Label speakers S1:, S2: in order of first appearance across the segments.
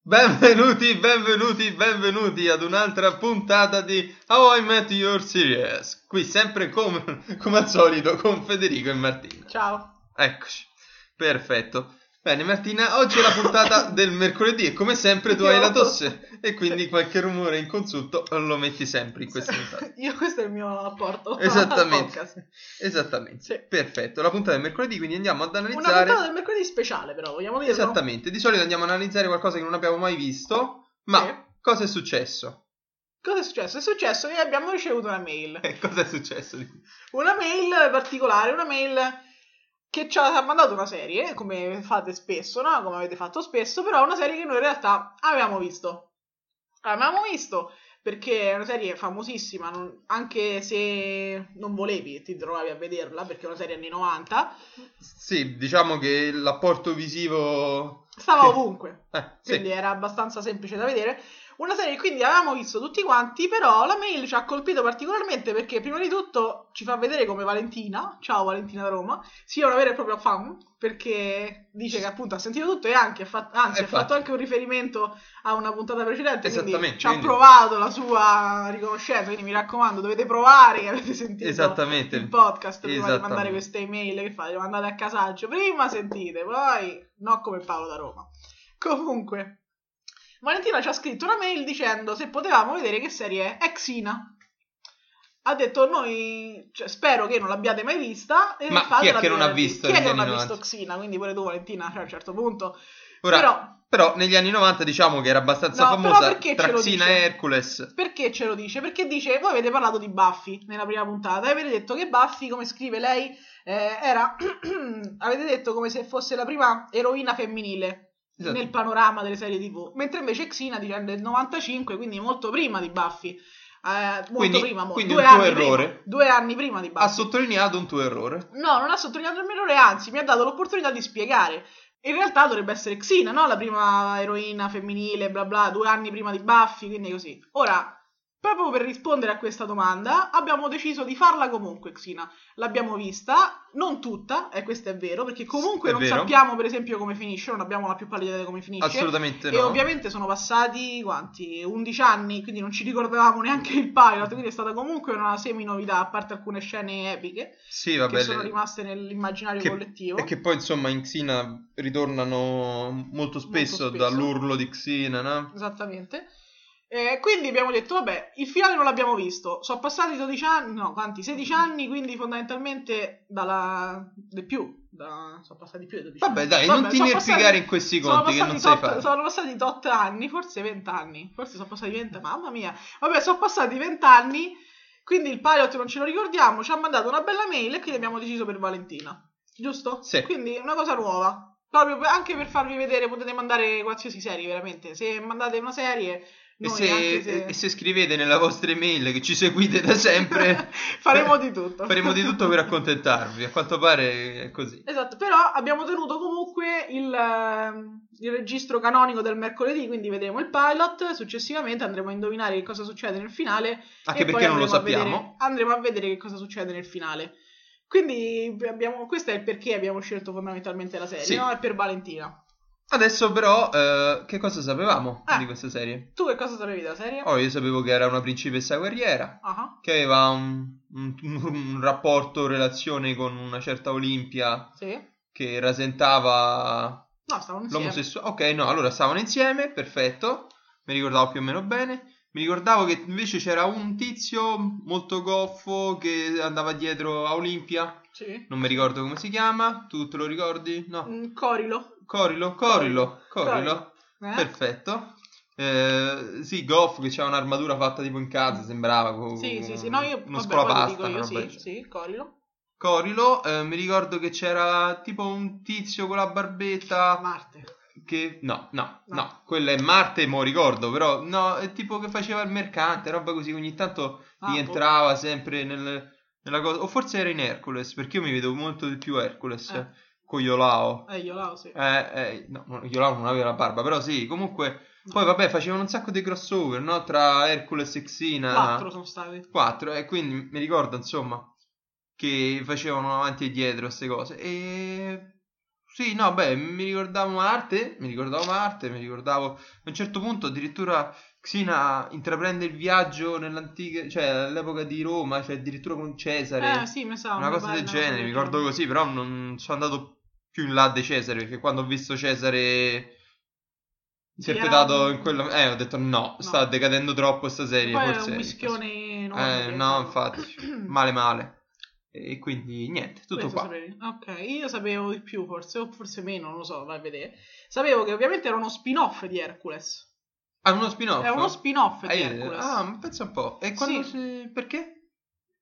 S1: Benvenuti, benvenuti, benvenuti ad un'altra puntata di How I Met Your Series. Qui sempre come, come al solito con Federico e Martina.
S2: Ciao.
S1: Eccoci. Perfetto. Bene Martina, oggi è la puntata del mercoledì e come sempre tu hai la tosse e quindi qualche rumore in consulto lo metti sempre in questa puntata.
S2: Io questo è il mio apporto.
S1: Esattamente.
S2: al podcast.
S1: Esattamente.
S2: Sì.
S1: Perfetto, la puntata del mercoledì quindi andiamo ad
S2: Una puntata
S1: analizzare...
S2: del mercoledì speciale, però, vogliamo dirlo?
S1: Esattamente, di solito andiamo ad analizzare qualcosa che non abbiamo mai visto, ma
S2: Sì.
S1: cosa è successo?
S2: Cosa è successo? È successo che abbiamo ricevuto una mail.
S1: Eh, cosa è successo?
S2: Una mail particolare, una mail che ci ha mandato una serie, come fate spesso, no? Come avete fatto spesso, però una serie che noi in realtà avevamo visto. Avevamo visto perché è una serie famosissima, non- anche se non volevi ti trovavi a vederla perché è una serie anni 90,
S1: Sì, diciamo che l'apporto visivo...
S2: stava
S1: Sì.
S2: ovunque.
S1: Eh, sì.
S2: quindi era abbastanza semplice da vedere. Una serie che quindi avevamo visto tutti quanti, però la mail ci ha colpito particolarmente perché prima di tutto ci fa vedere come Valentina, ciao Valentina da Roma, sia una vera e propria fan, perché dice che appunto ha sentito tutto e anche, ha fatto, anzi,
S1: Eh,
S2: ha fatto
S1: infatti.
S2: anche un riferimento a una puntata precedente, quindi
S1: Esattamente,
S2: ci ha
S1: quindi-
S2: provato la sua riconoscenza, quindi mi raccomando dovete provare che avete sentito
S1: Esattamente.
S2: il podcast prima di
S1: Esattamente.
S2: mandare queste email che fate, mandate a casaggio, prima sentite, poi no come Paolo da Roma. Comunque, Valentina ci ha scritto una mail dicendo se potevamo vedere che serie è Xina. Ha detto noi, cioè, spero che non l'abbiate mai vista. E
S1: Ma chi è
S2: fatela
S1: che non ha
S2: vedere.
S1: visto
S2: Chi è
S1: negli
S2: che non ha
S1: anni
S2: visto
S1: 90?
S2: Xina? Quindi pure tu Valentina, cioè, a un certo punto.
S1: Ora, però...
S2: Però
S1: negli anni 90 diciamo che era abbastanza
S2: No, però
S1: famosa
S2: perché ce lo
S1: Traxina
S2: dice?
S1: e Hercules.
S2: Perché ce lo dice? Perché dice, voi avete parlato di Buffy nella prima puntata e avete detto che Buffy, come scrive lei, eh, era, avete detto come se fosse la prima eroina femminile
S1: Esatto.
S2: nel panorama delle serie tv, mentre invece Xena dice del 95, quindi molto prima di Buffy. Eh, molto
S1: Quindi-
S2: prima, mo-
S1: quindi
S2: due
S1: un tuo
S2: anni
S1: errore.
S2: prima, due anni prima di Buffy.
S1: Ha sottolineato un tuo errore.
S2: No, non ha sottolineato il mio errore, anzi, mi ha dato l'opportunità di spiegare. In realtà dovrebbe essere Xena, no? La prima eroina femminile, bla bla, due anni prima di Buffy, quindi così. Ora, proprio per rispondere a questa domanda, abbiamo deciso di farla comunque, Xena. L'abbiamo vista, non tutta, e questo è vero, perché comunque
S1: È
S2: non
S1: vero.
S2: sappiamo, per esempio, come finisce, non abbiamo la più pallida idea di come finisce.
S1: Assolutamente
S2: E
S1: no.
S2: ovviamente sono passati quanti? 11 anni, quindi non ci ricordavamo neanche il pilot, quindi è stata comunque una semi-novità, a parte alcune scene epiche
S1: Sì, vabbè.
S2: che sono
S1: le-
S2: rimaste nell'immaginario
S1: che-
S2: collettivo.
S1: E che poi insomma in Xina ritornano molto spesso,
S2: spesso.
S1: dall'urlo di Xina, no?
S2: Esattamente. Eh, quindi abbiamo detto, vabbè, il finale non l'abbiamo visto. Sono passati 12 anni, no, quanti? 16 anni, quindi fondamentalmente dalla... di più. Da... Sono passati più di 12
S1: Vabbè
S2: anni.
S1: dai, non ti
S2: sono
S1: nerficare
S2: passati-
S1: in questi
S2: sono
S1: conti che
S2: passati
S1: non sai
S2: tot-
S1: fare.
S2: Sono passati 8 anni, forse 20 anni. Forse sono passati 20, mamma mia. Vabbè, sono passati 20 anni, quindi il pilot non ce lo ricordiamo. Ci ha mandato una bella mail e quindi abbiamo deciso per Valentina. Giusto?
S1: Sì.
S2: Quindi una cosa nuova. Proprio per- anche per farvi vedere, potete mandare qualsiasi serie, veramente. Se mandate una serie,
S1: E
S2: noi
S1: se,
S2: anche se...
S1: e se scrivete nella vostra email che ci seguite da sempre,
S2: faremo di tutto.
S1: faremo di tutto per accontentarvi. A quanto pare è così.
S2: Esatto, però abbiamo tenuto comunque il, ehm, il registro canonico del mercoledì, quindi vedremo il pilot, successivamente andremo a indovinare che cosa succede nel finale.
S1: Anche
S2: e poi
S1: perché non lo
S2: andremo a vedere-
S1: sappiamo.
S2: andremo a vedere che cosa succede nel finale. Quindi abbiamo, questo è il perché abbiamo scelto fondamentalmente la serie,
S1: Sì.
S2: no? È per Valentina.
S1: Adesso però, eh, che cosa sapevamo
S2: Ah.
S1: di questa serie?
S2: Tu che cosa sapevi della serie?
S1: Oh, io sapevo che era una principessa guerriera,
S2: Ah,
S1: che aveva un, un- un rapporto, relazione con una certa Olimpia
S2: sì.
S1: che rasentava
S2: No, stavano insieme.
S1: l'omosessuale. Ok, no, allora stavano insieme, perfetto, mi ricordavo più o meno bene. Mi ricordavo che invece c'era un tizio molto goffo che andava dietro a Olimpia,
S2: Sì.
S1: non mi ricordo come si chiama, tu te lo ricordi? No.
S2: Mm, Corilo.
S1: Corilo, Corilo, Corilo.
S2: Eh?
S1: Perfetto. Eh, sì, Goff che c'ha un'armatura fatta tipo in casa, sembrava. con-
S2: Sì, sì, sì. No, io...
S1: Uno
S2: vabbè, poi lo
S1: scolapasta.
S2: dico
S1: una
S2: io,
S1: roba
S2: sì,
S1: del genere.
S2: sì, Corilo.
S1: Corilo, eh, mi ricordo che c'era tipo un tizio con la barbetta
S2: Marte.
S1: che... No, no, no,
S2: No.
S1: quello è Marte, mo ricordo, però... No, è tipo che faceva il mercante, roba così, ogni tanto
S2: Ah,
S1: rientrava sempre nel- nella cosa... O forse era in Hercules, perché io mi vedo molto di più Hercules,
S2: Eh.
S1: con Iolao.
S2: Eh, io là, sì.
S1: Eh, eh, no, no, Iolao non aveva la barba, però sì, comunque...
S2: No.
S1: Poi vabbè, facevano un sacco di crossover, no? Tra Hercules e Xena.
S2: Quattro sono stati.
S1: Quattro, e quindi mi ricordo, insomma, che facevano avanti e dietro queste cose. E... Sì, no, beh, mi ricordavo Marte, mi ricordavo Marte, mi ricordavo... A un certo punto addirittura Xina intraprende il viaggio nell'antica... cioè all'epoca di Roma, cioè addirittura con Cesare.
S2: Eh, sì, mi sa.
S1: una cosa del
S2: bella-
S1: genere, mi ricordo così, però non sono andato più in là di Cesare, perché quando ho visto Cesare interpretato
S2: Tirato.
S1: in quello... Eh, ho detto no,
S2: No.
S1: sta decadendo troppo sta serie.
S2: Poi è
S1: forse...
S2: un mischione
S1: Eh,
S2: enorme.
S1: no, infatti, male male. E quindi niente, tutto
S2: Questo
S1: qua.
S2: sapevi. Ok, io sapevo di più forse, o forse meno, non lo so, vai a vedere. Sapevo che ovviamente era uno spin-off di Hercules.
S1: Ah, uno spin-off?
S2: È uno spin-off
S1: Ah,
S2: di
S1: io-
S2: Hercules.
S1: Ah, ma pensa un po'. E quando
S2: Sì.
S1: si- Perché?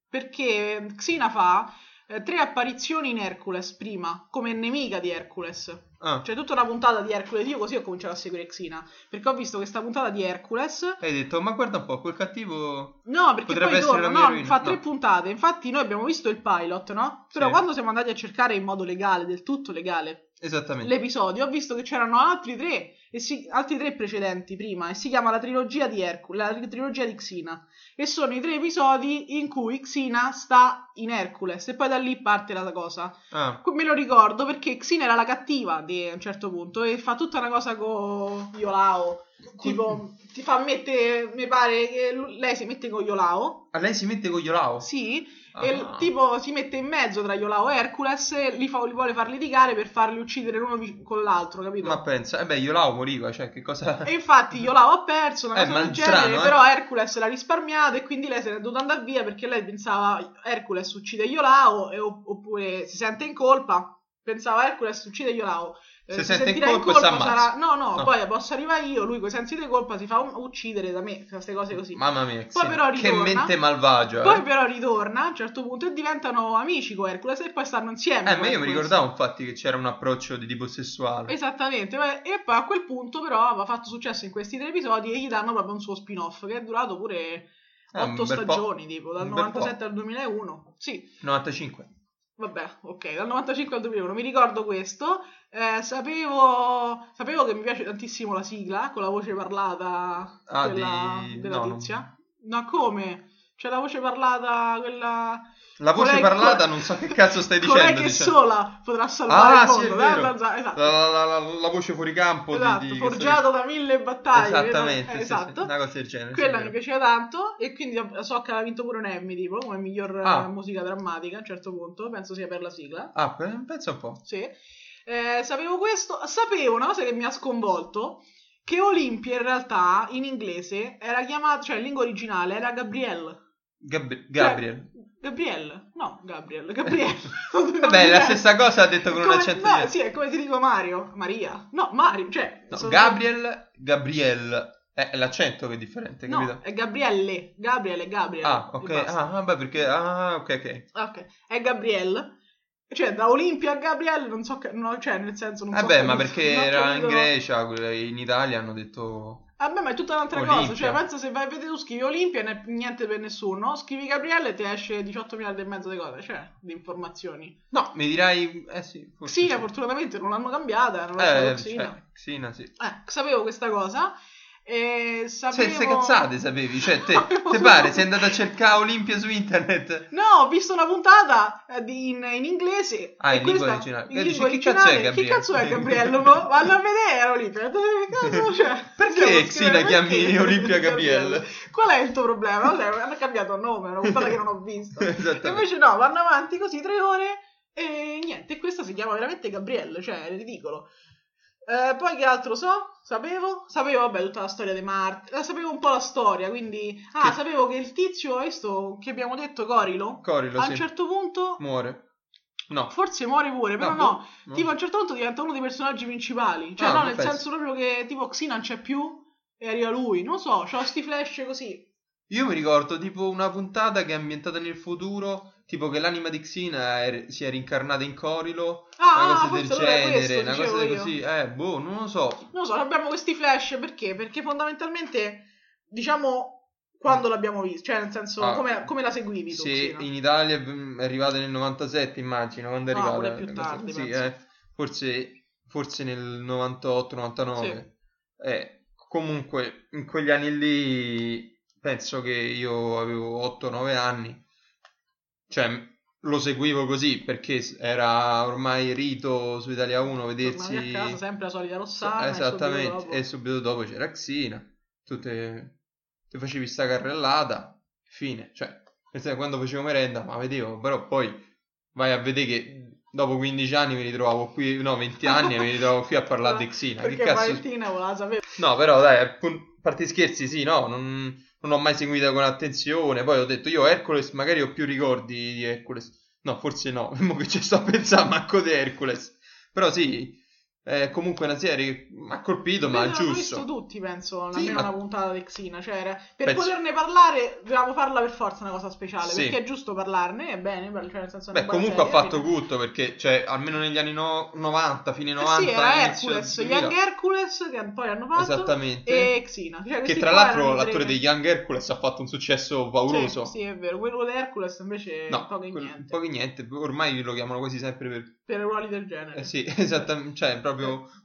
S2: Perché Xena fa eh, tre apparizioni in Hercules prima, come nemica di Hercules.
S1: Ah,
S2: C'è tutta una puntata di Hercules. Io così ho cominciato a seguire Xena. Perché ho visto questa puntata di Hercules.
S1: cioè, hai detto, ma guarda un po', quel cattivo...
S2: No, perché
S1: Potrebbe
S2: poi
S1: essere
S2: torna,
S1: la mia
S2: no,
S1: eroina,
S2: fa
S1: no.
S2: tre puntate. Infatti, noi abbiamo visto il pilot, no? Però
S1: Sì.
S2: quando siamo andati a cercare in modo legale, del tutto legale,
S1: Esattamente.
S2: l'episodio, ho visto che c'erano altri tre, e si- altri tre precedenti prima, e si chiama la trilogia di Hercules, la trilogia di Xena. E sono i tre episodi in cui Xena sta in Hercules, e poi da lì parte la cosa.
S1: Ah,
S2: Que- Me lo ricordo perché Xena era la cattiva di- a un certo punto e fa tutta una cosa con Iolao. Tipo, ti fa mettere, mi pare che lu- lei si mette con Iolao,
S1: ah, lei si mette con Iolao?
S2: sì,
S1: Ah.
S2: e l- tipo si mette in mezzo tra Iolao e Hercules e li, fa- li vuole far litigare per farli uccidere l'uno vic- con l'altro, capito?
S1: Ma pensa, eh beh, Iolao moriva, cioè, che cosa...
S2: E infatti Iolao ha perso una
S1: Eh,
S2: cosa
S1: ma
S2: del
S1: strano,
S2: genere,
S1: eh.
S2: però Hercules l'ha risparmiato e quindi lei se n'è dovuta andare via perché lei pensava Hercules uccide Iolao e opp- oppure si sente in colpa. Pensava Hercules uccide Iolao. Eh,
S1: Se
S2: si
S1: sente in
S2: sentirà
S1: colpa e si ammazza.
S2: sarà No, no,
S1: No.
S2: poi posso arrivare io, lui con i sensi di colpa si fa un- uccidere da me, queste cose così.
S1: Mamma mia,
S2: Poi
S1: Xena,
S2: però
S1: che
S2: ritorna.
S1: mente malvagia.
S2: Poi
S1: eh.
S2: però ritorna a un certo punto e diventano amici con Hercules e poi stanno insieme. con
S1: Eh, ma io mi
S2: Hercules.
S1: ricordavo infatti che c'era un approccio di tipo sessuale.
S2: Esattamente, beh, e poi a quel punto però aveva fatto successo in questi tre episodi e gli danno proprio un suo spin-off che è durato pure
S1: Eh, un
S2: 8
S1: bel po'.
S2: stagioni, tipo dal
S1: Un bel po'.
S2: 97 al 2001. Sì,
S1: 95.
S2: vabbè, ok, dal 95 al 2001, mi ricordo questo. Eh, sapevo, sapevo che mi piace tantissimo la sigla con la voce parlata
S1: Ah,
S2: quella-
S1: di-
S2: della
S1: no, non-
S2: tizia. No, come? C'è la voce parlata quella...
S1: La voce
S2: Colei-
S1: parlata
S2: co-
S1: non so che cazzo stai
S2: colei
S1: dicendo.
S2: che
S1: diciamo.
S2: sola potrà salvare
S1: Ah,
S2: il
S1: sì, è
S2: mondo.
S1: vero.
S2: eh, esatto, esatto.
S1: la, la- la- la voce fuori campo
S2: Esatto,
S1: di, di
S2: forgiato da mille battaglie. vero?
S1: Esattamente,
S2: Eh,
S1: sì, sì,
S2: esatto.
S1: una cosa del genere, sì, è
S2: Quella mi
S1: vero.
S2: piaceva tanto e quindi so che aveva vinto pure un Emmy, tipo, come miglior eh,
S1: Ah.
S2: musica drammatica a un certo punto, penso sia per la sigla.
S1: Ah, pe- pensa un po'.
S2: Sì. Eh, sapevo questo, sapevo una cosa che mi ha sconvolto, che Olimpia in realtà in inglese era chiamata, cioè in lingua originale era Gabrielle. Cioè,
S1: Gab- Gabriel.
S2: Gabrielle? No, Gabrielle, Gabrielle.
S1: Vabbè, è la stessa cosa ha detto con un
S2: Come-
S1: accento
S2: no,
S1: diverso.
S2: Sì, è come ti dico Mario, Maria. No, Mario, cioè...
S1: No,
S2: sono-
S1: Gabriel, Gabriel. Eh, è l'accento che è differente,
S2: No,
S1: capito?
S2: è Gabrielle, Gabriele, Gabriele.
S1: Ah,
S2: e
S1: ok.
S2: basta.
S1: Ah, vabbè, perché ah, ok, ok.
S2: Ok, è Gabrielle. Cioè, da Olimpia a Gabriele non so che... no, cioè, nel senso, non so...
S1: Vabbè,
S2: che-
S1: Eh ma perché
S2: non ho
S1: era in
S2: capito.
S1: Grecia, quella- in Italia hanno detto
S2: Vabbè, ma è tutta un'altra cosa.
S1: Olimpia.
S2: Cioè, pensa se vai a vedere tu scrivi Olimpia e ne- niente per nessuno. Scrivi Gabriele e ti esce 18 miliardi e mezzo di cose, cioè, di informazioni.
S1: No, mi dirai eh sì, forse.
S2: Xina, fortunatamente, non l'hanno cambiata, non l'hanno
S1: Eh,
S2: eh, Xina.
S1: cioè, Xina, sì.
S2: Eh, sapevo questa cosa. E
S1: Se,
S2: sapevo...
S1: se Cioè, cazzate sapevi, cioè te,
S2: Sapevo
S1: te
S2: solo-
S1: pare sei andata a cercare Olimpia su internet?
S2: No, ho visto una puntata eh, di- in, in inglese.
S1: Ah,
S2: e
S1: in lingua
S2: questa-
S1: originale.
S2: in
S1: E dici,
S2: lingua
S1: "Chi cazzo è
S2: originale, Chi
S1: Gabriele?"
S2: cazzo è Gabriello? No? Vanno a vedere, ero lì. per- "Eh, Che cazzo cioè, c'è?
S1: Perché
S2: Devo scrivere,
S1: Xina chiami
S2: perché?
S1: Olimpia Gabriele?
S2: Qual è il tuo problema? Cioè, hanno cambiato nome, è una puntata che non ho visto. E
S1: Esattamente.
S2: invece no, vanno avanti così tre ore e niente. Questa si chiama veramente Gabriello, cioè è ridicolo. Eh, poi che altro so? Sapevo? Sapevo, vabbè, tutta la storia di Marte. La sapevo un po' la storia, quindi... Ah,
S1: Che-
S2: sapevo che il tizio, questo che abbiamo detto, Corilo,
S1: Corilo,
S2: a
S1: sì.
S2: un certo punto
S1: Muore. No.
S2: forse muore pure, però
S1: No,
S2: no.
S1: boh, no.
S2: Tipo a un certo punto diventa uno dei personaggi principali. Cioè,
S1: Ah,
S2: no,
S1: non
S2: nel
S1: penso.
S2: senso proprio che tipo Xena non c'è più e arriva lui. Non so, c'ho sti flash così.
S1: Io mi ricordo tipo una puntata che è ambientata nel futuro, tipo che l'anima di Xina è- si è rincarnata in Corilo,
S2: Ah, ah,
S1: una cosa del
S2: forse allora
S1: genere,
S2: questo,
S1: una
S2: dicevo
S1: cosa
S2: io.
S1: così. Eh, boh, non lo so.
S2: Non lo so, abbiamo questi flash perché? Perché fondamentalmente, diciamo, quando l'abbiamo visto, cioè nel senso,
S1: Mm. Ah.
S2: come, come la seguivi tu?
S1: Se
S2: Xena?
S1: in Italia mm, è arrivata nel 97, immagino, quando è
S2: No,
S1: arrivata.
S2: pure più tardi,
S1: Sì,
S2: penso.
S1: eh, forse, forse nel 98-99.
S2: Sì.
S1: Eh, comunque, in quegli anni lì, penso che io avevo 8-9 anni. Cioè, lo seguivo così perché s- era ormai rito su Italia 1 vedersi
S2: Tornavi a casa, sempre la solita rossana. e
S1: esattamente eh
S2: subito dopo-
S1: e subito dopo c'era Xina tu te, te facevi sta carrellata fine cioè nel senso, quando facevo merenda ma vedevo però poi vai a vedere che dopo 15 anni mi ritrovavo qui no 20 anni e mi ritrovavo qui a parlare di Xina che
S2: Perché
S1: cazzo
S2: Valentina voleva sapere.
S1: No, però dai, appun- a parte scherzi, sì, no, non, non ho mai seguita con attenzione. Poi ho detto io Hercules, magari ho più ricordi di Hercules. No, forse no, mo che ci sto a pensare, manco di Hercules. Però sì, è comunque una serie che mi ha colpito, ma
S2: L'hanno visto
S1: giusto.
S2: tutti, penso,
S1: Sì,
S2: almeno
S1: ma-
S2: una puntata di Xina. Cioè, era- per
S1: Penso-
S2: poterne parlare, dovevamo farla per forza una cosa speciale.
S1: Sì.
S2: Perché è giusto parlarne, è bene. per- Cioè, nel senso, è una
S1: Beh,
S2: buona
S1: comunque ha
S2: serie,
S1: fatto
S2: quindi-
S1: gutto perché, cioè, almeno negli anni no- 90, fine
S2: Eh
S1: 90,
S2: sì, era
S1: inizio
S2: Hercules,
S1: 2000.
S2: Young Hercules, che poi hanno fatto.
S1: Esattamente.
S2: E Xina. Cioè,
S1: Che
S2: questi
S1: tra
S2: qua
S1: l'altro
S2: erano i
S1: l'attore
S2: tre.
S1: di Young Hercules ha fatto un successo pauroso.
S2: Sì, sì, è vero. Quello di Hercules invece
S1: No,
S2: poco e
S1: quel-
S2: niente.
S1: poco e niente, ormai lo chiamano quasi sempre per
S2: Per ruoli del genere.
S1: Eh sì, esattamente, cioè proprio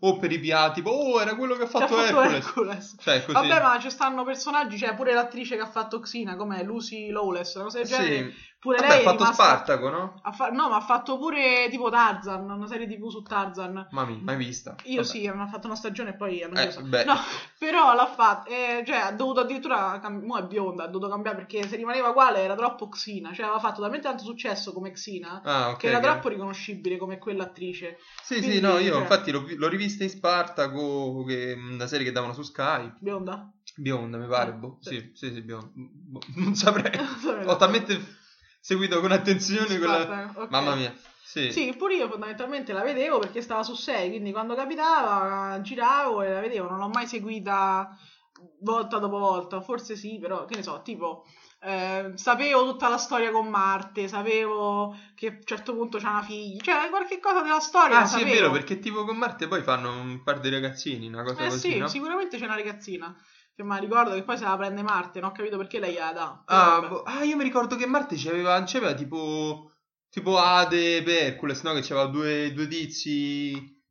S1: o per i piatti, tipo oh era quello che ha
S2: Ci ha
S1: fatto Hercules.
S2: Hercules.
S1: Cioè così.
S2: Vabbè, ma ci stanno personaggi, cioè pure l'attrice che ha fatto Xina, com'è Lucy Lawless, una cosa del genere.
S1: sì.
S2: Pure
S1: Vabbè,
S2: lei
S1: ha
S2: è
S1: fatto
S2: rimasta-
S1: Spartaco, no?
S2: ha fa- No, ma ha fatto pure tipo Tarzan, una serie tv su Tarzan.
S1: Mamma mia, mai vista.
S2: Io
S1: Vabbè.
S2: sì, hanno fatto una stagione e poi hanno
S1: Eh,
S2: chiuso.
S1: beh.
S2: No, però l'ha fatto, eh, cioè ha dovuto addirittura, cam- mo è bionda, ha dovuto cambiare perché se rimaneva uguale era troppo Xina, cioè aveva fatto talmente tanto successo come Xina
S1: Ah, ok.
S2: che era
S1: ok.
S2: troppo riconoscibile come quell'attrice.
S1: Sì, sì,
S2: quindi,
S1: no, io
S2: cioè-
S1: infatti l'ho, vi- l'ho rivista in Spartaco, che, una serie che davano su Sky,
S2: Bionda?
S1: bionda mi pare,
S2: Eh,
S1: boh. Sì,
S2: sì.
S1: sì, sì, bionda. Boh, non saprei. Ho
S2: Ho
S1: talmente seguito con attenzione quella...
S2: eh,
S1: Mamma mia. Sì.
S2: Sì, pure io fondamentalmente la vedevo perché stava su 6, quindi quando capitava giravo e la vedevo, non l'ho mai seguita volta dopo volta, forse sì, però che ne so, tipo eh, sapevo tutta la storia con Marte, sapevo che a un certo punto c'è una figlia, cioè qualche cosa della storia.
S1: Ah,
S2: la
S1: sì, è
S2: sapevo.
S1: vero, perché tipo con Marte poi fanno un par di ragazzini, una cosa
S2: Eh
S1: così,
S2: sì,
S1: no?
S2: sicuramente c'è una ragazzina che mi ricordo che poi se la prende Marte, non ho capito perché lei gliela dà.
S1: Ah,
S2: Vabbè.
S1: boh, ah, io mi ricordo che Marte c'aveva, c'aveva tipo, tipo Ade per Hercules, no? Che c'aveva due, due tizi,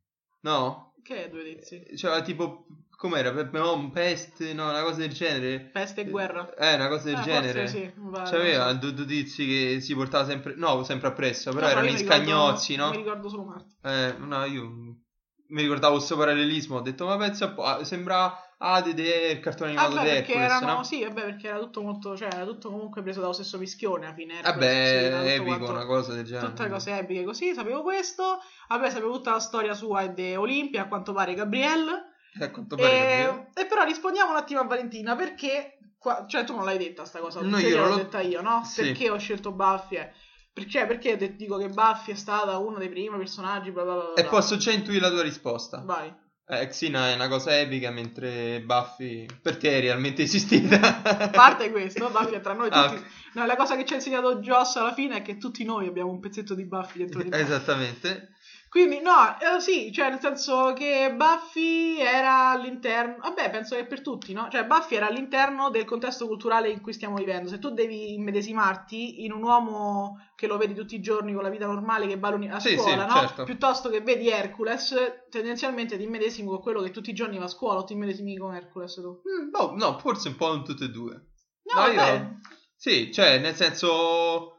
S1: no?
S2: Che è due tizi?
S1: C'aveva tipo, com'era? Pe- no, un peste, no? Una cosa del genere.
S2: Peste e guerra.
S1: Eh, una cosa del
S2: Eh,
S1: genere.
S2: Forse sì, va-
S1: C'aveva
S2: non so.
S1: due, due tizi che si portava sempre, no, sempre appresso, però
S2: Non so,
S1: erano
S2: io
S1: gli
S2: mi ricordo-
S1: scagnozzi, no?
S2: Mi ricordo solo Marte.
S1: Eh, no, io mi ricordavo questo parallelismo, ho detto, ma pensa un po', ah, sembra Ade del cartone
S2: Ah,
S1: animato
S2: beh,
S1: di
S2: perché
S1: Hercules,
S2: erano,
S1: no?
S2: sì, vabbè, perché era tutto molto, cioè, era tutto comunque preso dallo stesso mischione alla fine. Hercules, sì, era
S1: Vabbè,
S2: tutto
S1: Eh epico,
S2: quanto-
S1: una cosa mm. del genere.
S2: Tutte cose epiche così, sapevo questo. Vabbè, sapevo tutta la storia sua e di Olimpia, a quanto pare Gabrielle.
S1: Eh, a quanto pare davvero.
S2: E, e però rispondiamo un attimo a Valentina, perché, qua- cioè, tu non l'hai detta sta cosa,
S1: No,
S2: te
S1: io non
S2: l'ho
S1: l'ho-
S2: detta io, no?
S1: Sì.
S2: Perché ho scelto Buffy? eh? Perché, perché de- dico che Buffy è stata uno dei primi personaggi, bla bla bla. bla.
S1: E posso già intuire la tua risposta.
S2: Vai.
S1: Eh, Xena è una cosa epica, mentre Buffy per te è realmente esistita.
S2: A parte questo, Buffy è tra noi
S1: Ah,
S2: tutti. No, la cosa che ci ha insegnato Joss alla fine è che tutti noi abbiamo un pezzetto di Buffy dentro di noi.
S1: Esattamente.
S2: Quindi, no, eh, sì, cioè, nel senso che Buffy era all'interno. Vabbè, penso che per tutti, no? Cioè, Buffy era all'interno del contesto culturale in cui stiamo vivendo. Se tu devi immedesimarti in un uomo che lo vedi tutti i giorni con la vita normale che va all'uni- a
S1: Sì, sì,
S2: scuola, no?
S1: certo.
S2: Piuttosto che vedi Hercules, tendenzialmente ti immedesimi con quello che tutti i giorni va a scuola o ti immedesimi con Hercules tu.
S1: Mm, no, no, forse un po' in tutte e due.
S2: No,
S1: io-
S2: vabbè.
S1: Sì, cioè, nel senso...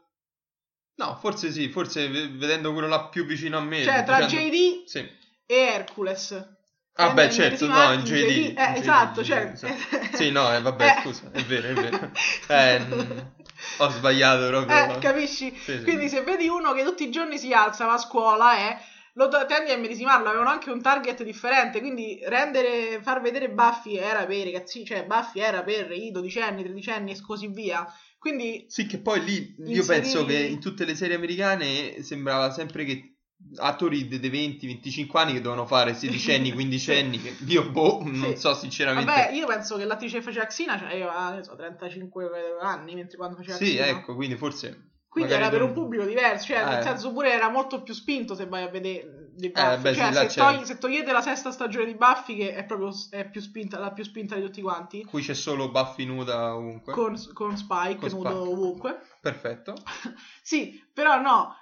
S1: No, forse sì, forse v- vedendo quello là più vicino a me.
S2: Cioè, tra
S1: dicendo-
S2: JD
S1: Sì.
S2: e Hercules.
S1: Ah,
S2: Eh,
S1: beh,
S2: nel
S1: certo,
S2: medesimo
S1: no, in
S2: attimo,
S1: JD.
S2: JD, eh,
S1: in
S2: esatto,
S1: JD,
S2: cioè-
S1: esatto. Sì, no, eh, vabbè,
S2: Eh.
S1: scusa, è vero, è vero. Eh, n- ho sbagliato proprio.
S2: Eh, capisci?
S1: Sì, sì.
S2: Quindi se vedi uno che tutti i giorni si alza, va a scuola, eh, lo do- tendi a medesimarlo, avevano anche un target differente, quindi rendere, far vedere Buffy era per i ragazzi, cioè Buffy era per i dodicenni, tredicenni e così via. Quindi
S1: Sì, che poi lì io
S2: Inserire-
S1: penso che in tutte le serie americane sembrava sempre che attori de- dei 20-25 anni che dovevano fare sedicenni, quindicenni, che io boh, non
S2: Sì.
S1: so sinceramente.
S2: Vabbè, io penso che l'attrice che faceva Xina cioè, aveva che ne so, 35 anni, mentre quando faceva
S1: sì,
S2: Xena.
S1: ecco, quindi forse...
S2: Quindi
S1: magari
S2: era per
S1: non-
S2: un pubblico diverso, cioè nel
S1: Eh.
S2: senso pure era molto più spinto se vai a vedere di Buffy.
S1: Eh, beh,
S2: cioè,
S1: sì, là
S2: se,
S1: c'è.
S2: togli- se togliete la sesta stagione di Buffy, che è proprio s- è più spinta, la più spinta di tutti quanti,
S1: Qui c'è solo Buffy nuda ovunque.
S2: con, con Spike
S1: Con
S2: nudo
S1: Spike.
S2: ovunque.
S1: Perfetto.
S2: Sì, però no,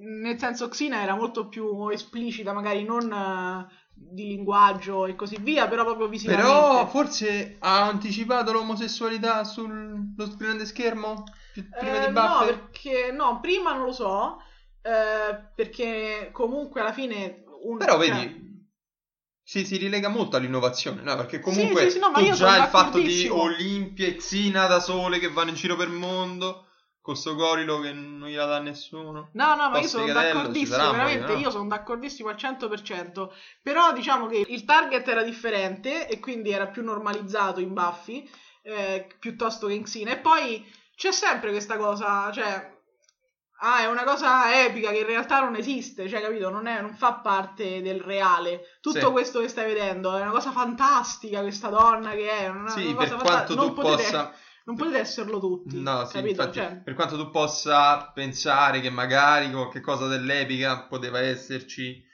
S2: nel senso Xena era molto più esplicita, magari non eh, di linguaggio e così via, però proprio visivamente.
S1: Però forse ha anticipato l'omosessualità sul... Lo grande schermo? Pi- Prima
S2: Eh,
S1: di
S2: no,
S1: Buffer?
S2: perché no, prima non lo so, eh, perché comunque alla fine un-
S1: Però
S2: cioè,
S1: vedi, si, si rilega molto all'innovazione, no? Perché comunque
S2: sì, sì, no, ma
S1: tu
S2: io
S1: già
S2: sono
S1: il fatto di
S2: d'accordissimo.
S1: Olimpia e Zina da sole che vanno in giro per il mondo, con sto gorilo che non gliela dà nessuno.
S2: No, no, ma io
S1: Tosti
S2: sono
S1: di Cadello ci
S2: d'accordissimo,
S1: sarà,
S2: veramente,
S1: magari, no?
S2: io sono d'accordissimo al 100%, però diciamo che il target era differente e quindi era più normalizzato in Buffy eh, piuttosto che in Xena. E poi c'è sempre questa cosa, cioè, ah, è una cosa epica che in realtà non esiste, cioè, capito, non, è- non fa parte del reale. Tutto
S1: Sì.
S2: questo che stai vedendo è una cosa fantastica, questa donna che è, una,
S1: sì,
S2: una
S1: per
S2: cosa
S1: quanto
S2: fantastica.
S1: tu
S2: Non potete,
S1: possa...
S2: non potete esserlo tutti,
S1: No, sì,
S2: capito?
S1: infatti,
S2: Cioè,
S1: per quanto tu possa pensare che magari qualche cosa dell'epica poteva esserci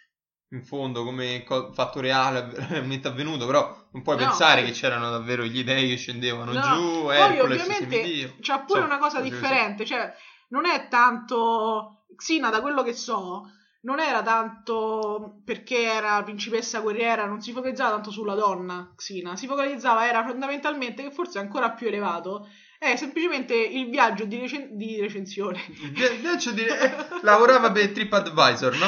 S1: in fondo come co- fatto reale veramente avvenuto, però non puoi
S2: No. eh.
S1: pensare che c'erano davvero gli dei che scendevano
S2: No.
S1: giù,
S2: Poi
S1: Ercole,
S2: ovviamente
S1: semidio.
S2: c'è pure
S1: So,
S2: una cosa
S1: voglio dire,
S2: differente, cioè non è tanto Xina da quello che so, non era tanto perché era principessa guerriera, non si focalizzava tanto sulla donna Xina, si focalizzava era fondamentalmente che forse è ancora più elevato, è semplicemente il viaggio di, recen- di recensione.
S1: De- de- cioè dire, eh, lavorava per TripAdvisor, no?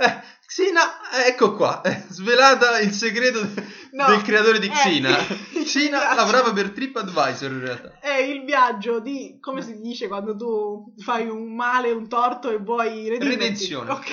S1: Eh, Xina, eh, ecco qua, eh, svelata il segreto de-
S2: No,
S1: del creatore di
S2: eh,
S1: Xina.
S2: sì,
S1: Xina
S2: grazie.
S1: lavorava per TripAdvisor in realtà.
S2: È il viaggio di, come si dice quando tu fai un male, un torto e vuoi redimerti.
S1: Redenzione.
S2: Ok.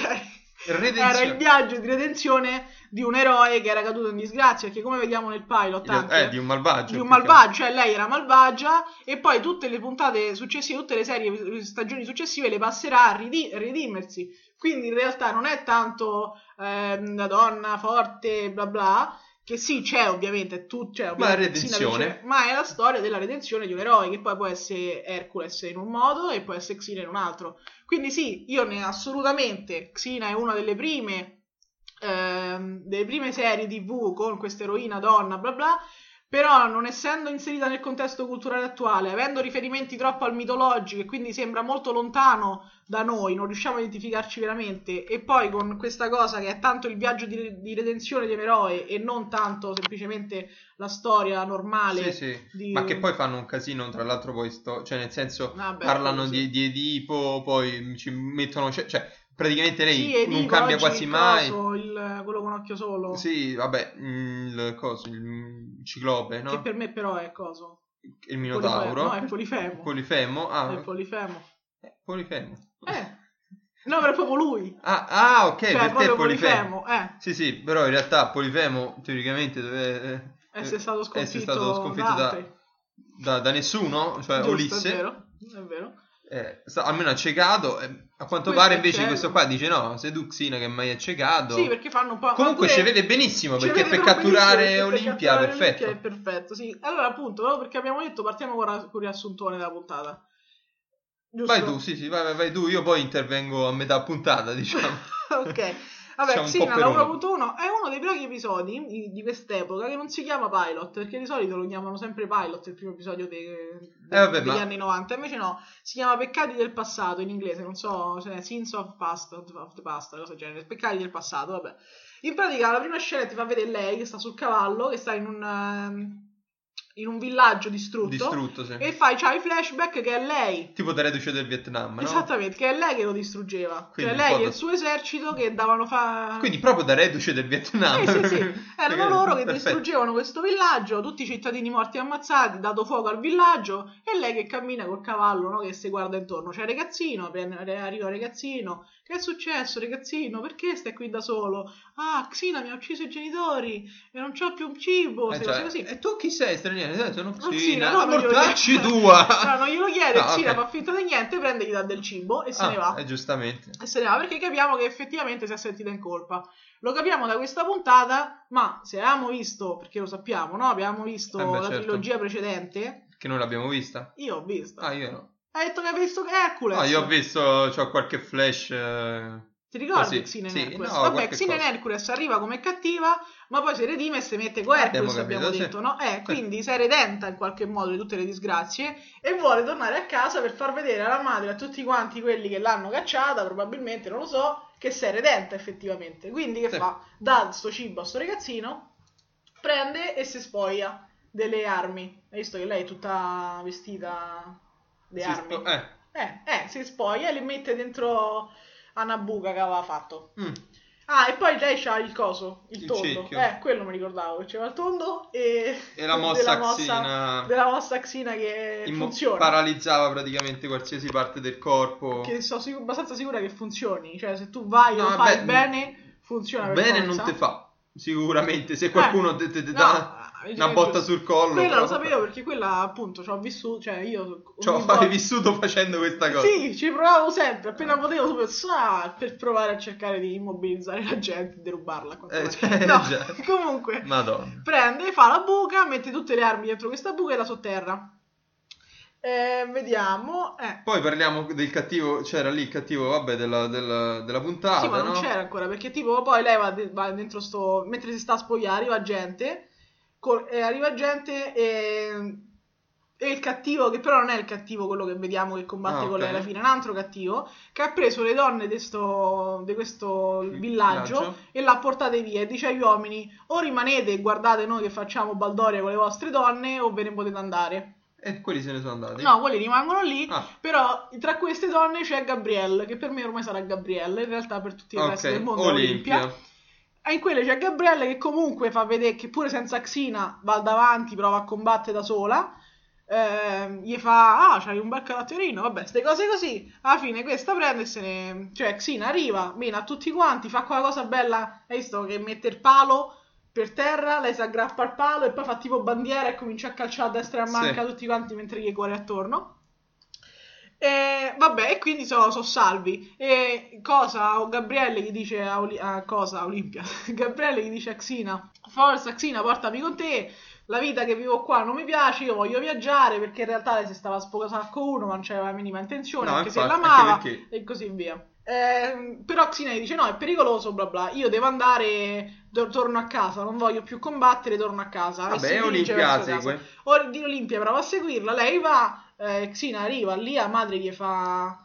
S1: Redenzione.
S2: Era il viaggio di redenzione di un eroe che era caduto in disgrazia, perché come vediamo nel pilot
S1: In
S2: anche,
S1: realtà- eh, di un malvagio.
S2: di un
S1: più che
S2: malvagio, cioè lei era malvagia e poi tutte le puntate successive, tutte le serie, le stagioni successive le passerà a ridi- redimersi. Quindi in realtà non è tanto ehm, la donna forte, bla bla, che sì c'è ovviamente, tu, cioè, ovviamente
S1: redenzione.
S2: Xena vince- ma è la storia della redenzione di un eroe che poi può essere Hercules in un modo e può essere Xena in un altro. Quindi sì, io ne assolutamente, Xena è una delle prime, ehm, delle prime serie tv con questa eroina donna, bla bla, però, non essendo inserita nel contesto culturale attuale, avendo riferimenti troppo al mitologico e quindi sembra molto lontano da noi, non riusciamo a identificarci veramente, e poi con questa cosa che è tanto il viaggio di, di redenzione di un eroe e non tanto semplicemente la storia normale.
S1: altro. Sì, sì.
S2: di-
S1: Ma che poi fanno un casino, tra l'altro, poi sto... Cioè, nel senso,
S2: Vabbè,
S1: parlano
S2: sì.
S1: di, di Edipo, poi ci mettono... Cioè, cioè, praticamente lei
S2: Sì, e
S1: non
S2: dico,
S1: cambia
S2: oggi
S1: quasi
S2: il
S1: mai.
S2: coso, il- quello con occhio solo,
S1: Sì, vabbè, mm, il coso, il ciclope, no?
S2: che per me però è coso.
S1: Il minotauro.
S2: Polifemo, no, è Polifemo.
S1: Polifemo? Ah,
S2: È Polifemo.
S1: eh, Polifemo.
S2: Eh. No, però è proprio lui.
S1: Ah, ah, ok,
S2: cioè, è
S1: per te è
S2: proprio
S1: Polifemo.
S2: Polifemo. Eh.
S1: Sì, sì, però in realtà Polifemo teoricamente eh, deve
S2: essere stato sconfitto,
S1: essere stato sconfitto da,
S2: Dante.
S1: da- da nessuno, cioè
S2: Giusto,
S1: Ulisse.
S2: È vero, è vero.
S1: eh, sta- almeno accecato. eh, a quanto
S2: Questo
S1: pare
S2: è
S1: invece
S2: certo.
S1: questo qua dice no, sei tu Xina che mai accecato.
S2: Sì, perché fanno un po'.
S1: Comunque
S2: ma pure-
S1: ci vede benissimo
S2: ci
S1: perché
S2: vede
S1: per
S2: proprio
S1: catturare
S2: benissimo, perché per
S1: Olimpia,
S2: catturare
S1: perfetto.
S2: Olimpia è perfetto, sì. Allora, appunto, proprio perché abbiamo detto, partiamo con la- con il riassuntone della puntata. Giusto?
S1: Vai tu, sì, sì, vai, vai, vai tu, io poi intervengo a metà puntata, diciamo.
S2: ok. Vabbè,
S1: Siamo un
S2: sì,
S1: po'
S2: la
S1: peroni.
S2: 1.1 è uno dei pochi episodi di- di quest'epoca che non si chiama pilot, perché di solito lo chiamano sempre pilot il primo episodio de- de-
S1: Eh, vabbè,
S2: degli
S1: ma-
S2: anni 90, invece no, si chiama Peccati del passato in inglese, non so, cioè, Sins of Past, of the Past, una cosa del genere, Peccati del passato, vabbè. In pratica la prima scena ti fa vedere lei che sta sul cavallo, che sta in un, ehm, in un villaggio distrutto,
S1: Distrutto, sì.
S2: e fai, c'hai i flashback che è lei
S1: Tipo da reduce del Vietnam, no?
S2: Esattamente, che è lei che lo distruggeva.
S1: Quindi
S2: cioè lei
S1: proprio-
S2: e il suo esercito che davano fa...
S1: Quindi proprio da reduce del Vietnam.
S2: Eh,
S1: Eh,
S2: Sì, sì, sì. Erano
S1: Perché-
S2: loro che
S1: perfetto.
S2: distruggevano questo villaggio, tutti i cittadini morti e ammazzati, dato fuoco al villaggio e lei che cammina col cavallo, no, che si guarda intorno. C'è il ragazzino, prende- arriva il ragazzino, che è successo ragazzino? Perché stai qui da solo? Ah, Xina mi ha ucciso i genitori e non c'ho più cibo,
S1: Eh,
S2: se
S1: cioè,
S2: così.
S1: E tu chi sei straniero? Eh, Sono
S2: Non
S1: Xina.
S2: no, non glielo
S1: Mortacci
S2: chiede. No,
S1: tua.
S2: non glielo chiede,
S1: Ah,
S2: Xina
S1: ok.
S2: fa finta di niente, prende e gli dà del cibo e se
S1: Ah,
S2: ne va.
S1: eh, giustamente.
S2: E se ne va perché capiamo che effettivamente si è sentita in colpa. Lo capiamo da questa puntata, ma se avevamo visto, perché lo sappiamo, no? Abbiamo visto
S1: Eh beh,
S2: la
S1: certo.
S2: trilogia precedente,
S1: Che non l'abbiamo vista.
S2: io ho visto.
S1: Ah, io no.
S2: Hai detto che hai visto Hercules.
S1: No, io ho visto, c'ho qualche flash. eh,
S2: Ti ricordi
S1: Così,
S2: Xena
S1: sì,
S2: Hercules?
S1: no,
S2: Vabbè,
S1: qualche
S2: Xena
S1: cosa.
S2: Hercules arriva come cattiva, ma poi si redime e si mette con Hercules,
S1: Eh, Abbiamo
S2: abbiamo,
S1: capito, sì.
S2: detto, no? Eh, quindi si redenta in qualche modo di tutte le disgrazie e vuole tornare a casa per far vedere alla madre e a tutti quanti quelli che l'hanno cacciata, probabilmente, non lo so, che si è redenta effettivamente. Quindi che
S1: Sì.
S2: fa? Dà sto cibo a sto ragazzino, prende e si spoglia delle armi. Hai visto che lei è tutta vestita di
S1: Si
S2: armi?
S1: spo- eh,
S2: Eh, eh, si spoglia e li mette dentro a una buca che aveva fatto.
S1: mm.
S2: Ah, e poi lei c'ha il coso, il,
S1: Il
S2: tondo.
S1: cerchio.
S2: Eh, quello mi ricordavo, che c'era il tondo e...
S1: E la
S2: della
S1: mossa
S2: mossa-
S1: axina
S2: della mossa axina che
S1: immo-
S2: funziona.
S1: paralizzava praticamente qualsiasi parte del corpo.
S2: Che sono sic- abbastanza sicura che funzioni. Cioè, se tu vai e
S1: No, eh,
S2: lo fai
S1: beh,
S2: bene, funziona per
S1: Bene
S2: forza. Eh,
S1: non te fa, sicuramente. Se qualcuno te, te- te
S2: No,
S1: dà
S2: eh,
S1: una
S2: cioè,
S1: botta sul collo...
S2: Quella
S1: però-
S2: lo sapevo perché quella appunto ci ho vissuto, cioè io ogni
S1: Cioè,
S2: volta-
S1: hai vissuto facendo questa cosa.
S2: Sì, ci provavo sempre, appena potevo super ah, per provare a cercare di immobilizzare la gente, derubarla. quanto
S1: Eh,
S2: mai.
S1: cioè,
S2: No,
S1: già.
S2: comunque,
S1: Madonna.
S2: prende, fa la buca, mette tutte le armi dentro questa buca e la sotterra. Eh, vediamo, eh,
S1: Poi parliamo del cattivo, c'era lì il cattivo, vabbè, della, della- della puntata,
S2: sì, ma non
S1: Ah, no?
S2: c'era ancora perché tipo poi lei va, de- va dentro sto mentre si sta a spogliare arriva gente col- eh, arriva gente e... e il cattivo che però non è il cattivo quello che vediamo che combatte
S1: Ah, ok.
S2: con lei alla fine è un altro cattivo che ha preso le donne di sto- di questo
S1: Il
S2: villaggio e l'ha portate via e dice agli uomini o rimanete e guardate noi che facciamo baldoria con le vostre donne o ve ne potete andare
S1: E quelli se ne sono andati.
S2: no quelli rimangono lì
S1: Ah,
S2: però tra queste donne c'è Gabrielle, che per me ormai sarà Gabrielle, in realtà per tutti il resto
S1: ok.
S2: del mondo è
S1: Olimpia.
S2: Olimpia. E Ah, in quelle c'è Gabrielle che comunque fa vedere che pure senza Xina va davanti, prova a combattere da sola. Ehm, gli fa, ah, c'hai un bel caratterino, vabbè, ste cose così. Alla fine questa prende e se ne... Cioè, Xina arriva, mena a tutti quanti, fa quella cosa bella, hai visto, che mette il palo per terra, lei si aggrappa al palo e poi fa tipo bandiera e comincia a calciare a destra e a
S1: Sì.
S2: manca tutti quanti mentre gli cuore attorno. E vabbè, e quindi sono salvi. E cosa? o Gabriele gli dice a, Oli- a cosa? a Olimpia. Gabriele gli dice a Xina: Forza, Xina, portami con te. La vita che vivo qua non mi piace. Io voglio viaggiare perché in realtà lei si stava sposando con uno, ma non c'era la minima intenzione,
S1: No,
S2: anche se
S1: infatti,
S2: l'amava
S1: anche perché...
S2: e così via. Ehm, però Xina gli dice: No, è pericoloso. Bla bla. Io devo andare, tor- torno a casa. Non voglio più combattere, torno a casa. E si
S1: Vabbè,
S2: dirige
S1: Olimpia
S2: verso casa.
S1: segue.
S2: Ora di Olimpia prova a seguirla, lei va, eh, Xina arriva lì, a madre gli fa...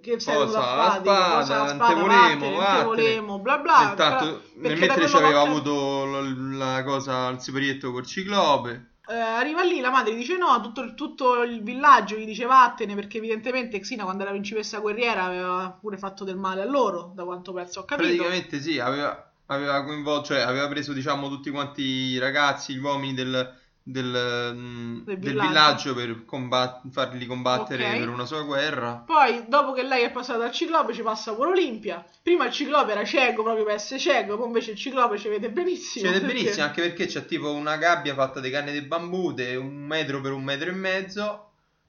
S2: Che sei venuta
S1: Cosa? La
S2: a fare? Dico,
S1: spada,
S2: cosa?
S1: non te volemo,
S2: vattene, non
S1: vattene.
S2: te volemo, bla bla.
S1: Intanto,
S2: perché
S1: nel
S2: da
S1: mentre
S2: quello
S1: ci aveva
S2: che ho
S1: avuto l- la cosa, il siparietto col ciclope.
S2: Eh, arriva lì, la madre gli dice no, tutto, il- tutto il villaggio gli dice vattene, perché evidentemente Xina quando era principessa guerriera aveva pure fatto del male a loro, da quanto penso ho capito.
S1: Praticamente sì, aveva, aveva coinvolto, cioè aveva preso diciamo tutti quanti i ragazzi, gli uomini del, del, mm,
S2: Del
S1: del
S2: villaggio.
S1: villaggio per combat- farli combattere
S2: Ok.
S1: per una sua guerra.
S2: Poi, dopo che lei è passata al ciclope, ci passa pure Olimpia. Prima il ciclope era cieco proprio per essere cieco, poi invece il ciclope ci vede benissimo.
S1: Ci vede
S2: perché-
S1: Cioè, benissimo, anche perché c'è tipo una gabbia fatta di canne di bambù, de un metro per un metro e mezzo.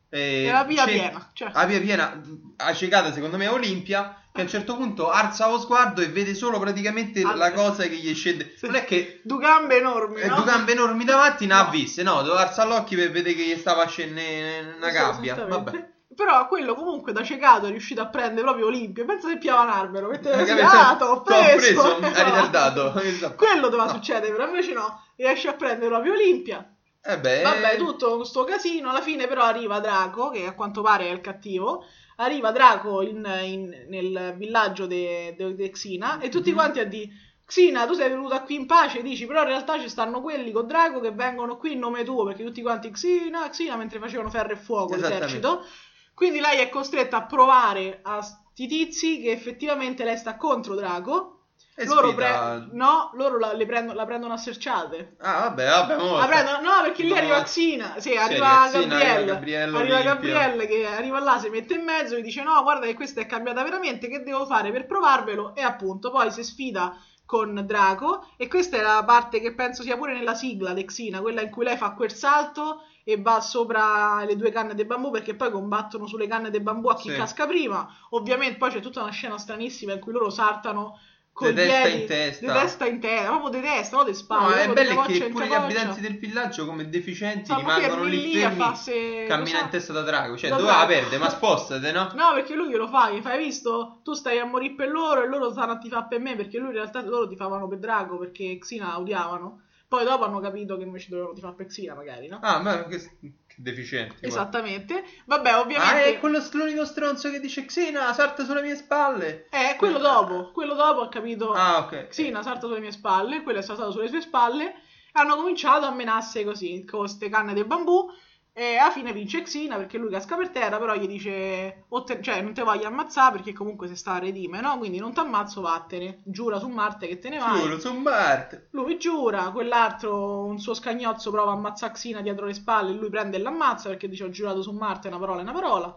S1: E
S2: E la via
S1: c'è-
S2: piena, cioè,
S1: La via piena, accecata secondo me Olimpia, che a un certo punto alza lo sguardo e vede solo praticamente
S2: Al-
S1: la cosa che gli scende.
S2: Sì.
S1: Non è che
S2: due gambe enormi,
S1: E
S2: no?
S1: due gambe enormi davanti, ne ha
S2: No.
S1: viste, no? Doveva alzare l'occhio per vedere che gli stava scendendo una
S2: Sì,
S1: gabbia.
S2: esattamente.
S1: Vabbè.
S2: Però quello comunque da cecato è riuscito a prendere proprio Olimpia. Pensa se piava un albero, metteva
S1: Capito?
S2: così, ah, t'ho
S1: T'ho
S2: preso.
S1: preso, mi ha
S2: Esatto.
S1: ritardato. Esatto.
S2: Quello doveva
S1: No.
S2: succedere, però invece no, riesce a prendere proprio Olimpia.
S1: Eh beh,
S2: Vabbè, tutto sto casino. Alla fine, però, arriva Draco, che a quanto pare è il cattivo. Arriva Draco in- in- nel villaggio de- de- de Xina e tutti
S1: Mhm.
S2: quanti a dire: Xina, tu sei venuta qui in pace. Dici, però in realtà ci stanno quelli con Draco che vengono qui in nome tuo perché tutti quanti Xina, Xina mentre facevano ferro e fuoco
S1: Esattamente.
S2: l'esercito. Quindi lei è costretta a provare a sti tizi che effettivamente lei sta contro Draco.
S1: e
S2: Loro,
S1: sfida-
S2: pre- no, loro la, le prendono, la prendono a serciate.
S1: Ah, vabbè, vabbè, mo-
S2: La prendono- no, perché lì
S1: No.
S2: arriva Xina, sì,
S1: Sì,
S2: arriva
S1: Xina,
S2: Gabriele.
S1: arriva Gabriella,
S2: Arriva
S1: Olimpia.
S2: Gabriele che arriva là, si mette in mezzo e dice: No, guarda che questa è cambiata veramente, che devo fare per provarvelo? E appunto, poi si sfida con Draco. E questa è la parte che penso sia pure nella sigla di Xina, quella in cui lei fa quel salto e va sopra le due canne di bambù perché poi combattono sulle canne di bambù a chi
S1: Sì.
S2: casca prima. Ovviamente, poi c'è tutta una scena stranissima in cui loro saltano. Con
S1: De
S2: gli
S1: testa
S2: piedi-
S1: in testa.
S2: di testa in testa, proprio di testa, no? Di spalle.
S1: No, è
S2: proprio di
S1: bello
S2: capoccia
S1: che
S2: in
S1: pure gli
S2: capoccia.
S1: abitanti del villaggio, come deficienti,
S2: Stanno
S1: rimangono lì
S2: a
S1: fermi.
S2: fa se-
S1: Cammina
S2: lo
S1: in
S2: sa.
S1: testa da drago, cioè
S2: Da
S1: doveva
S2: drago.
S1: perdere, ma spostate, no?
S2: No, perché lui glielo fa, gli fa, hai visto? Tu stai a morire per loro e loro stanno a ti fa per me, perché lui in realtà loro ti favano per Drago, perché Xina la odiavano. Poi dopo hanno capito che invece dovevano ti fa per Xina, magari, no?
S1: Ah, ma che, che deficienti.
S2: Esatto.
S1: guarda.
S2: Esattamente. Vabbè,
S1: Ah,
S2: ovviamente...
S1: è quello st- l'unico stronzo che dice Xena, salta sulle mie spalle.
S2: Eh, quello dopo, quello dopo ha capito...
S1: Ah, ok.
S2: Xina salta sulle mie spalle, quello è saltato sulle sue spalle hanno cominciato a menasse così con queste canne del bambù. E alla fine vince Xina perché lui casca per terra, però gli dice: "O te- cioè, non te voglio ammazzare perché comunque se sta a redime, no? Quindi non ti ammazzo, vattene. Giura su Marte che te ne vai.
S1: Giuro, su Marte.
S2: Lui giura, quell'altro, un suo scagnozzo, prova a ammazzare Xina dietro le spalle. e Lui prende e l'ammazza perché dice: Ho giurato su Marte, una parola è una parola.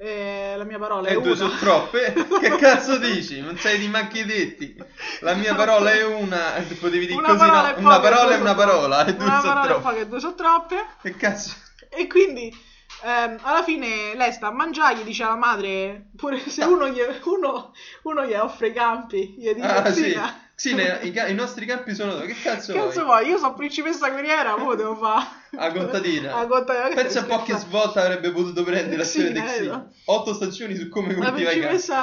S2: Eh, la mia parola è
S1: E
S2: una.
S1: due sono troppe? che cazzo dici? Non sei di manchi detti. La mia parola è una. eh, Potevi dire
S2: Una
S1: così,
S2: parola
S1: no?
S2: è
S1: Una
S2: poca,
S1: parola
S2: due
S1: è una
S2: sono-
S1: parola. E due
S2: Una
S1: sono
S2: parola è
S1: troppe.
S2: poca e due sono troppe.
S1: Che cazzo?
S2: E quindi ehm, alla fine lei sta a mangiare, gli dice alla madre, pure se
S1: Ah.
S2: uno gli, uno, uno gli offre i campi, gli dice
S1: Ah, sì.
S2: "Zina,
S1: Sì, ne- i, ca- i nostri campi sono due. Che cazzo,
S2: cazzo
S1: vuoi?
S2: vuoi? Io sono principessa guerriera, mo devo fare...
S1: A contadina.
S2: A contadina.
S1: Pensa un po' che svolta avrebbe potuto prendere la
S2: Sì,
S1: storia di
S2: eh,
S1: Xenia.
S2: no.
S1: Otto stagioni su come
S2: La
S1: coltiva i campi.
S2: principessa...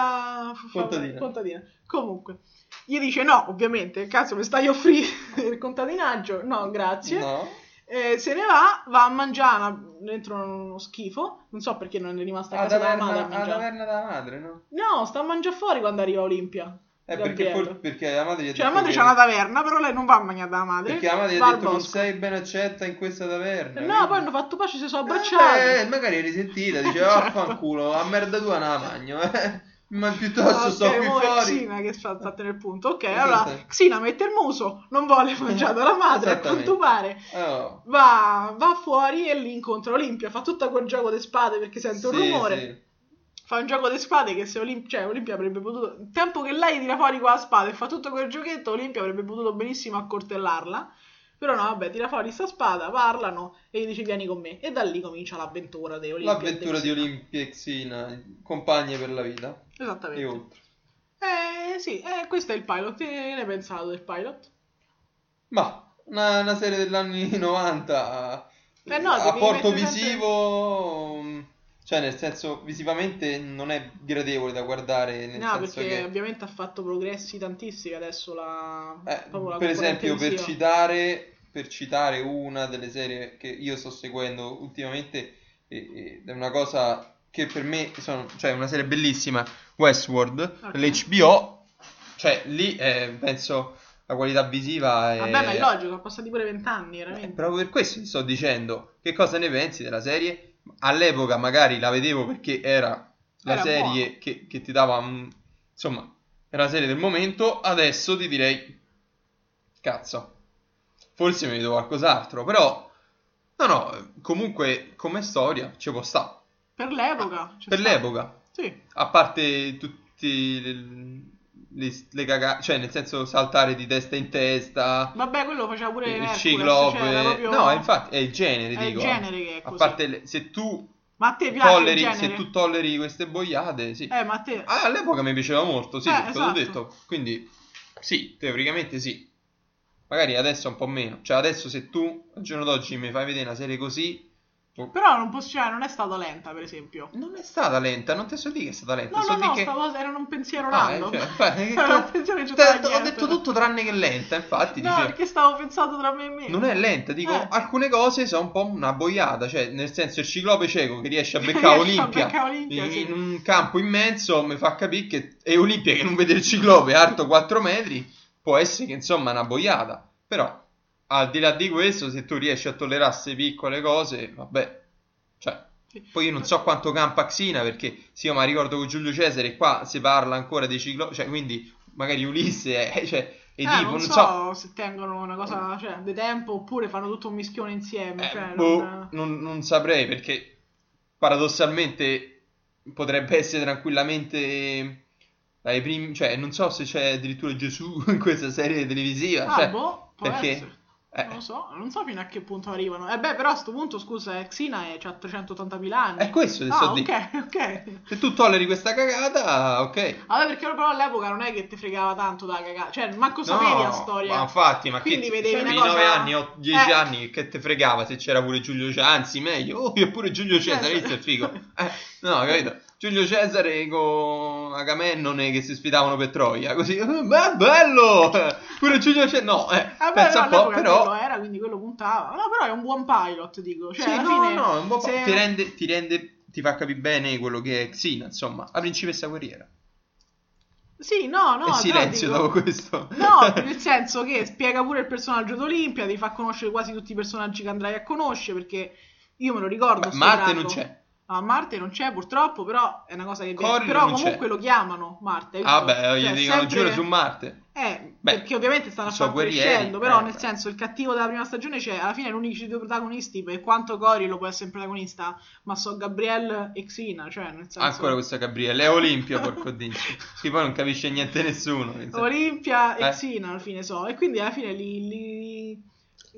S1: Contadina.
S2: contadina. Comunque, gli dice no, ovviamente, cazzo mi stai offrendo il contadinaggio? No, grazie.
S1: No?
S2: Eh, se ne va, va a mangiare una- dentro uno schifo, non so perché non è rimasta a
S1: Alla
S2: casa della madre
S1: taverna,
S2: a
S1: alla
S2: mangiare.
S1: taverna della madre, no?
S2: No, sta a mangiare fuori quando arriva Olimpia.
S1: Eh, perché,
S2: Gabriello.
S1: for- perché la madre gli ha
S2: Cioè, la
S1: detto
S2: madre
S1: che-
S2: c'ha una taverna, però lei non va a mangiare dalla madre.
S1: Perché la madre gli
S2: va
S1: ha
S2: al
S1: detto non
S2: bosco.
S1: sei ben accetta in questa taverna.
S2: No,
S1: quindi-
S2: poi hanno fatto pace, si sono abbracciati.
S1: Eh, beh, magari è risentita, dice
S2: Certo.
S1: vaffanculo, a merda tua non la magno, eh. Ma piuttosto
S2: Ah, Ok,
S1: sto qui
S2: mo è
S1: fuori.
S2: Xina che sta, sta a tenere il punto. Ok,
S1: Esatto.
S2: allora Xina mette il muso, non vuole mangiare dalla madre, a
S1: Eh, Esattamente.
S2: quanto pare.
S1: Oh.
S2: Va, va fuori e lì incontra Olimpia. Fa tutto quel gioco di spade perché sente un
S1: Sì,
S2: rumore.
S1: sì.
S2: Fa un gioco di spade che se Olim- cioè, Olimpia avrebbe potuto. Il tempo che lei tira fuori con la spada e fa tutto quel giochetto, Olimpia avrebbe potuto benissimo accortellarla. Però no, vabbè, tira fuori sta spada, parlano e gli dice vieni con me. E da lì comincia l'avventura di Olimpia. e
S1: L'avventura di
S2: Dexina.
S1: Olimpia e Xina, compagne per la vita. E
S2: Esattamente.
S1: oltre.
S2: Eh sì, eh, questo è il pilot. Che ne hai pensato del pilot?
S1: Ma una, una serie degli anni 90
S2: Eh no,
S1: a
S2: devi
S1: porto
S2: mettere sempre-
S1: visivo, mh, cioè nel senso visivamente non è gradevole da guardare, nel
S2: no,
S1: senso
S2: perché
S1: che
S2: ovviamente ha fatto progressi tantissimi adesso la...
S1: Eh,
S2: proprio la
S1: per
S2: componente
S1: esempio, per
S2: visiva.
S1: citare, per citare una delle serie che io sto seguendo ultimamente, e- ed è una cosa che per me sono, cioè, è una serie bellissima, Westworld,
S2: Ok.
S1: l'HBO, cioè lì eh, penso la qualità visiva è...
S2: Vabbè, ma è logico, sono passati pure vent'anni,
S1: Eh,
S2: veramente.
S1: proprio per questo ti sto dicendo che cosa ne pensi della serie. All'epoca magari la vedevo perché era la
S2: Era
S1: serie
S2: buono.
S1: che, che ti dava, un- insomma, era la serie del momento. Adesso ti direi, cazzo, forse mi vedo qualcos'altro, però no, no, comunque come storia ci può stare.
S2: Per l'epoca. c'è
S1: Per
S2: stato.
S1: l'epoca,
S2: Sì.
S1: a parte tutti le, le, le cagate, cioè nel senso saltare di testa in testa,
S2: Vabbè, quello faceva pure
S1: il
S2: Hercules,
S1: ciclope,
S2: cioè, era proprio-
S1: no, infatti è il genere,
S2: è il
S1: dico.
S2: genere che è
S1: A
S2: così.
S1: parte le- se tu
S2: Ma a te piace
S1: tolleri,
S2: il
S1: se
S2: genere?
S1: tu tolleri queste boiate, sì.
S2: Eh, ma a te...
S1: Ah, all'epoca mi piaceva molto, sì,
S2: Eh,
S1: perché l'ho
S2: esatto.
S1: detto. Quindi sì, teoricamente sì. Magari adesso un po' meno. Cioè adesso se tu al giorno d'oggi mi fai vedere una serie così
S2: Però non posso... cioè, non è stata lenta, per esempio.
S1: non è stata lenta, non te so dire che è stata lenta,
S2: No, no,
S1: so Eh, dire
S2: no,
S1: che
S2: stavo... era un pensiero
S1: Ah, eh,
S2: random.
S1: cioè, infatti,
S2: Era un pensiero che ci
S1: Te-
S2: stava
S1: ho
S2: dietro.
S1: detto tutto tranne che lenta, infatti,
S2: No,
S1: dicevo.
S2: perché stavo pensando tra me e me.
S1: Non è lenta, dico,
S2: Eh.
S1: alcune cose sono un po' una boiata, cioè nel senso il ciclope cieco che riesce a beccare
S2: Riesce a
S1: Olimpia
S2: beccare Olimpia,
S1: in,
S2: sì.
S1: in un campo immenso mi fa capire che e Olimpia che non vede il ciclope alto 4 metri, può essere che insomma è una boiata, però al di là di questo se tu riesci a tollerare queste piccole cose, vabbè, cioè
S2: Sì.
S1: poi io non so quanto campa Xina perché sì, io mi ricordo con Giulio Cesare qua si parla ancora dei ciclopi, cioè quindi magari Ulisse, eh, cioè, e
S2: Eh,
S1: tipo,
S2: non, so,
S1: so
S2: se tengono una cosa, cioè, di tempo oppure fanno tutto un mischione insieme.
S1: Eh,
S2: cioè,
S1: boh,
S2: non-
S1: non, non saprei perché paradossalmente potrebbe essere tranquillamente dai primi, cioè non so se c'è addirittura Gesù in questa serie televisiva,
S2: Ah,
S1: cioè,
S2: boh, può
S1: perché?
S2: essere.
S1: eh,
S2: Non lo so, non so fino a che punto arrivano. Eh beh, però a sto punto, scusa, eh, Xina è, c'ha 380.000 anni.
S1: è Eh, questo che
S2: Ah,
S1: sto
S2: ok,
S1: dicendo.
S2: ok.
S1: Se tu tolleri questa cagata, ok.
S2: Vabbè, perché però all'epoca non è che ti fregava tanto da cagare. Cioè, manco sapevi la storia.
S1: Ma infatti, ma
S2: Quindi
S1: che
S2: vedevi una
S1: cioè, avevi
S2: cosa-
S1: 9 anni o 10
S2: Eh.
S1: anni che te fregava se c'era pure Giulio Cianzi, meglio. Oh, io pure Giulio Cesare,
S2: Eh,
S1: questo è
S2: sì.
S1: figo. Eh, no, capito? Giulio Cesare con Agamennone che si sfidavano per Troia, così. eh, Beh, bello! Eh, Pure Giulio Cesare, no, eh,
S2: Eh, beh,
S1: pensa un
S2: però
S1: po',
S2: all'epoca quello
S1: però
S2: era, quindi quello puntava. No, però è un buon pilot, dico. Cioè,
S1: Sì,
S2: alla
S1: no,
S2: fine
S1: no, è un po'
S2: se-
S1: ti rende ti rende ti fa capire bene quello che è Xena, insomma, la principessa guerriera.
S2: Sì, no, no.
S1: e
S2: però
S1: silenzio
S2: dico-
S1: dopo questo.
S2: No, nel senso che spiega pure il personaggio d'Olimpia, ti fa conoscere quasi tutti i personaggi che andrai a conoscere, perché io me lo ricordo.
S1: Ma-
S2: sto
S1: Marte
S2: drago.
S1: non c'è.
S2: No, Marte non c'è purtroppo, però è una cosa che...
S1: Corri
S2: però
S1: non c'è.
S2: comunque lo chiamano Marte. hai visto?
S1: Ah beh,
S2: Cioè,
S1: gli dicono
S2: sempre-
S1: giuro su Marte.
S2: Eh,
S1: Beh,
S2: perché ovviamente stanno
S1: sono
S2: so,
S1: guerrieri,
S2: crescendo, però
S1: eh,
S2: nel
S1: beh.
S2: senso il cattivo della prima stagione c'è, alla fine gli unici due protagonisti, per quanto Cory lo può essere protagonista, ma so Gabrielle e Xina, cioè nel senso...
S1: Ah, Ancora questa Gabriele, è Olimpia, porco dici. Qui poi non capisce niente nessuno. mi sa.
S2: Olimpia e
S1: Eh.
S2: Xina alla fine so, e quindi alla fine li, li...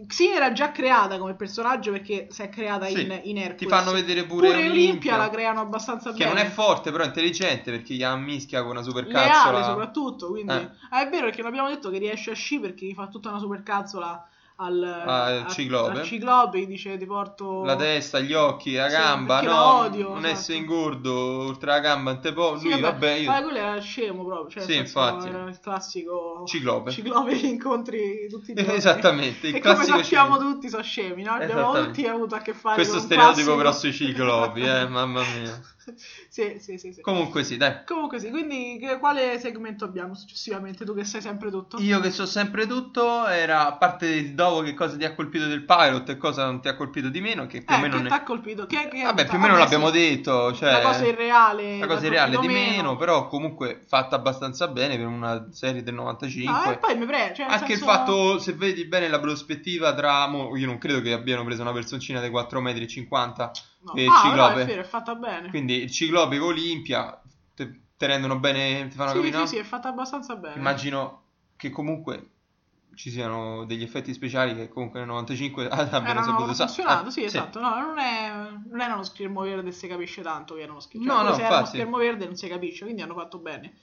S2: Xina era già creata come personaggio perché si è creata
S1: Sì,
S2: in, in Hercules.
S1: Ti fanno vedere pure,
S2: pure Olimpia la creano abbastanza
S1: Che
S2: bene.
S1: non è forte, però è intelligente perché gli ammischia con una
S2: Leale
S1: supercazzola.
S2: soprattutto, quindi...
S1: Eh.
S2: Ah, è vero perché non abbiamo detto che riesce a sci perché gli fa tutta una supercazzola al,
S1: Al
S2: a-
S1: Ciclope.
S2: al Ciclope, gli dice ti porto...
S1: La testa, gli occhi, la
S2: Sì,
S1: gamba,
S2: perché
S1: no,
S2: la odio,
S1: non
S2: esatto.
S1: essere ingordo, oltre la gamba, un te po',
S2: Sì,
S1: lui, vabbè, io...
S2: Ah, quello era scemo proprio, cioè nel
S1: Sì,
S2: senso,
S1: infatti.
S2: era il classico
S1: Ciclope. Esatto,
S2: Ciclope che incontri tutti i giorni.
S1: Esattamente, il
S2: E come
S1: classico
S2: sappiamo
S1: ciclo-
S2: tutti sono scemi, no? Abbiamo
S1: Esattamente.
S2: tutti avuto a che fare
S1: Questo
S2: con un
S1: stereotipo
S2: classico-
S1: però sui ciclopi, eh, mamma mia.
S2: sì, sì, sì, sì.
S1: Comunque sì, dai.
S2: Comunque sì, quindi che- quale segmento abbiamo successivamente? Tu che sai sempre tutto.
S1: Io che so sempre tutto, era a parte il dopo che cosa ti ha colpito del pilot e cosa non ti ha colpito di meno, che più o
S2: eh,
S1: meno...
S2: che
S1: ne-
S2: ti ha colpito? Che, Ah, che-
S1: Eh, Vabbè, più o meno
S2: vabbè,
S1: l'abbiamo
S2: sì.
S1: detto, cioè...
S2: La cosa irreale.
S1: La cosa
S2: l'ha
S1: irreale di
S2: colpito
S1: meno, però comunque fatta abbastanza bene per una serie del 95.
S2: No, e poi mi prego. Cioè, nel
S1: Anche il
S2: senso-
S1: fatto, se vedi bene la prospettiva tra... mo, io non credo che abbiano preso una personcina di 4,50 m,
S2: No.
S1: eh,
S2: ah, però
S1: Ciclope.
S2: è vero, è fatta bene.
S1: quindi il ciclope con Olimpia te, te rendono bene, ti fanno
S2: sì,
S1: capire,
S2: sì,
S1: no?
S2: sì, è fatta abbastanza bene.
S1: Immagino che comunque ci siano degli effetti speciali che comunque nel 95 abbiano
S2: erano
S1: saputo usare.
S2: funzionando,
S1: Ah,
S2: sì, esatto. No, non, è, non era uno schermo verde, si capisce tanto che era uno schermo
S1: No,
S2: cioè,
S1: no,
S2: se era uno
S1: infatti.
S2: schermo verde non si capisce, quindi hanno fatto bene.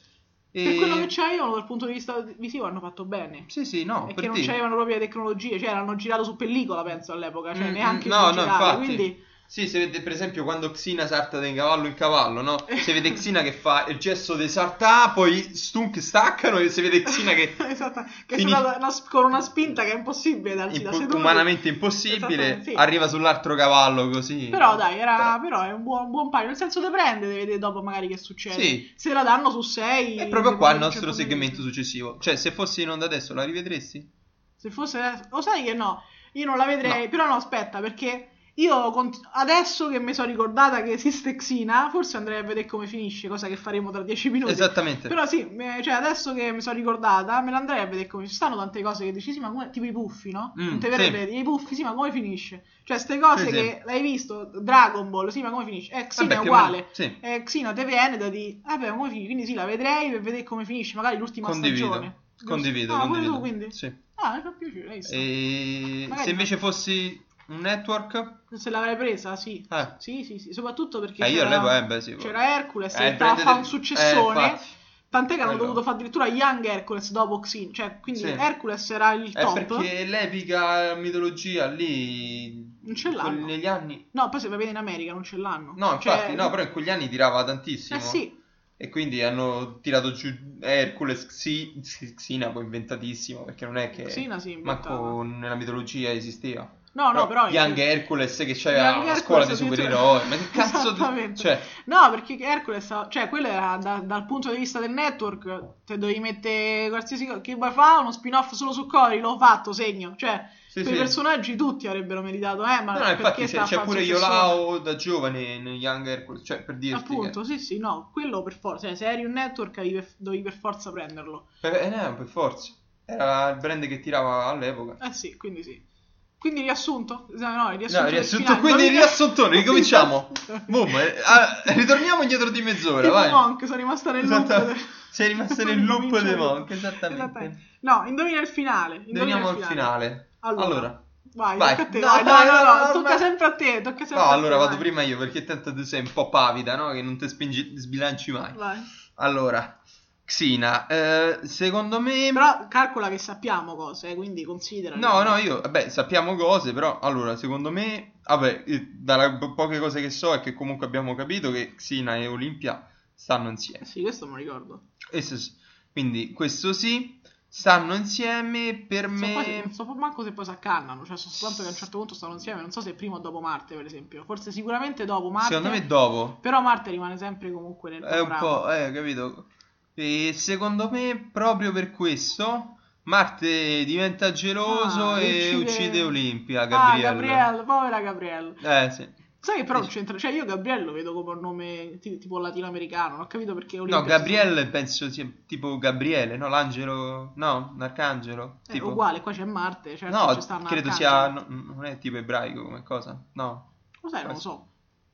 S1: E-
S2: Per quello che c'avevano dal punto di vista visivo hanno fatto bene.
S1: Sì, sì, no,
S2: e
S1: per
S2: che non
S1: dire.
S2: c'avevano proprio le tecnologie, cioè erano girato su pellicola, penso all'epoca, cioè
S1: Mm,
S2: neanche
S1: mm,
S2: su
S1: no, no,
S2: digitale,
S1: infatti.
S2: quindi
S1: Sì, si vede per esempio quando Xina salta da un cavallo in cavallo, no? Si vede Xina che fa il gesto di saltà, poi stunk staccano e si vede Xina che
S2: esatto, che
S1: Fini-
S2: è stata una- con una spinta che è impossibile darsi da
S1: impo-
S2: seduti.
S1: umanamente impossibile
S2: Esattamente, sì.
S1: arriva sull'altro cavallo così.
S2: Però dai, era,
S1: Però-
S2: però è un buon, buon paio, nel senso te prende, devi vedere dopo magari che succede.
S1: Sì.
S2: Se la danno su 6...
S1: È proprio qua il nostro segmento successivo. Cioè, se fossi in onda adesso la rivedresti?
S2: Se fosse. Lo sai che no, io non la vedrei.
S1: No.
S2: Però no, aspetta, perché io cont- adesso che mi sono ricordata che esiste Xina, forse andrei a vedere come finisce, cosa che faremo tra dieci minuti.
S1: Esattamente.
S2: Però sì, me- cioè adesso che mi sono ricordata, me l'andrei a vedere come ci stanno tante cose che dici, sì, ma come tipo i puffi, no?
S1: Mm,
S2: non te verrebbe
S1: sì.
S2: i puffi, sì, ma come finisce? Cioè, ste cose
S1: Sì, sì.
S2: che l'hai visto, Dragon Ball, sì, ma come finisce? Eh, Xina
S1: Vabbè,
S2: è
S1: più o meno-
S2: uguale.
S1: Sì.
S2: Eh, Xina te viene da di, vabbè, ma come finisce? Quindi sì, la vedrei per vedere come finisce, magari l'ultima
S1: Condivido.
S2: stagione. Giusto?
S1: Condivido,
S2: ah, pure
S1: condivido.
S2: tu quindi?
S1: Sì.
S2: Ah, mi fa piacere, hai
S1: Eh.
S2: visto?
S1: E
S2: Magari
S1: se
S2: no.
S1: invece fossi un network?
S2: Se l'avrei presa, sì.
S1: Eh.
S2: Sì, sì, sì, soprattutto perché
S1: Eh, io
S2: c'era,
S1: all'epoca, eh, beh, sì.
S2: c'era Hercules
S1: Eh,
S2: che tra-
S1: prendete-
S2: fa un
S1: eh,
S2: successone,
S1: infatti.
S2: tant'è che hanno
S1: Quello.
S2: dovuto fare addirittura Young Hercules dopo Xin, cioè quindi
S1: Sì.
S2: Hercules era il
S1: È
S2: top.
S1: perché l'epica mitologia lì
S2: Non ce l'hanno.
S1: negli anni
S2: No, poi se vai in America non ce l'hanno.
S1: No,
S2: Cioè-
S1: infatti, no, però in quegli anni tirava tantissimo.
S2: Eh sì,
S1: E quindi hanno tirato giù Hercules, Xi- Xi- Xina poi inventatissimo, perché non è che
S2: Xina si inventava.
S1: manco nella mitologia esisteva.
S2: No, no, però...
S1: Young Hercules che c'era
S2: Young
S1: la scuola dei
S2: Hercules addirittura.
S1: supereroi, ma che cazzo di...
S2: Esattamente.
S1: Cioè,
S2: No, perché Hercules, ha- cioè, quello era da- dal punto di vista del network, te dovevi mettere qualsiasi cosa. Che vuoi fa uno spin-off solo su Cory? L'ho fatto, segno. Cioè,
S1: sì,
S2: quei
S1: sì.
S2: personaggi tutti avrebbero meritato, eh, ma
S1: No, no,
S2: perché
S1: infatti
S2: sta
S1: c'è,
S2: a
S1: c'è
S2: fare
S1: pure
S2: il successore?
S1: Iolao da giovane in Young Hercules, cioè per dirti
S2: Appunto, sì, sì, no, quello per forza, cioè, se eri un network avevi per- dovevi per forza prenderlo.
S1: che... Eh, no, per forza. Era il brand che tirava all'epoca.
S2: Eh sì, quindi sì. Quindi riassunto? Eh, No, no, il riassunto.
S1: No,
S2: del
S1: riassunto,
S2: finale.
S1: quindi
S2: Dovevi-
S1: riassuntone, ricominciamo.
S2: Esatto.
S1: Boom, eh, ah, ritorniamo indietro di mezz'ora,
S2: Tipo
S1: vai.
S2: Monk, sono rimasta nel loop.
S1: Esatto.
S2: del-
S1: Sei rimasto nel loop
S2: Ricomincia
S1: dei
S2: tutto.
S1: Monk, esattamente.
S2: Esattamente. No, indovina il finale. indovina
S1: Veniamo
S2: il
S1: al finale.
S2: Allora.
S1: Allora.
S2: Vai,
S1: Vai.
S2: tocca a te.
S1: No,
S2: vai,
S1: no,
S2: dai,
S1: no,
S2: no, no,
S1: no,
S2: tocca
S1: ma-
S2: sempre a te, tocca sempre
S1: No,
S2: a te.
S1: allora vado
S2: vai.
S1: prima io perché tanto tu sei un po' pavida, no? Che non ti spingi- sbilanci mai.
S2: Vai.
S1: Allora, Xina, eh, secondo me...
S2: Però calcola che sappiamo cose, eh, quindi considera.
S1: No, no, io, vabbè, sappiamo cose, però, allora, secondo me, vabbè, eh, dalle po- poche cose che so è che comunque abbiamo capito che Xina e Olimpia stanno insieme.
S2: Sì, questo me lo ricordo.
S1: Questo sì. Quindi, questo sì, stanno insieme, per
S2: So quasi-
S1: me...
S2: non so manco se poi si accannano, cioè so soltanto che a un certo punto stanno insieme, non so se prima o dopo Marte, per esempio. Forse sicuramente dopo Marte.
S1: Secondo me dopo.
S2: Però Marte rimane sempre comunque nel
S1: È un
S2: panorama.
S1: po', eh, capito? E secondo me, proprio per questo, Marte diventa geloso
S2: Ah,
S1: e
S2: uccide-
S1: uccide, Olimpia,
S2: Ah,
S1: Gabriella.
S2: Gabrielle, povera Gabrielle.
S1: Eh, sì.
S2: Sai che però non
S1: Sì.
S2: c'entra, cioè io Gabrielle lo vedo come un nome ti- tipo latinoamericano, non ho capito perché
S1: No,
S2: Olimpia-
S1: Gabrielle penso sia tipo Gabriele, no? L'angelo, no? L'arcangelo?
S2: Eh,
S1: tipo...
S2: uguale, qua c'è Marte, certo
S1: No,
S2: ci sta un
S1: credo
S2: arcangelo.
S1: sia. no, non è tipo ebraico come cosa. No.
S2: Lo sai, non lo so.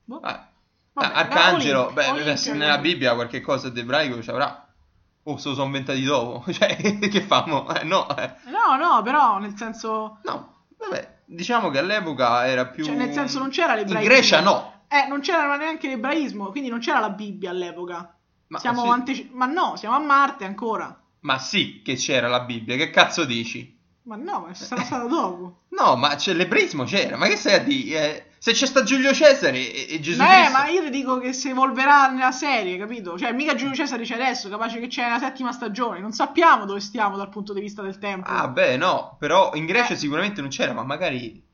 S2: Boh.
S1: Ah,
S2: Vabbè,
S1: Arcangelo,
S2: Olimpia-
S1: beh,
S2: Olimpia,
S1: se nella
S2: quindi.
S1: Bibbia qualche cosa di ebraico ci avrà. O se lo sono inventati dopo. Cioè, che famo? Eh, no, eh.
S2: No, no, però nel senso
S1: No, vabbè, diciamo che all'epoca era più...
S2: Cioè, nel senso, non c'era
S1: In
S2: l'ebraismo.
S1: Grecia no.
S2: eh non c'era neanche l'ebraismo, quindi non c'era la Bibbia all'epoca.
S1: Ma
S2: siamo
S1: sì,
S2: anteci- ma no, siamo a Marte ancora.
S1: ma sì che c'era la Bibbia, che cazzo dici?
S2: Ma no, ma
S1: Eh.
S2: sarà stato dopo.
S1: No, ma c'è, l'ebraismo c'era, ma che stai a dire? Eh, se c'è sta Giulio Cesare e, e Gesù
S2: Ma, eh,
S1: Cristo...
S2: ma io ti dico che si evolverà nella serie, capito? Cioè, mica Giulio Cesare c'è adesso, capace che c'è la settima stagione. Non sappiamo dove stiamo dal punto di vista del tempo.
S1: Ah, beh, no, però in Grecia
S2: Eh.
S1: sicuramente non c'era, ma magari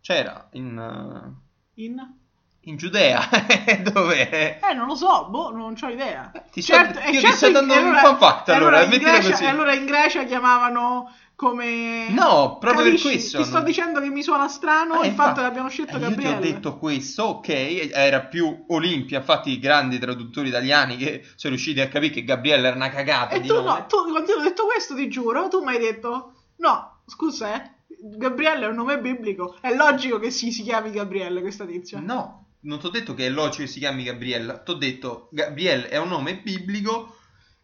S1: c'era in, eh,
S2: In-
S1: in Giudea, dove...
S2: Eh, non lo so, boh, non ho idea.
S1: Eh, Ti sto-
S2: Certo,
S1: io
S2: e
S1: ti
S2: certo
S1: sto
S2: in-
S1: dando
S2: e
S1: un fun fact,
S2: e
S1: allora,
S2: in
S1: mettila
S2: Grecia-
S1: così.
S2: e allora in Grecia chiamavano come...
S1: No, proprio
S2: Capisci?
S1: per questo...
S2: Ti sto
S1: non-
S2: dicendo che mi suona strano il fatto
S1: Ah, infatti.
S2: che abbiano scelto
S1: Eh, io ti
S2: Gabriele.
S1: ho detto questo, ok, era più Olimpia, infatti i grandi traduttori italiani che sono riusciti a capire che Gabriele era una cagata
S2: E
S1: di
S2: tu
S1: nome.
S2: no, tu, quando io ti ho detto questo, ti giuro, tu mi hai detto: No, scusa, eh, Gabriele è un nome biblico. È logico che si, si chiami Gabriele questa tizia.
S1: No, non ti ho detto che è logico che si chiami Gabriele, ti ho detto Gabriele è un nome biblico,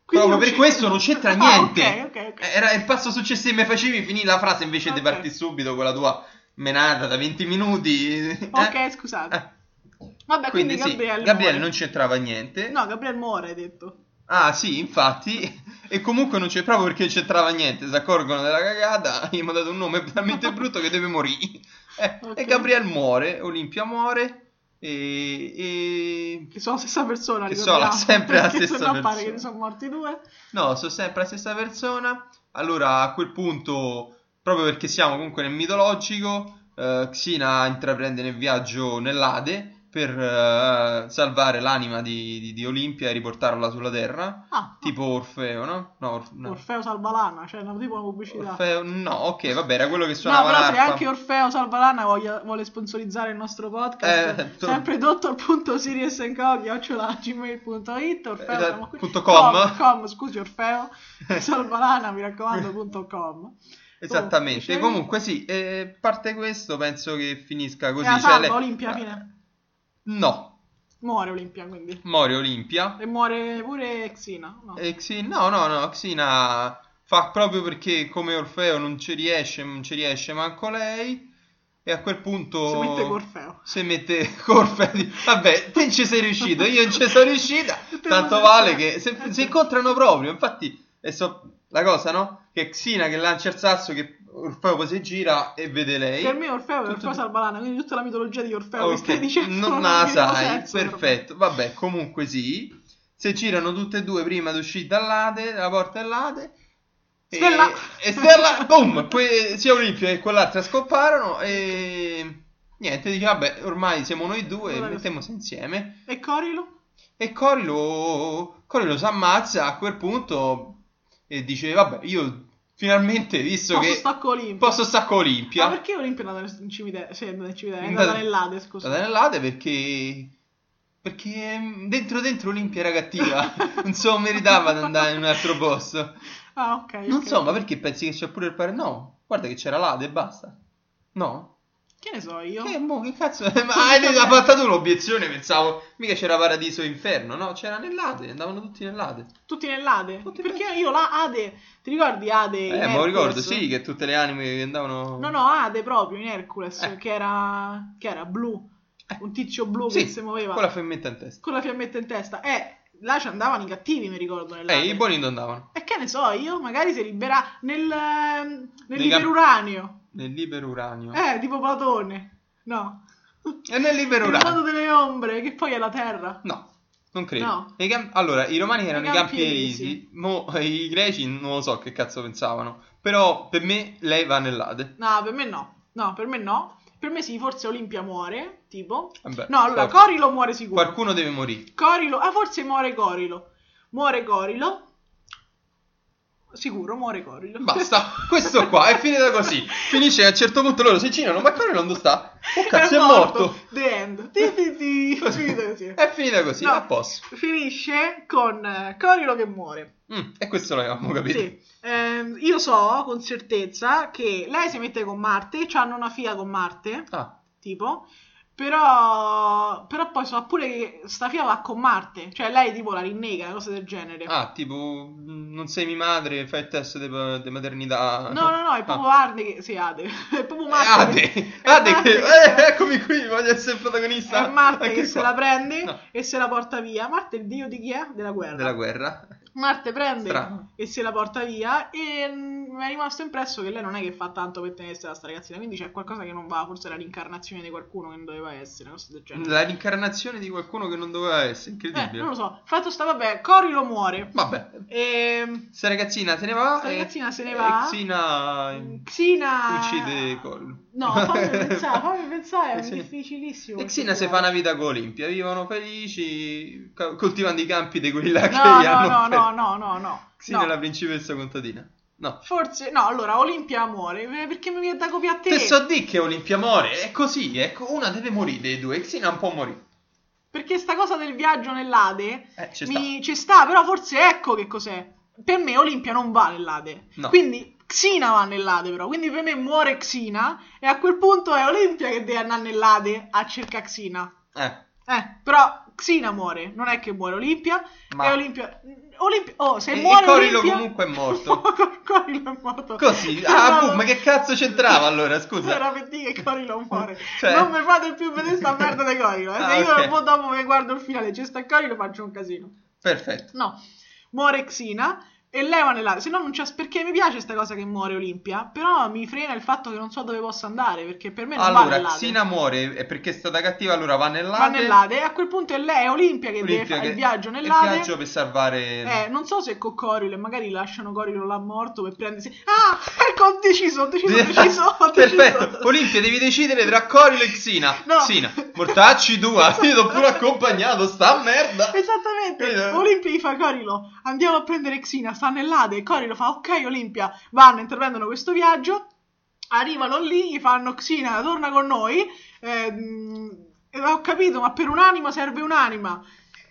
S2: Quindi
S1: proprio
S2: non
S1: per
S2: c'è-
S1: questo non c'entra
S2: Ah,
S1: niente. Eh,
S2: ok, ok, ok.
S1: Era il passo successivo, mi facevi finire la frase invece
S2: Ok.
S1: di partire subito con la tua menata da 20 minuti. eh?
S2: Ok, scusate.
S1: Eh.
S2: Vabbè, quindi,
S1: Quindi, sì,
S2: Gabriele. muore.
S1: non c'entrava niente.
S2: No, Gabriele muore, hai detto.
S1: Ah sì, infatti. E comunque non c'è proprio perché non c'entrava niente. Si accorgono della cagata. Gli hanno dato un nome talmente brutto che deve morire. Eh,
S2: Ok.
S1: E Gabriel muore, Olimpia muore. E, e-
S2: Che sono la stessa persona.
S1: Che
S2: ricordiamo,
S1: sono la- sempre la
S2: perché
S1: stessa
S2: sennò pare
S1: persona.
S2: che ne sono morti due.
S1: No, sono sempre la stessa persona. Allora a quel punto, proprio perché siamo comunque nel mitologico, eh, Xina intraprende nel viaggio nell'Ade per eh, salvare l'anima di, di- di Olimpia e riportarla sulla Terra.
S2: Ah,
S1: Tipo Orfeo, no? No, Orf- no.
S2: Orfeo salva l'Anna, cioè una, tipo una pubblicità.
S1: Orfeo- no, ok, vabbè, era quello che
S2: No,
S1: suonava
S2: però se
S1: l'arpa.
S2: anche Orfeo Salvalanna voglia- vuole sponsorizzare il nostro podcast,
S1: Eh, to-
S2: sempre dottor.siriusnco.gmail.it Orfeo,
S1: Eh,
S2: siamo qui.
S1: punto com. Eh.
S2: com, scusi Orfeo, Salvalanna, mi raccomando, punto com.
S1: Esattamente.
S2: dicevi?
S1: Comunque sì, eh, parte questo, penso che finisca così.
S2: E la
S1: cioè,
S2: salva
S1: lei-
S2: Olimpia, fine.
S1: No,
S2: Muore Olimpia, quindi.
S1: muore Olimpia.
S2: E muore pure Xina, no?
S1: E Xi- no, no, no, Xina fa proprio perché come Orfeo non ci riesce, non ci riesce manco lei. E a quel punto...
S2: Si mette con Orfeo.
S1: Se mette Corfè di- Vabbè, te ci sei riuscito, io non ci sono riuscita.
S2: Te
S1: Tanto
S2: lo-
S1: vale che se,
S2: Eh,
S1: si
S2: sì.
S1: incontrano proprio. Infatti, è so- la cosa, no? Che Xina che lancia il sasso, che Orfeo poi si gira e vede lei.
S2: Per me Orfeo è
S1: Tutto-
S2: Orfeo Salvalanna, quindi tutta la mitologia di Orfeo
S1: Ok,
S2: che stai dicendo
S1: non la
S2: ha
S1: sai,
S2: senso per me.
S1: perfetto. Vabbè, comunque sì. Se girano tutte e due prima di uscire dall'Ade, dalla porta dell'Ade. e-
S2: Stella!
S1: E, Stella, boom! que- sia Olimpia che quell'altra scopparono e... Niente, dice, vabbè, ormai siamo noi due,
S2: Guarda che-
S1: mettiamoci insieme.
S2: E Corilo?
S1: E Cory lo, Cory lo si ammazza a quel punto e dice: Vabbè, io finalmente, visto
S2: Posso
S1: che
S2: stare con Olimpia?
S1: posso stare con Olimpia,
S2: Ma perché Olimpia è andata nel cimitero? Sì, è andata nel cimitero, è
S1: È
S2: andata
S1: andata-
S2: nell'Ade,
S1: la
S2: scusa.
S1: Danellate perché. Perché mm, dentro dentro Olimpia era cattiva, non so, meritava di andare in un altro posto.
S2: Ah, ok.
S1: Non
S2: ok.
S1: so, ma perché pensi che c'è pure il pare? No, guarda che c'era l'Ade e basta. No?
S2: Che ne so io?
S1: Che, boh, che cazzo? Ma hai hai fatto tu l'obiezione, pensavo, mica c'era paradiso e inferno, no? C'era nell'Ade, andavano tutti nell'Ade.
S2: Tutti nell'Ade?
S1: Tutti
S2: perché io la Ade... Ti ricordi Ade in
S1: Eh, me lo
S2: Hercules?
S1: ricordo, sì, che tutte le anime che andavano...
S2: No, no, Ade proprio in Hercules,
S1: Eh.
S2: che era... Che era blu. Un tizio blu
S1: Sì,
S2: che si muoveva
S1: con la fiammetta Eh, in testa.
S2: con la fiammetta in testa. Eh, là ci andavano i cattivi, mi ricordo, nell'Ade.
S1: Eh, i buoni non andavano.
S2: E che ne so io? Magari si libera nel... ehm, Nel
S1: Nei
S2: liberuranio.
S1: Nel libero uranio.
S2: Eh, tipo Platone. No.
S1: E Eh, nel libero
S2: Il mondo
S1: uranio.
S2: delle ombre, che poi è la terra.
S1: No, non credo.
S2: No.
S1: I gam- Allora, i romani erano i campi
S2: elisi.
S1: elisi, mo eh, i greci non lo so che cazzo pensavano. Però per me lei va nell'Ade.
S2: No, per me no. No, per me no. Per me sì, forse Olimpia muore, tipo.
S1: Vabbè,
S2: No, allora
S1: Eh, qual-
S2: Corilo muore sicuro.
S1: Qualcuno deve morire.
S2: Corilo, ah, forse muore Corilo. Muore Corilo. Sicuro muore Corillo.
S1: Basta, questo qua è finita così. Finisce che a un certo punto loro si girano, ma Corillo non sta? Oh cazzo, è morto.
S2: The end. Ti, ti, ti. Finita così.
S1: È finita così,
S2: No.
S1: a posto.
S2: Finisce con eh, Corillo che muore.
S1: Mm, e questo l'avevamo capito.
S2: Sì. Ehm, io so con certezza che lei si mette con Marte, hanno una figlia con Marte,
S1: Ah,
S2: tipo, però, però poi so pure che sta figlia va con Marte, cioè lei tipo la rinnega, cose del genere.
S1: ah, tipo, mm, non sei mia madre, fai il test di di maternità. Ah.
S2: No, no, no, è proprio Arde che... Sì, Ade. È proprio Marte. che-
S1: Ade, Ade,
S2: Marte
S1: che-
S2: che-
S1: eh, eccomi qui, voglio essere il protagonista.
S2: È Marte
S1: anche
S2: che se
S1: qua.
S2: la prende
S1: No.
S2: e se la porta via. Marte è il dio di chi è? Della guerra.
S1: Della guerra.
S2: Marte prende
S1: Strano.
S2: e se la porta via e mm, mi è rimasto impresso che lei non è che fa tanto per tenersela sta ragazzina, quindi c'è qualcosa che non va, forse è la rincarnazione di qualcuno che non doveva essere, cose del genere.
S1: La reincarnazione di qualcuno che non doveva essere,
S2: Cioè, Eh,
S1: incredibile.
S2: non lo so. Fatto sta, vabbè, Cory lo muore. Ehm,
S1: Vabbè,
S2: E
S1: sta ragazzina se ne va.
S2: Sta
S1: e-
S2: ragazzina se ne
S1: e
S2: va.
S1: Xina-
S2: Xina
S1: Uccide Col.
S2: No, fammi pensare, fammi pensare, è
S1: Eh sì.
S2: difficilissimo.
S1: E Xina si fa una vita con Olimpia, vivono felici, ca- coltivando i campi di quelli là che
S2: No,
S1: gli
S2: no,
S1: hanno
S2: no,
S1: offerto.
S2: no, no, no, no.
S1: Xina
S2: no.
S1: è la principessa contadina. No.
S2: Forse no, allora Olimpia muore eh, perché mi viene da copiare a te.
S1: Te so di che Olimpia muore, è così, ecco, una deve morire dei due, Xina un po' morì.
S2: Perché sta cosa del viaggio nell'Ade
S1: Eh, ci sta.
S2: Mi- ci sta, però forse ecco che cos'è. Per me Olimpia non va nell'Ade.
S1: No.
S2: Quindi Xina va nell'Ade, però. Quindi per me muore Xina. E a quel punto è Olimpia che deve andare nell'Ade a cercare Xina.
S1: Eh,
S2: Eh, però Xina muore, non è che muore Olimpia.
S1: ma
S2: E Olimpia. Olimpia- Oh, se
S1: E- e
S2: muore.
S1: Corillo
S2: Olimpia-
S1: comunque è morto.
S2: Corillo è morto.
S1: così, ah, boh, ma che cazzo c'entrava allora, scusa.
S2: Era per dire che Corillo muore.
S1: Cioè-
S2: Non mi fate più vedere sta merda di Corillo. Eh. Se
S1: Ah,
S2: io
S1: ok.
S2: un po' dopo mi guardo il finale, c'è sta Corillo, faccio un casino.
S1: Perfetto.
S2: No, muore Xina e lei va nell'Ade. Se no, non c'è. Perché mi piace sta cosa che muore Olimpia. Però mi frena il fatto che non so dove posso andare. Perché per me non va
S1: Allora,
S2: nell'Ade.
S1: Xina muore e perché è stata cattiva, allora va nell'Ade.
S2: Va nell'Ade. E a quel punto è lei, è Olimpia, che deve
S1: Olimpia
S2: fare
S1: che-
S2: il viaggio
S1: Il
S2: nell'Ade.
S1: viaggio per salvare...
S2: Eh, non so se con Corilo e magari lasciano Corilo là morto per prendersi. Ah, ecco, ho deciso, ho deciso, ho deciso. Ho deciso.
S1: Perfetto, Olimpia devi decidere tra Coril e Xina.
S2: No. Esatto.
S1: Xina, mortacci tua, ti do pure accompagnato, sta merda. eh,
S2: Esattamente,
S1: Capito?
S2: Olimpia gli fa Corilo, andiamo a prendere Xina, sta nell'Ade, e Corilo fa ok Olimpia, vanno, intraprendono questo viaggio, arrivano lì, gli fanno Xina, torna con noi, ehm, e ho capito, ma per un'anima serve un'anima.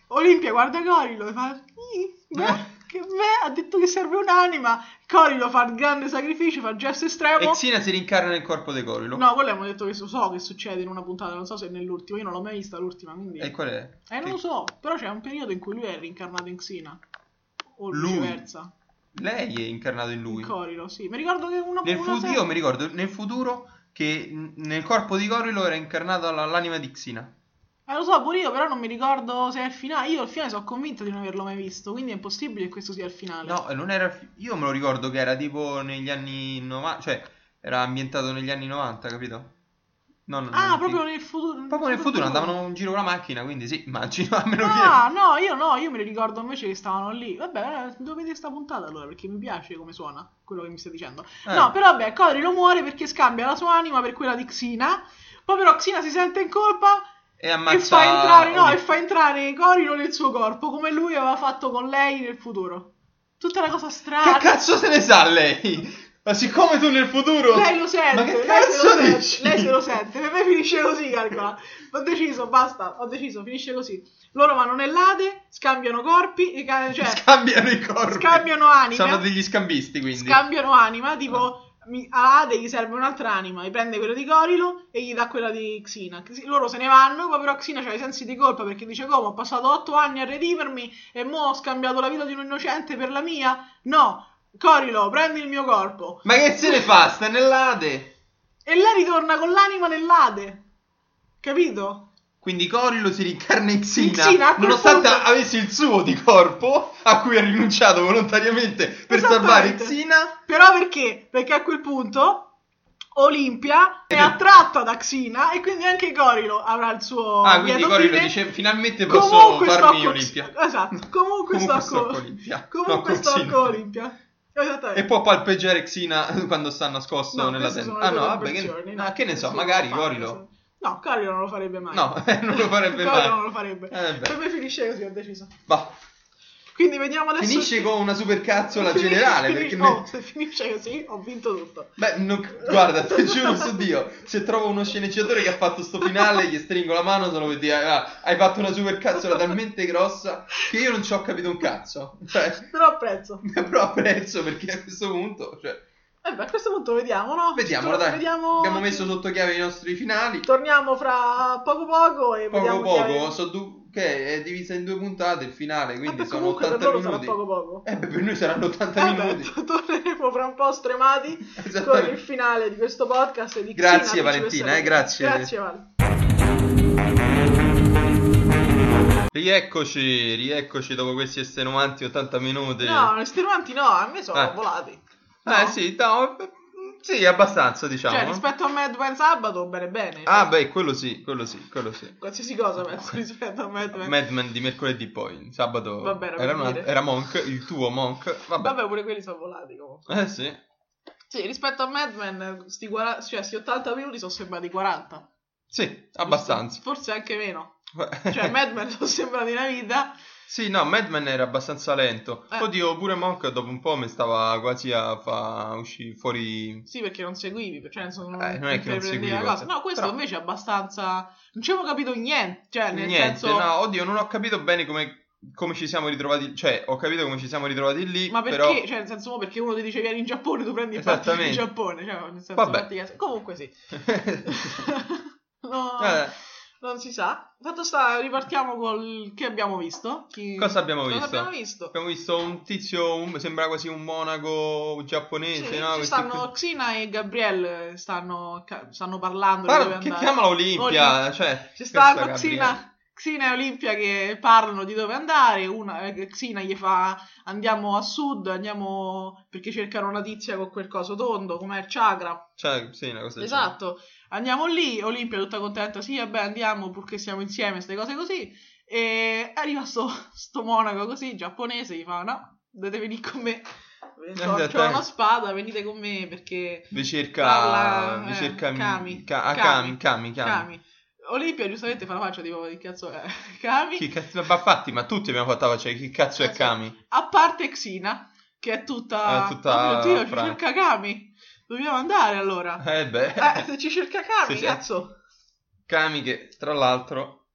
S2: Olimpia guarda Corilo e fa, "Ih,
S1: Eh.
S2: beh, che beh, ha detto che serve un'anima, Corilo fa il grande sacrificio, fa il gesto
S1: E
S2: estremo.
S1: Xina si rincarna nel corpo di Corilo.
S2: No, quello abbiamo detto che so, so che succede in una puntata, non so se nell'ultima, io non l'ho mai vista l'ultima, quindi...
S1: E qual è?
S2: Eh, non lo so, però c'è un periodo in cui lui è reincarnato in Xina. O
S1: Lui?
S2: viceversa.
S1: Lei è incarnato in lui.
S2: In Corilo, sì. Mi ricordo che una,
S1: Nel
S2: una
S1: fu-
S2: serie-
S1: Io mi ricordo nel futuro che n- nel corpo di Corilo era incarnata la- l'anima di Xina.
S2: Eh, lo so, pure io, però non mi ricordo se è il finale. Io il finale sono convinto di non averlo mai visto, quindi è impossibile che questo sia il finale.
S1: No, eh, non era. fi- Io me lo ricordo che era tipo negli anni 90. Cioè, era ambientato negli anni 90, capito? No, no,
S2: ah,
S1: non-
S2: proprio nel futuro.
S1: proprio nel futuro andavano in giro con la macchina, quindi sì, immagino. A meno che.
S2: Ah, no, io no, io me li ricordo invece che stavano lì. Vabbè, eh, devo vedere sta puntata allora, perché mi piace come suona quello che mi stai dicendo.
S1: Eh.
S2: No, però vabbè, Corilo muore perché scambia la sua anima per quella di Xina. Poi però Xina si sente in colpa
S1: E
S2: E
S1: ammazza.
S2: fa entrare, no,
S1: Oli-
S2: e fa entrare Corino nel suo corpo, come lui aveva fatto con lei nel futuro. Tutta una cosa strana.
S1: Che cazzo se ne sa lei? Ma siccome tu nel futuro.
S2: Lei lo sente,
S1: Ma che
S2: lei, se
S1: cazzo
S2: lo sente
S1: dici?
S2: lei se lo sente, per me finisce così, calcola. Ho deciso, basta, ho deciso, finisce così. Loro vanno nell'Ade, scambiano corpi, e ca- cioè,
S1: Scambiano i corpi.
S2: scambiano anima,
S1: Sono degli scambisti, quindi. Eh.
S2: scambiano anima, tipo mi- all'Ade gli serve un'altra anima, gli prende quella di Corilo e gli dà quella di Xina. Xi- Loro se ne vanno, poi però Xina ha i sensi di colpa perché dice come ho passato otto anni a redimermi e mo ho scambiato la vita di un innocente per la mia? No, Corilo, prendi il mio corpo.
S1: Ma che se ne fa? Sta nell'Ade.
S2: E lei ritorna con l'anima nell'Ade. Capito?
S1: Quindi Corillo si rincarna in Xina,
S2: Xina, a quel
S1: nonostante
S2: punto-
S1: avesse il suo di corpo, a cui ha rinunciato volontariamente per salvare
S2: Esattamente.
S1: Xina.
S2: Però perché? Perché a quel punto Olimpia è attratta da Xina e quindi anche Corilo avrà il suo
S1: Ah, quindi
S2: lieto
S1: Corillo
S2: fine.
S1: dice finalmente posso
S2: Comunque sto
S1: farmi
S2: con-
S1: Olimpia.
S2: Esatto, comunque,
S1: Comunque
S2: sto con
S1: Olimpia.
S2: Comunque
S1: No,
S2: sto
S1: Xina.
S2: con Olimpia. Esattamente.
S1: E può palpeggiare Xina quando sta nascosto
S2: No,
S1: nella
S2: queste sono
S1: tenda.
S2: le
S1: Ah no,
S2: tue
S1: vabbè, che,
S2: convinzioni,
S1: no, che ne so,
S2: Sì,
S1: magari
S2: fanno,
S1: Corillo.
S2: sì. No, Corillo non lo farebbe mai.
S1: No, non lo farebbe
S2: Corillo
S1: mai.
S2: non lo farebbe.
S1: Eh, beh.
S2: Per me finisce così, ho deciso.
S1: Bah.
S2: Quindi vediamo adesso.
S1: Finisce con una supercazzola generale.
S2: Finisce-
S1: Perché
S2: no,
S1: me-
S2: se finisce così, ho vinto tutto.
S1: Beh, non- guarda, ti giuro su Dio, se trovo uno sceneggiatore che ha fatto sto finale, gli stringo la mano solo per dire, "Ah, hai fatto una supercazzola talmente grossa che io non ci ho capito un cazzo. Cioè,
S2: Però apprezzo.
S1: però apprezzo perché a questo punto, cioè,
S2: E beh, a questo punto vediamo, no?
S1: vediamola
S2: Ci-
S1: dai.
S2: Vediamo...
S1: Abbiamo messo sotto chiave i nostri finali.
S2: Torniamo fra poco poco e
S1: Poco
S2: vediamo chi
S1: poco,
S2: è-
S1: so du- che è divisa in due puntate il finale, quindi
S2: Vabbè,
S1: sono
S2: comunque
S1: 80
S2: per loro
S1: minuti.
S2: sarà poco poco.
S1: Eh, beh, per noi saranno 80
S2: Eh beh,
S1: minuti.
S2: torneremo fra un po' stremati con il
S1: Esattamente.
S2: finale di questo podcast e di Xena,
S1: Grazie, Valentina,
S2: principessa
S1: eh, grazie.
S2: Valentina. Grazie Val.
S1: Rieccoci, rieccoci dopo questi estenuanti 80 minuti.
S2: No, estenuanti no, a me sono
S1: Eh.
S2: volati.
S1: Eh
S2: No?
S1: sì, no, eh, sì, abbastanza diciamo.
S2: Cioè, rispetto a Mad Men sabato, bene bene.
S1: Ah beh, quello sì, quello sì, quello sì.
S2: Qualsiasi cosa penso rispetto a Mad Men.
S1: Mad Men di mercoledì poi, sabato
S2: Va bene,
S1: era,
S2: vuol
S1: una-
S2: dire.
S1: era Monk, il tuo Monk, vabbè.
S2: Vabbè, pure quelli sono volati comunque.
S1: Eh sì,
S2: Sì, rispetto a Mad Men, sti, guara- cioè, sti 80 minuti sono sembrati 40.
S1: sì, abbastanza.
S2: Forse anche meno. Cioè, Mad Men sono sembrati una vita.
S1: Sì, no, Mad Men era abbastanza lento.
S2: Eh.
S1: Oddio, pure Monk dopo un po' mi stava quasi a fa uscire fuori...
S2: Sì, perché non seguivi, cioè nel senso, non,
S1: Eh, non è che non
S2: prendevi
S1: seguivo,
S2: la cosa. No, questo
S1: però-
S2: invece è abbastanza. Non ci avevo capito niente. Cioè, nel
S1: Niente,
S2: senso.
S1: no, oddio, non ho capito bene come, come ci siamo ritrovati... Cioè, ho capito come ci siamo ritrovati lì,
S2: Ma perché?
S1: però...
S2: Cioè, nel senso, mo perché uno ti dice vieni in Giappone, tu prendi il
S1: Esattamente.
S2: fatto in Giappone. Cioè, nel senso,
S1: Vabbè.
S2: fatti caso. Comunque sì. no,
S1: Eh,
S2: non si sa. Fatto sta, ripartiamo col che abbiamo visto. Chi-
S1: Cosa abbiamo visto?
S2: abbiamo visto?
S1: Abbiamo visto un tizio, un- sembra quasi un monaco
S2: Sì,
S1: giapponese,
S2: ci
S1: no? Questi
S2: stanno
S1: qui-
S2: Xina e Gabriele stanno, ca- stanno parlando. di
S1: Guarda,
S2: dove
S1: che
S2: andare.
S1: chiamala Olimpia,
S2: Olimpia.
S1: cioè...
S2: Ci
S1: questa
S2: stanno
S1: Gabriele.
S2: Xina, Xina e Olimpia che parlano di dove andare. Una, eh, Xina gli fa andiamo a sud, andiamo perché cercano una tizia con quel coso tondo, com'è il chakra.
S1: Cioè, sì, una cosa del
S2: esatto. Andiamo lì, Olimpia tutta contenta, sì, vabbè andiamo purché siamo insieme, queste cose così. E arriva sto, sto monaco così, giapponese, gli fa no, dovete venire con me. Ho c'ho una spada, venite con me perché
S1: genere. Ricerca...
S2: Parla, eh,
S1: ricerca...
S2: Kami.
S1: Ka- ah,
S2: Kami.
S1: Kami, Kami, Kami.
S2: Kami. Olimpia giustamente fa la faccia tipo di cazzo è Kami.
S1: Chi cazzo... Ma fatti, ma tutti abbiamo fatto la faccia, chi cazzo è
S2: Cazzo.
S1: Kami?
S2: A parte Xina, che è tutta...
S1: Ah, tutta
S2: Oh mio Dio, ci
S1: franca.
S2: cerca Kami. Dobbiamo andare allora.
S1: Eh beh,
S2: Eh, se ci cerca Kami,
S1: Sì, sì.
S2: cazzo.
S1: Kami che, tra l'altro,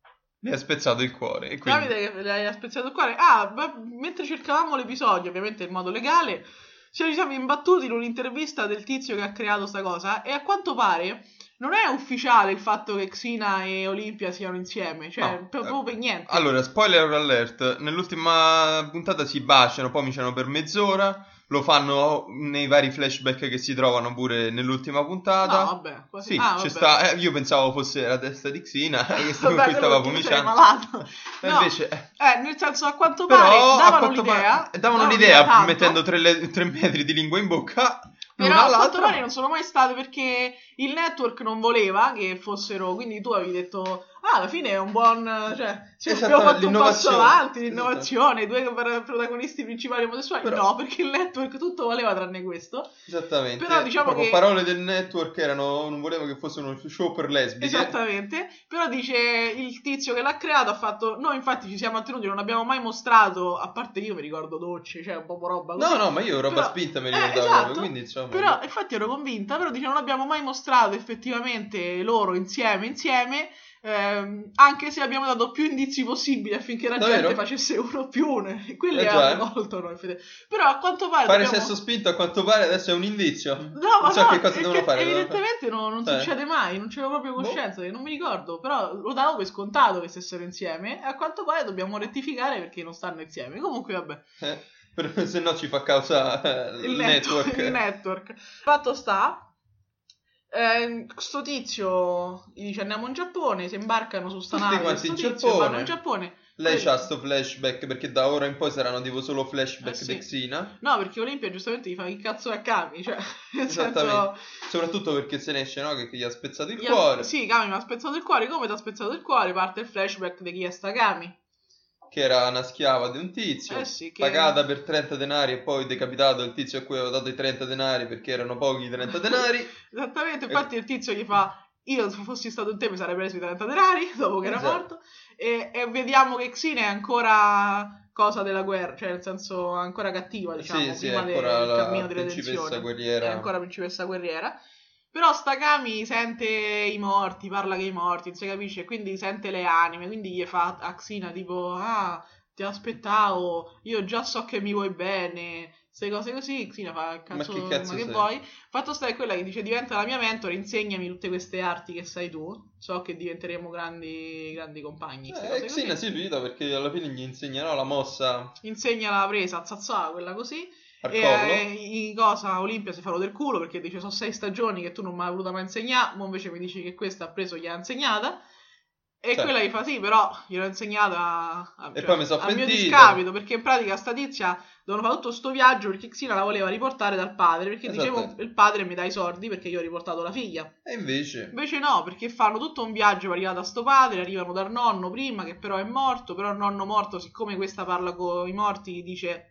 S1: mi ha spezzato il cuore. E quindi...
S2: Davide che l'hai spezzato il cuore. Ah, ma mentre cercavamo l'episodio, ovviamente in modo legale, ci siamo diciamo, imbattuti in un'intervista del tizio che ha creato sta cosa e a quanto pare non è ufficiale il fatto che Xina e Olimpia siano insieme, cioè
S1: No,
S2: per-
S1: eh,
S2: proprio per niente.
S1: Allora, spoiler alert, nell'ultima puntata si baciano, poi miciano per mezz'ora, lo fanno nei vari flashback che si trovano pure nell'ultima puntata.
S2: no, vabbè, quasi.
S1: Sì,
S2: ah, vabbè.
S1: c'è sta- eh, io pensavo fosse la testa di Xina, che
S2: Vabbè,
S1: qui stava
S2: quello tu sei
S1: pomiciando.
S2: malato.
S1: E
S2: No.
S1: invece, eh,
S2: Eh, nel senso, a quanto pare
S1: però, a
S2: davano
S1: quanto pare-
S2: l'idea.
S1: davano l'idea
S2: tanto,
S1: mettendo tre, le- tre metri di lingua in bocca.
S2: Però
S1: l'una
S2: a quanto
S1: all'altra.
S2: pare non sono mai state perché il network non voleva che fossero. Quindi tu avevi detto, ah, alla fine è un buon. cioè, sì,
S1: Esatto,
S2: abbiamo fatto un passo
S1: l'innovazione. Esatto.
S2: avanti, l'innovazione, i due pro- protagonisti principali omosessuali.
S1: Però-
S2: No, perché il network tutto voleva tranne questo.
S1: Esattamente.
S2: però diciamo
S1: Proprio
S2: che-
S1: parole del network erano, non volevo che fosse uno show per lesbiche.
S2: Esattamente, però dice il tizio che l'ha creato ha fatto, noi infatti ci siamo attenuti, non abbiamo mai mostrato, a parte io mi ricordo docce, cioè un po' roba così.
S1: No, no, ma io roba
S2: Però-
S1: spinta mi
S2: eh,
S1: ricordavo,
S2: esatto.
S1: quindi insomma...
S2: Però, infatti, ero convinta, però dice, non abbiamo mai mostrato effettivamente loro insieme, insieme, ehm, anche se abbiamo dato più indizi possibili affinché la
S1: Davvero?
S2: gente facesse uno più uno. E Quelli
S1: Eh, già,
S2: hanno colto, no, effettivamente. Però, a quanto pare...
S1: Fare
S2: dobbiamo-
S1: sesso spinto a quanto pare adesso è un indizio.
S2: No, ma
S1: non so
S2: no,
S1: che cosa
S2: perché
S1: devono fare. devono fare-
S2: Evidentemente no- non
S1: Eh.
S2: succede mai, non c'era proprio
S1: Boh.
S2: coscienza, che non mi ricordo, però lo davo per scontato che stessero insieme, e a quanto pare dobbiamo rettificare perché non stanno insieme. Comunque, vabbè.
S1: Eh, però se no ci fa causa eh,
S2: il network. il network. Fatto sta, ehm, sto tizio gli dice andiamo in Giappone, si imbarcano su sta
S1: Tutti
S2: nave,
S1: quanti
S2: questo
S1: in
S2: tizio,
S1: Giappone.
S2: vanno in Giappone.
S1: Lei c'ha sto flashback perché da ora in poi saranno tipo solo flashback
S2: Eh, sì.
S1: di Xina.
S2: No, perché Olimpia giustamente gli fa che cazzo è Kami, cioè, nel senso...
S1: Esattamente. Soprattutto perché se ne esce, no? Che, che gli ha spezzato il
S2: gli ha-
S1: cuore.
S2: Sì, Kami mi ha spezzato il cuore, come ti ha spezzato il cuore? Parte il flashback di chi è sta Kami.
S1: Che era una schiava di un tizio.
S2: Eh sì, che-
S1: Pagata per 30 denari e poi decapitato il tizio a cui aveva dato i 30 denari perché erano pochi i 30 denari. Eh.
S2: Esattamente, infatti il tizio gli fa Io se fossi stato in te mi sarei preso i 30 denari dopo che era
S1: Esatto.
S2: morto. E, e vediamo che Xin è ancora cosa della guerra, cioè nel senso ancora cattiva, diciamo,
S1: sì, sì, è
S2: prima del
S1: ancora
S2: cammino
S1: la
S2: delle
S1: principessa
S2: tensioni. È
S1: guerriera.
S2: ancora principessa guerriera. Però Stakami sente i morti, parla che i morti, non si capisce, quindi sente le anime, quindi gli fa a Xina tipo, ah, ti aspettavo, io già so che mi vuoi bene, queste cose così, Xina fa, cazzo, ma
S1: che
S2: che,
S1: cazzo sei?"
S2: vuoi? Fatto sta è quella che dice, diventa la mia mentore, insegnami tutte queste arti che sai tu, so che diventeremo grandi, grandi compagni, queste
S1: Eh,
S2: cose
S1: Xin
S2: così.
S1: si fida perché alla fine gli insegnerà la mossa
S2: Insegna la presa, a zazzà, quella così.
S1: al
S2: E
S1: collo.
S2: eh, in cosa Olimpia si fa lo del culo perché dice sono sei stagioni che tu non mi hai voluto mai insegnare, ma invece mi dici che questa ha preso gli ha insegnata. E
S1: Certo.
S2: quella gli fa sì, però gliel'ho insegnata a- a-
S1: E poi mi so
S2: al mio
S1: pentito."
S2: discapito, perché in pratica sta tizia doveva fare tutto sto viaggio perché Xina la voleva riportare dal padre, perché
S1: Esatto.
S2: dicevo il padre mi dà i soldi perché io ho riportato la figlia.
S1: E invece...
S2: Invece no, perché fanno tutto un viaggio per arrivare da sto padre, arrivano dal nonno prima che però è morto, però il nonno morto, siccome questa parla con i morti, gli dice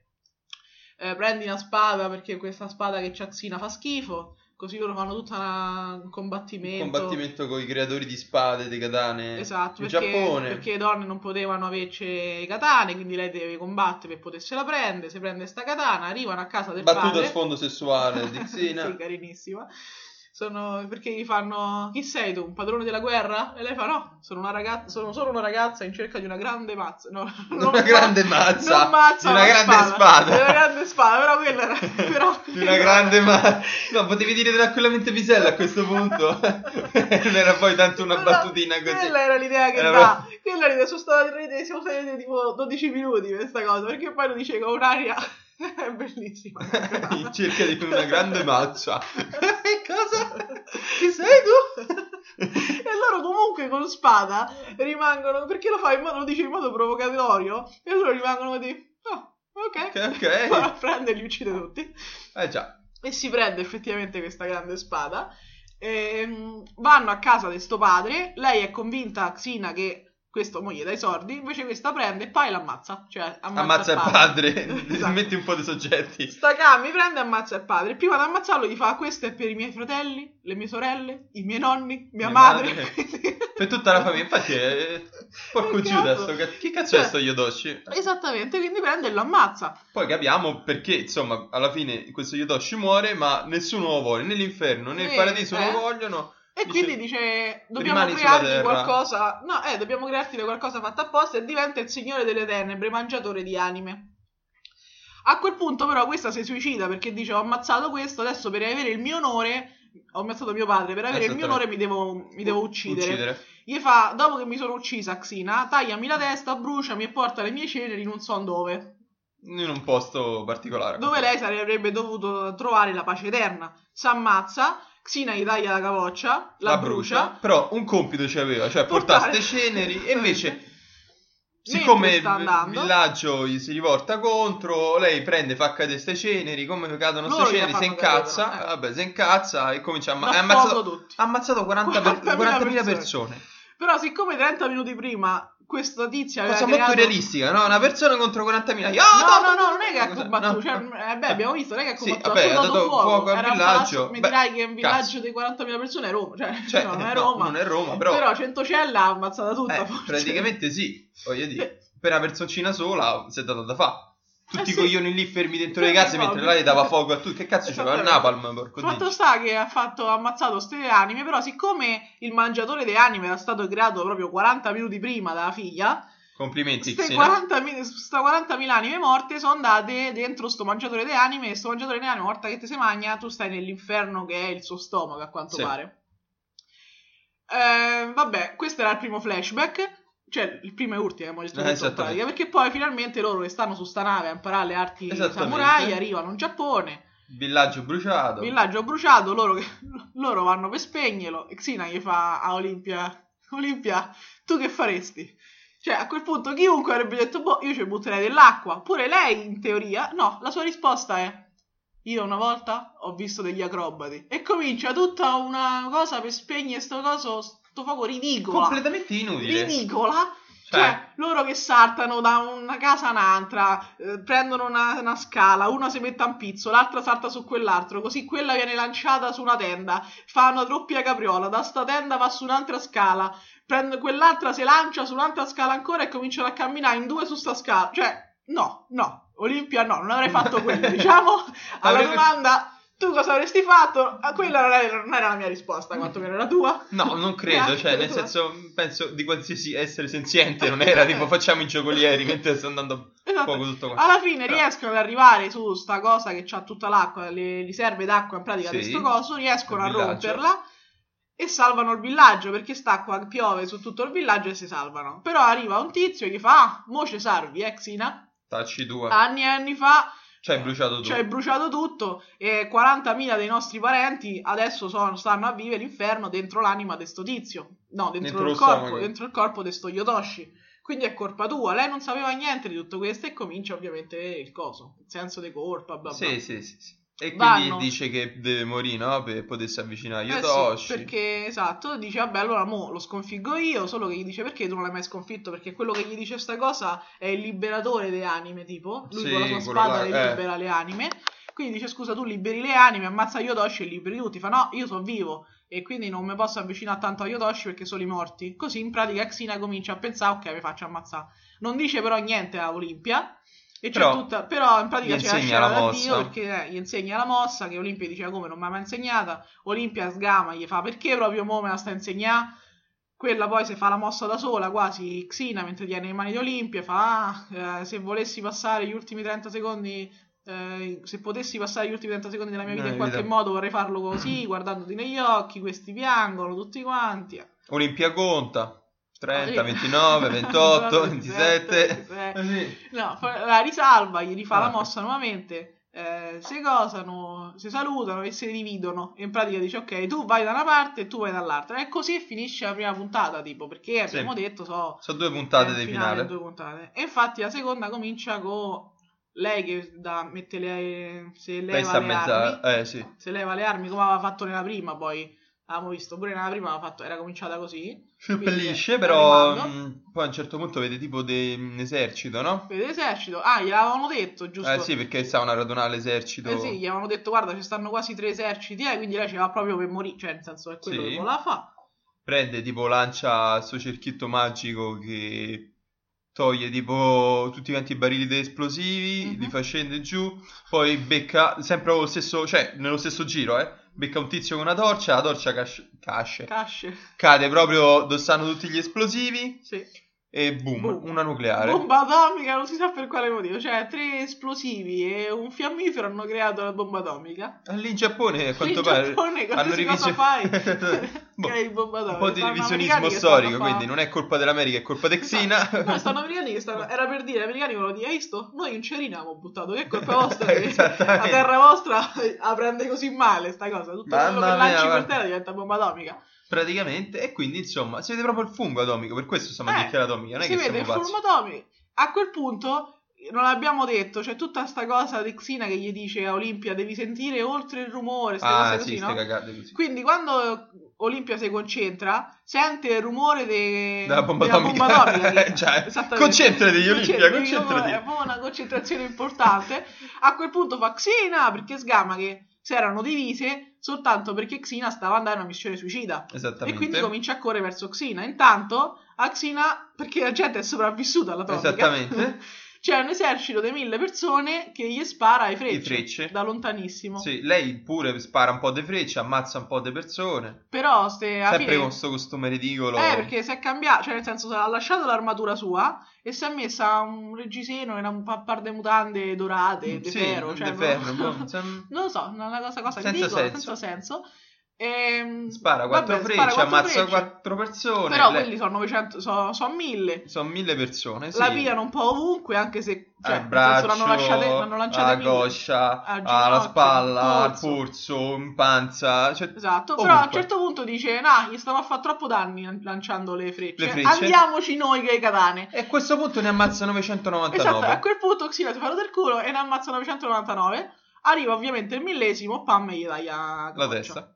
S2: eh, prendi una spada perché questa spada che c'ha Xina fa schifo, così loro fanno tutto un
S1: Un
S2: combattimento.
S1: combattimento con i creatori di spade, di katane.
S2: Esatto,
S1: In
S2: perché,
S1: Giappone.
S2: perché le donne non potevano averci i katane, quindi lei deve combattere per potersela prendere, si prende sta katana, arrivano a casa del
S1: Battuto
S2: padre.
S1: a sfondo sessuale di Xina.
S2: sì, carinissima. Sono perché gli fanno chi sei tu, un padrone della guerra? E lei fa no, sono una ragazza, sono solo una ragazza in cerca di una grande mazza, no,
S1: Una grande mazza,
S2: non mazza,
S1: di una
S2: ma
S1: grande
S2: spada.
S1: spada.
S2: Di una grande spada, però quella era però
S1: Di una grande ma... No, potevi dire tranquillamente pisella a questo punto. non era poi tanto una
S2: Però
S1: battutina così.
S2: Quella era l'idea che
S1: Era
S2: dà. Quella era l'idea, sono stata l'idea, siamo stati tipo 12 minuti per questa cosa, perché poi lo dicevo con un'aria è bellissima.
S1: In cerca di una grande mazza.
S2: Eh, cosa? Chi sei tu? e loro comunque con spada rimangono, perché lo fa in modo, lo dice in modo provocatorio, e loro rimangono di, oh, ok,
S1: Ok, ok.
S2: prende e li uccide tutti
S1: Eh già.
S2: e si prende effettivamente questa grande spada. Ehm, vanno a casa di sto padre. Lei è convinta, Xina, che questo moglie dai sordi. Invece questa prende e poi l'ammazza. Cioè, ammazza,
S1: Ammazza
S2: il
S1: il
S2: padre.
S1: padre.
S2: Esatto.
S1: Metti un po' di soggetti.
S2: Sta Kami prende e ammazza il padre. Prima di ammazzarlo gli fa: Questo è per i miei fratelli, le mie sorelle, i miei nonni, mia,
S1: Mia
S2: madre.
S1: madre. Per tutta la famiglia. Infatti è... Porco
S2: Che
S1: Giuda,
S2: cazzo?
S1: sto cazzo. Che cazzo è
S2: Cioè-
S1: sto Yodoshi?
S2: Esattamente, quindi prende e lo ammazza.
S1: Poi capiamo perché, insomma, alla fine questo Yodoshi muore, ma nessuno lo vuole, né l'inferno né il
S2: Sì,
S1: paradiso
S2: eh.
S1: lo vogliono.
S2: E
S1: Dice,
S2: quindi dice: Dobbiamo
S1: "Rimani sulla
S2: creargli
S1: terra."
S2: qualcosa. No, eh, dobbiamo crearti qualcosa fatto apposta. E diventa il signore delle tenebre, mangiatore di anime. A quel punto, però, questa si suicida perché dice: Ho ammazzato questo. Adesso per avere il mio onore. Ho ammazzato mio padre. Per avere il mio onore mi devo, mi devo uccidere. Gli fa: Dopo che mi sono uccisa, Xina, tagliami la testa, bruciami e porta le mie ceneri non so dove.
S1: In un posto particolare.
S2: Dove lei sarebbe dovuto trovare la pace eterna. S'ammazza. Xina gli taglia la capoccia, la, brucia
S1: Però un compito ci aveva, cioè portare ste ceneri e invece... Siccome
S2: Mentre
S1: il
S2: sta andando,
S1: villaggio gli si rivolta contro, lei prende, fa cadere ste ceneri, come cadono
S2: Loro
S1: ste
S2: gliela
S1: ceneri, si
S2: fanno
S1: incazza,
S2: cadere, eh.
S1: vabbè, si incazza e comincia a
S2: ma
S1: ammazzare. Ha ammazzato,
S2: tutti.
S1: ha ammazzato 40 per- 40.000 persone.
S2: Però, siccome 30 minuti prima questa tizia Cioè, aveva
S1: Cosa molto
S2: creato- Eh,
S1: realistica, no? Una persona contro 40.000. Io,
S2: No, no,
S1: no,
S2: no, non è che ha
S1: cosa-
S2: combattuto.
S1: no.
S2: Cioè, eh, beh, abbiamo visto, non è che ha
S1: Sì,
S2: combattuto.
S1: vabbè,
S2: ha solo dato fuoco, Era
S1: al
S2: un
S1: villaggio.
S2: palazzo-
S1: Beh,
S2: Mi dirai che è un
S1: cazzo.
S2: villaggio dei 40.000 persone è Roma. Cioè,
S1: Cioè,
S2: no, non è
S1: no,
S2: Roma.
S1: non è Roma, però,
S2: Però Centocella ha ammazzata tutta.
S1: eh,
S2: forse.
S1: praticamente sì, voglio dire,
S2: Eh,
S1: per una personcina sola si è data da fa. Tutti
S2: Eh,
S1: i
S2: sì.
S1: coglioni lì fermi dentro le
S2: Sì,
S1: case
S2: no,
S1: mentre
S2: perché-
S1: lei dava fuoco a tutti. Che cazzo c'era? Il
S2: Esattamente.
S1: napalm, porco
S2: Fatto
S1: dio.
S2: sta che ha fatto, ha ammazzato ste anime, però siccome il mangiatore delle anime era stato creato proprio 40 minuti prima dalla figlia,
S1: Complimenti,
S2: Queste
S1: Xena.
S2: 40.000 sta 40.000 anime morte sono andate dentro sto mangiatore di anime e sto mangiatore di anime morta che te se magna tu stai nell'inferno che è il suo stomaco a quanto
S1: Sì.
S2: pare Eh, vabbè questo era il primo flashback cioè il primo e ultimo mo gli sto
S1: Eh,
S2: dicendo in
S1: esattamente.
S2: pratica, perché poi finalmente loro che stanno su sta nave a imparare le arti
S1: Esattamente.
S2: samurai arrivano in Giappone
S1: Villaggio bruciato.
S2: villaggio bruciato loro, che- loro vanno per spegnerlo e Xina gli fa a Olimpia Olimpia tu che faresti? Cioè, a quel punto chiunque avrebbe detto, boh, io ci butterei dell'acqua. Pure lei, in teoria, no, la sua risposta è, io una volta ho visto degli acrobati. E comincia tutta una cosa per spegnere sto coso, sto fuoco ridicola.
S1: Completamente inutile.
S2: Ridicola. Cioè, loro che saltano da una casa a un'altra, eh, prendono una, una scala, una si mette a un pizzo, l'altra salta su quell'altro, così quella viene lanciata su una tenda, fa una doppia capriola, da sta tenda va su un'altra scala, prende, quell'altra si lancia su un'altra scala ancora e cominciano a camminare in due su sta scala. Cioè, no, no, Olimpia no, non avrei fatto quello, diciamo, alla
S1: Avrebbe-
S2: domanda... Tu cosa avresti fatto? Ah, Quella non era, non era la mia risposta, quantomeno era la tua.
S1: No, non credo,
S2: Neanche
S1: cioè, nel
S2: tu.
S1: senso, penso di qualsiasi essere senziente, non era tipo facciamo i giocolieri mentre sta andando a
S2: Esatto.
S1: fuoco tutto quanto.
S2: Alla fine
S1: Però-
S2: riescono ad arrivare su sta cosa che c'ha tutta l'acqua, le riserve d'acqua in pratica
S1: Sì.
S2: di sto coso, riescono
S1: Il
S2: a
S1: villaggio.
S2: romperla e salvano il villaggio perché sta acqua piove su tutto il villaggio e si salvano. Però arriva un tizio che fa, ah, mo ci salvi, eh Xina,
S1: Tacci due.
S2: anni e anni fa
S1: Cioè, hai bruciato tu.
S2: ci hai bruciato tutto e 40.000 dei nostri parenti adesso sono- stanno a vivere l'inferno dentro l'anima di sto tizio. No, dentro,
S1: Dentro
S2: il
S1: lo
S2: corpo,
S1: stomaco.
S2: dentro il corpo di sto Yotoshi. Quindi è colpa tua, lei non sapeva niente di tutto questo e comincia ovviamente il coso, il senso di colpa, bla bla.
S1: Sì, sì, sì, sì. E
S2: Vanno.
S1: quindi dice che deve morire, no? Per potersi avvicinare a
S2: Eh sì,
S1: Yotoshi.
S2: perché esatto, dice vabbè allora mo lo sconfiggo io, solo che gli dice perché tu non l'hai mai sconfitto, perché quello che gli dice sta cosa è il liberatore delle anime, tipo, lui
S1: Sì,
S2: con la sua
S1: quello
S2: spada
S1: là,
S2: le
S1: eh.
S2: libera le anime, quindi dice scusa tu liberi le anime, ammazza Yodoshi e liberi tutti, fa no io sono vivo e quindi non mi posso avvicinare tanto a Yodoshi perché sono i morti, così in pratica Xina comincia a pensare ok mi faccio ammazzare, non dice però niente a Olimpia. E c'è
S1: Però
S2: tutta, però in pratica
S1: gli
S2: c'è la
S1: insegna
S2: scena
S1: la
S2: da
S1: mossa.
S2: Dio perché eh, gli insegna la mossa che Olimpia diceva come non mi ha mai insegnata. Olimpia sgama, gli fa perché proprio mo me la sta insegnando? Quella poi se fa la mossa da sola, quasi Xina mentre tiene le mani di Olimpia, fa "Ah, eh, se volessi passare gli ultimi 30 secondi, eh, se potessi passare gli ultimi 30 secondi della mia vita
S1: Eh,
S2: in qualche
S1: evidente.
S2: modo vorrei farlo così, guardandoti negli occhi, questi piangono tutti quanti. Eh,
S1: Olimpia conta. 30,
S2: arriva.
S1: 29, 28, 27.
S2: 27.
S1: Eh sì.
S2: No, fa- la risalva, gli rifà
S1: Ah.
S2: la mossa nuovamente. Eh, si cosano, si salutano e si dividono. E in pratica dice: Ok, tu vai da una parte e tu vai dall'altra. E così finisce la prima puntata. Tipo, perché
S1: Sì.
S2: eh, abbiamo detto so
S1: Sono due puntate
S2: eh,
S1: dei
S2: finale,
S1: finale.
S2: due puntate. E infatti la seconda comincia con lei che da, mette le, se leva
S1: Pensa a
S2: le armi.
S1: mezza... Eh sì.
S2: Se leva le armi come aveva fatto nella prima, poi avevamo visto pure nella prima aveva fatto- era cominciata così.
S1: Sciuppellisce,
S2: Quindi,
S1: però
S2: arrivando.
S1: mh, poi a un certo punto vede tipo de- un esercito, no?
S2: Vede esercito. Ah, gliel'avevano detto, giusto?
S1: Eh sì, perché stavano a radunare l'esercito.
S2: Eh sì, gli avevano detto guarda ci stanno quasi tre eserciti eh, quindi lei ci va proprio per morire, cioè nel senso è quello
S1: Sì.
S2: che voleva fa.
S1: prende tipo lancia sto cerchietto magico che toglie tipo tutti quanti i barili di esplosivi,
S2: Mhm.
S1: li fa scendere giù, poi becca sempre lo stesso, cioè nello stesso giro, eh. Becca un tizio con una torcia, la torcia cas- casce.
S2: Casce,
S1: Cade proprio dove stanno tutti gli esplosivi
S2: sì.
S1: e boom,
S2: Boom.
S1: una nucleare.
S2: Bomba atomica, non si sa per quale motivo, cioè tre esplosivi e un fiammifero hanno creato la bomba atomica.
S1: Lì in Giappone, a quanto
S2: In
S1: pare,
S2: Giappone,
S1: hanno
S2: qualsiasi cosa
S1: rivisto-
S2: fai,
S1: Boh,
S2: crei bomba
S1: un
S2: atomica.
S1: po' di
S2: Stanno
S1: revisionismo
S2: americani che stanno a
S1: storico,
S2: fa-
S1: quindi non è colpa dell'America, è colpa di Xina.
S2: Esatto. No, stanno americani che stanno... Era per dire, gli americani vogliono dire, hai visto? Noi un cerino abbiamo buttato, che è colpa vostra che la
S1: Esattamente.
S2: terra vostra la prende così male sta cosa. Tutto quello
S1: Mamma
S2: che lanci
S1: mia,
S2: per
S1: guarda.
S2: terra diventa bomba atomica.
S1: Praticamente, e quindi insomma, si vede proprio il fungo atomico, per questo stiamo
S2: Eh,
S1: a dichiarare atomica, non
S2: si
S1: è che
S2: vede
S1: siamo
S2: il
S1: pazzi.
S2: Formatomi. A quel punto non l'abbiamo detto, c'è tutta sta cosa di Xina che gli dice a Olimpia devi sentire oltre il rumore, ste cose
S1: Ah, sì,
S2: così,
S1: ste
S2: no?
S1: cagate così.
S2: Quindi quando Olimpia si concentra, sente il rumore de-
S1: Della bomba atomica.
S2: bomba atomica, sì.
S1: Già,
S2: Esattamente.
S1: concentrati, Olimpia, concentrati.
S2: È proprio una concentrazione importante. A quel punto fa Xina perché sgama che si erano divise soltanto perché Xina stava andando a una missione suicida. E
S1: Esattamente.
S2: quindi comincia a correre verso Xina. Intanto a Xina, perché la gente è sopravvissuta alla topica,
S1: Esattamente.
S2: c'è un esercito di mille persone che gli spara ai frecce,
S1: I frecce.
S2: da lontanissimo.
S1: Sì, lei pure spara un po' di frecce, ammazza un po' di persone.
S2: Però se alla
S1: Sempre
S2: fine...
S1: con sto costume ridicolo.
S2: Eh, perché si è cambiato, cioè nel senso ha lasciato l'armatura sua e si è messa un reggiseno e una un pa- par de mutande dorate, de
S1: Mm, Sì,
S2: ferro, cioè
S1: de
S2: proprio-
S1: ferro, boh, sem-
S2: non lo so, una cosa, cosa
S1: Senza
S2: ridicola,
S1: senso.
S2: senza senso. Ehm,
S1: Spara quattro
S2: vabbè,
S1: frecce,
S2: spara quattro
S1: ammazza
S2: frecce.
S1: quattro persone.
S2: Però
S1: lei-
S2: quelli sono 900, sono so 1000.
S1: Sono mille persone, sì.
S2: la pigliano un po' ovunque, anche se cioè, nel
S1: al
S2: senso,
S1: braccio,
S2: l'hanno lasciata, l'hanno lanciata
S1: alla
S2: mille.
S1: coscia,
S2: al
S1: alla
S2: ginocchio,
S1: spalla,
S2: al
S1: al polso, in panza, cioè
S2: Esatto, però a un
S1: Ovunque.
S2: certo punto dice, no, gli stiamo a fare troppo danni lanciando le frecce.
S1: Le frecce.
S2: Andiamoci noi che i katane.
S1: E a questo punto ne ammazza 999.
S2: Esatto, a quel punto Xila si fa del culo e ne ammazza 999. Arriva ovviamente il millesimo, pam, e gli taglia
S1: La
S2: capoccia.
S1: testa.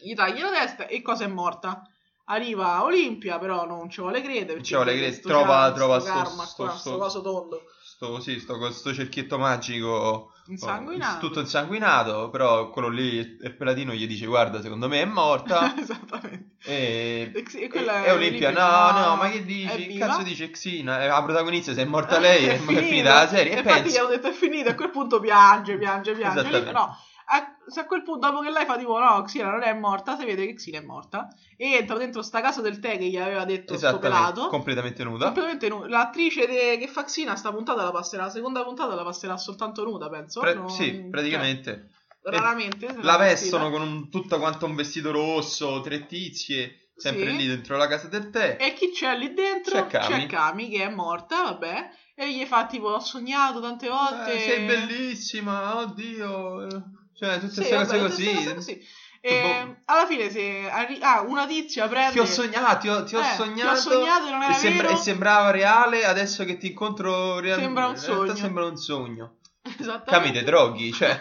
S2: Gli taglia la testa e cosa è morta? Arriva Olimpia, però non ci vuole credere. perché
S1: ci vuole credere,
S2: sto
S1: trova-
S2: karma,
S1: trova
S2: sto
S1: sto-
S2: karma
S1: sto-
S2: qua,
S1: sto- Oh,
S2: sto coso tondo.
S1: Sto, sì, sto con sto cerchietto magico oh,
S2: Insanguinato.
S1: tutto insanguinato, però quello lì, il pelatino, gli dice guarda, secondo me è morta.
S2: Esattamente.
S1: e,
S2: E sì, e
S1: e-
S2: quella
S1: e Olimpia,
S2: che fa-
S1: no, no, ma che
S2: è
S1: dici? Che
S2: viva?
S1: Cazzo dice Xina, eh, la protagonista, se è morta lei è,
S2: finita.
S1: finita la serie.
S2: E
S1: E
S2: infatti gli
S1: penso,
S2: hanno detto è finita, a quel punto piange, piange, piange.
S1: Esattamente.
S2: No, a, se a quel punto, dopo che lei fa tipo no, Xina non è morta, si vede che Xina è morta. E entra dentro sta casa del tè che gli aveva detto sto
S1: esattamente,
S2: pelato.
S1: Esatto, completamente nuda.
S2: Completamente nu- L'attrice de- che fa Xina sta puntata la passerà, la seconda puntata la passerà soltanto nuda, penso.
S1: Pre-
S2: Non-
S1: sì, praticamente.
S2: cioè, raramente. se
S1: la
S2: vestita.
S1: vestono con un, tutto quanto un vestito rosso, tre tizie, sempre
S2: Sì.
S1: lì dentro la casa del tè.
S2: E chi c'è lì dentro?
S1: C'è Kami.
S2: che è morta, vabbè. E gli fa tipo, ho sognato tante volte.
S1: Eh, sei bellissima, oddio. eh. Cioè, tutte
S2: Sì,
S1: queste
S2: vabbè,
S1: cose
S2: tutte
S1: così.
S2: queste cose così. E
S1: Boh.
S2: Ehm, alla fine se arri- ah, una tizia prende
S1: Ti ho sognato, ti ho, ti ho
S2: Eh,
S1: sognato.
S2: ti ho sognato e non
S1: e,
S2: era
S1: sembra-
S2: vero
S1: e sembrava reale, adesso che ti incontro real-
S2: Sembra un
S1: in realtà
S2: sogno.
S1: sembra un sogno.
S2: Esattamente.
S1: Camite droghi, cioè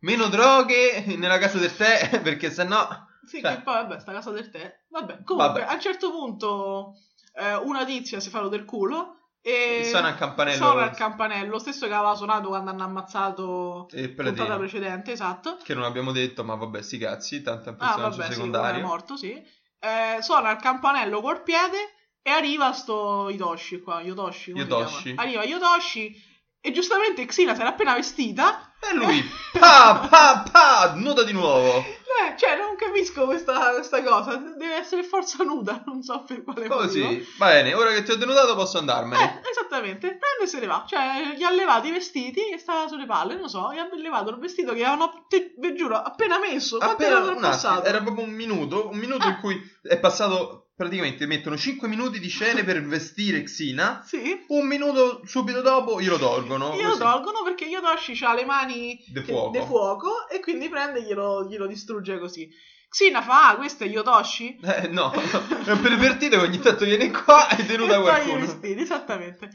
S1: meno droghe nella casa del tè perché sennò
S2: sì,
S1: cioè-
S2: che poi vabbè sta casa del tè vabbè comunque a
S1: Vabbè.
S2: un certo punto eh, una tizia si fa lo del culo e
S1: suona il campanello.
S2: Eh, suona il campanello lo stesso che aveva suonato quando hanno ammazzato
S1: e
S2: la puntata
S1: Platino,
S2: precedente esatto
S1: che non abbiamo detto, ma vabbè, sti cazzi, tanto è un
S2: ah
S1: personaggio
S2: vabbè sì, uno è
S1: secondario.
S2: morto sì Eh, suona il campanello col piede e arriva sto Yotoshi qua Yotoshi, come si
S1: Yotoshi.
S2: chiama? arriva Yotoshi e giustamente Xina si era appena vestita
S1: E lui, pa, pa, pa, nuda di nuovo.
S2: Eh, cioè, non capisco questa, questa cosa. Deve essere forza nuda, non so per quale motivo.
S1: Così, va bene, ora che ti ho denudato posso andarmene.
S2: Eh, esattamente, prende e se ne va. Cioè, gli ha levato i vestiti e stava sulle palle, non so, gli ha levato il vestito che avevano, te- vi giuro, appena messo. Quanto
S1: Appena
S2: era
S1: Ah, un attimo,
S2: passato?
S1: era proprio un minuto, un minuto
S2: Ah.
S1: in cui è passato, praticamente mettono 5 minuti di scene per vestire Xina,
S2: Sì.
S1: un minuto subito dopo glielo tolgono.
S2: Glielo
S1: Oh, così,
S2: tolgono perché Yotoshi ha le mani
S1: De
S2: che-
S1: fuoco.
S2: de fuoco e quindi prende e glielo, glielo distrugge così. Xina fa, ah, questo è Yotoshi?
S1: Eh, no, no, è un pervertito che ogni tanto viene qua e denuda
S2: e toglie i
S1: qualcuno.
S2: vestiti, esattamente.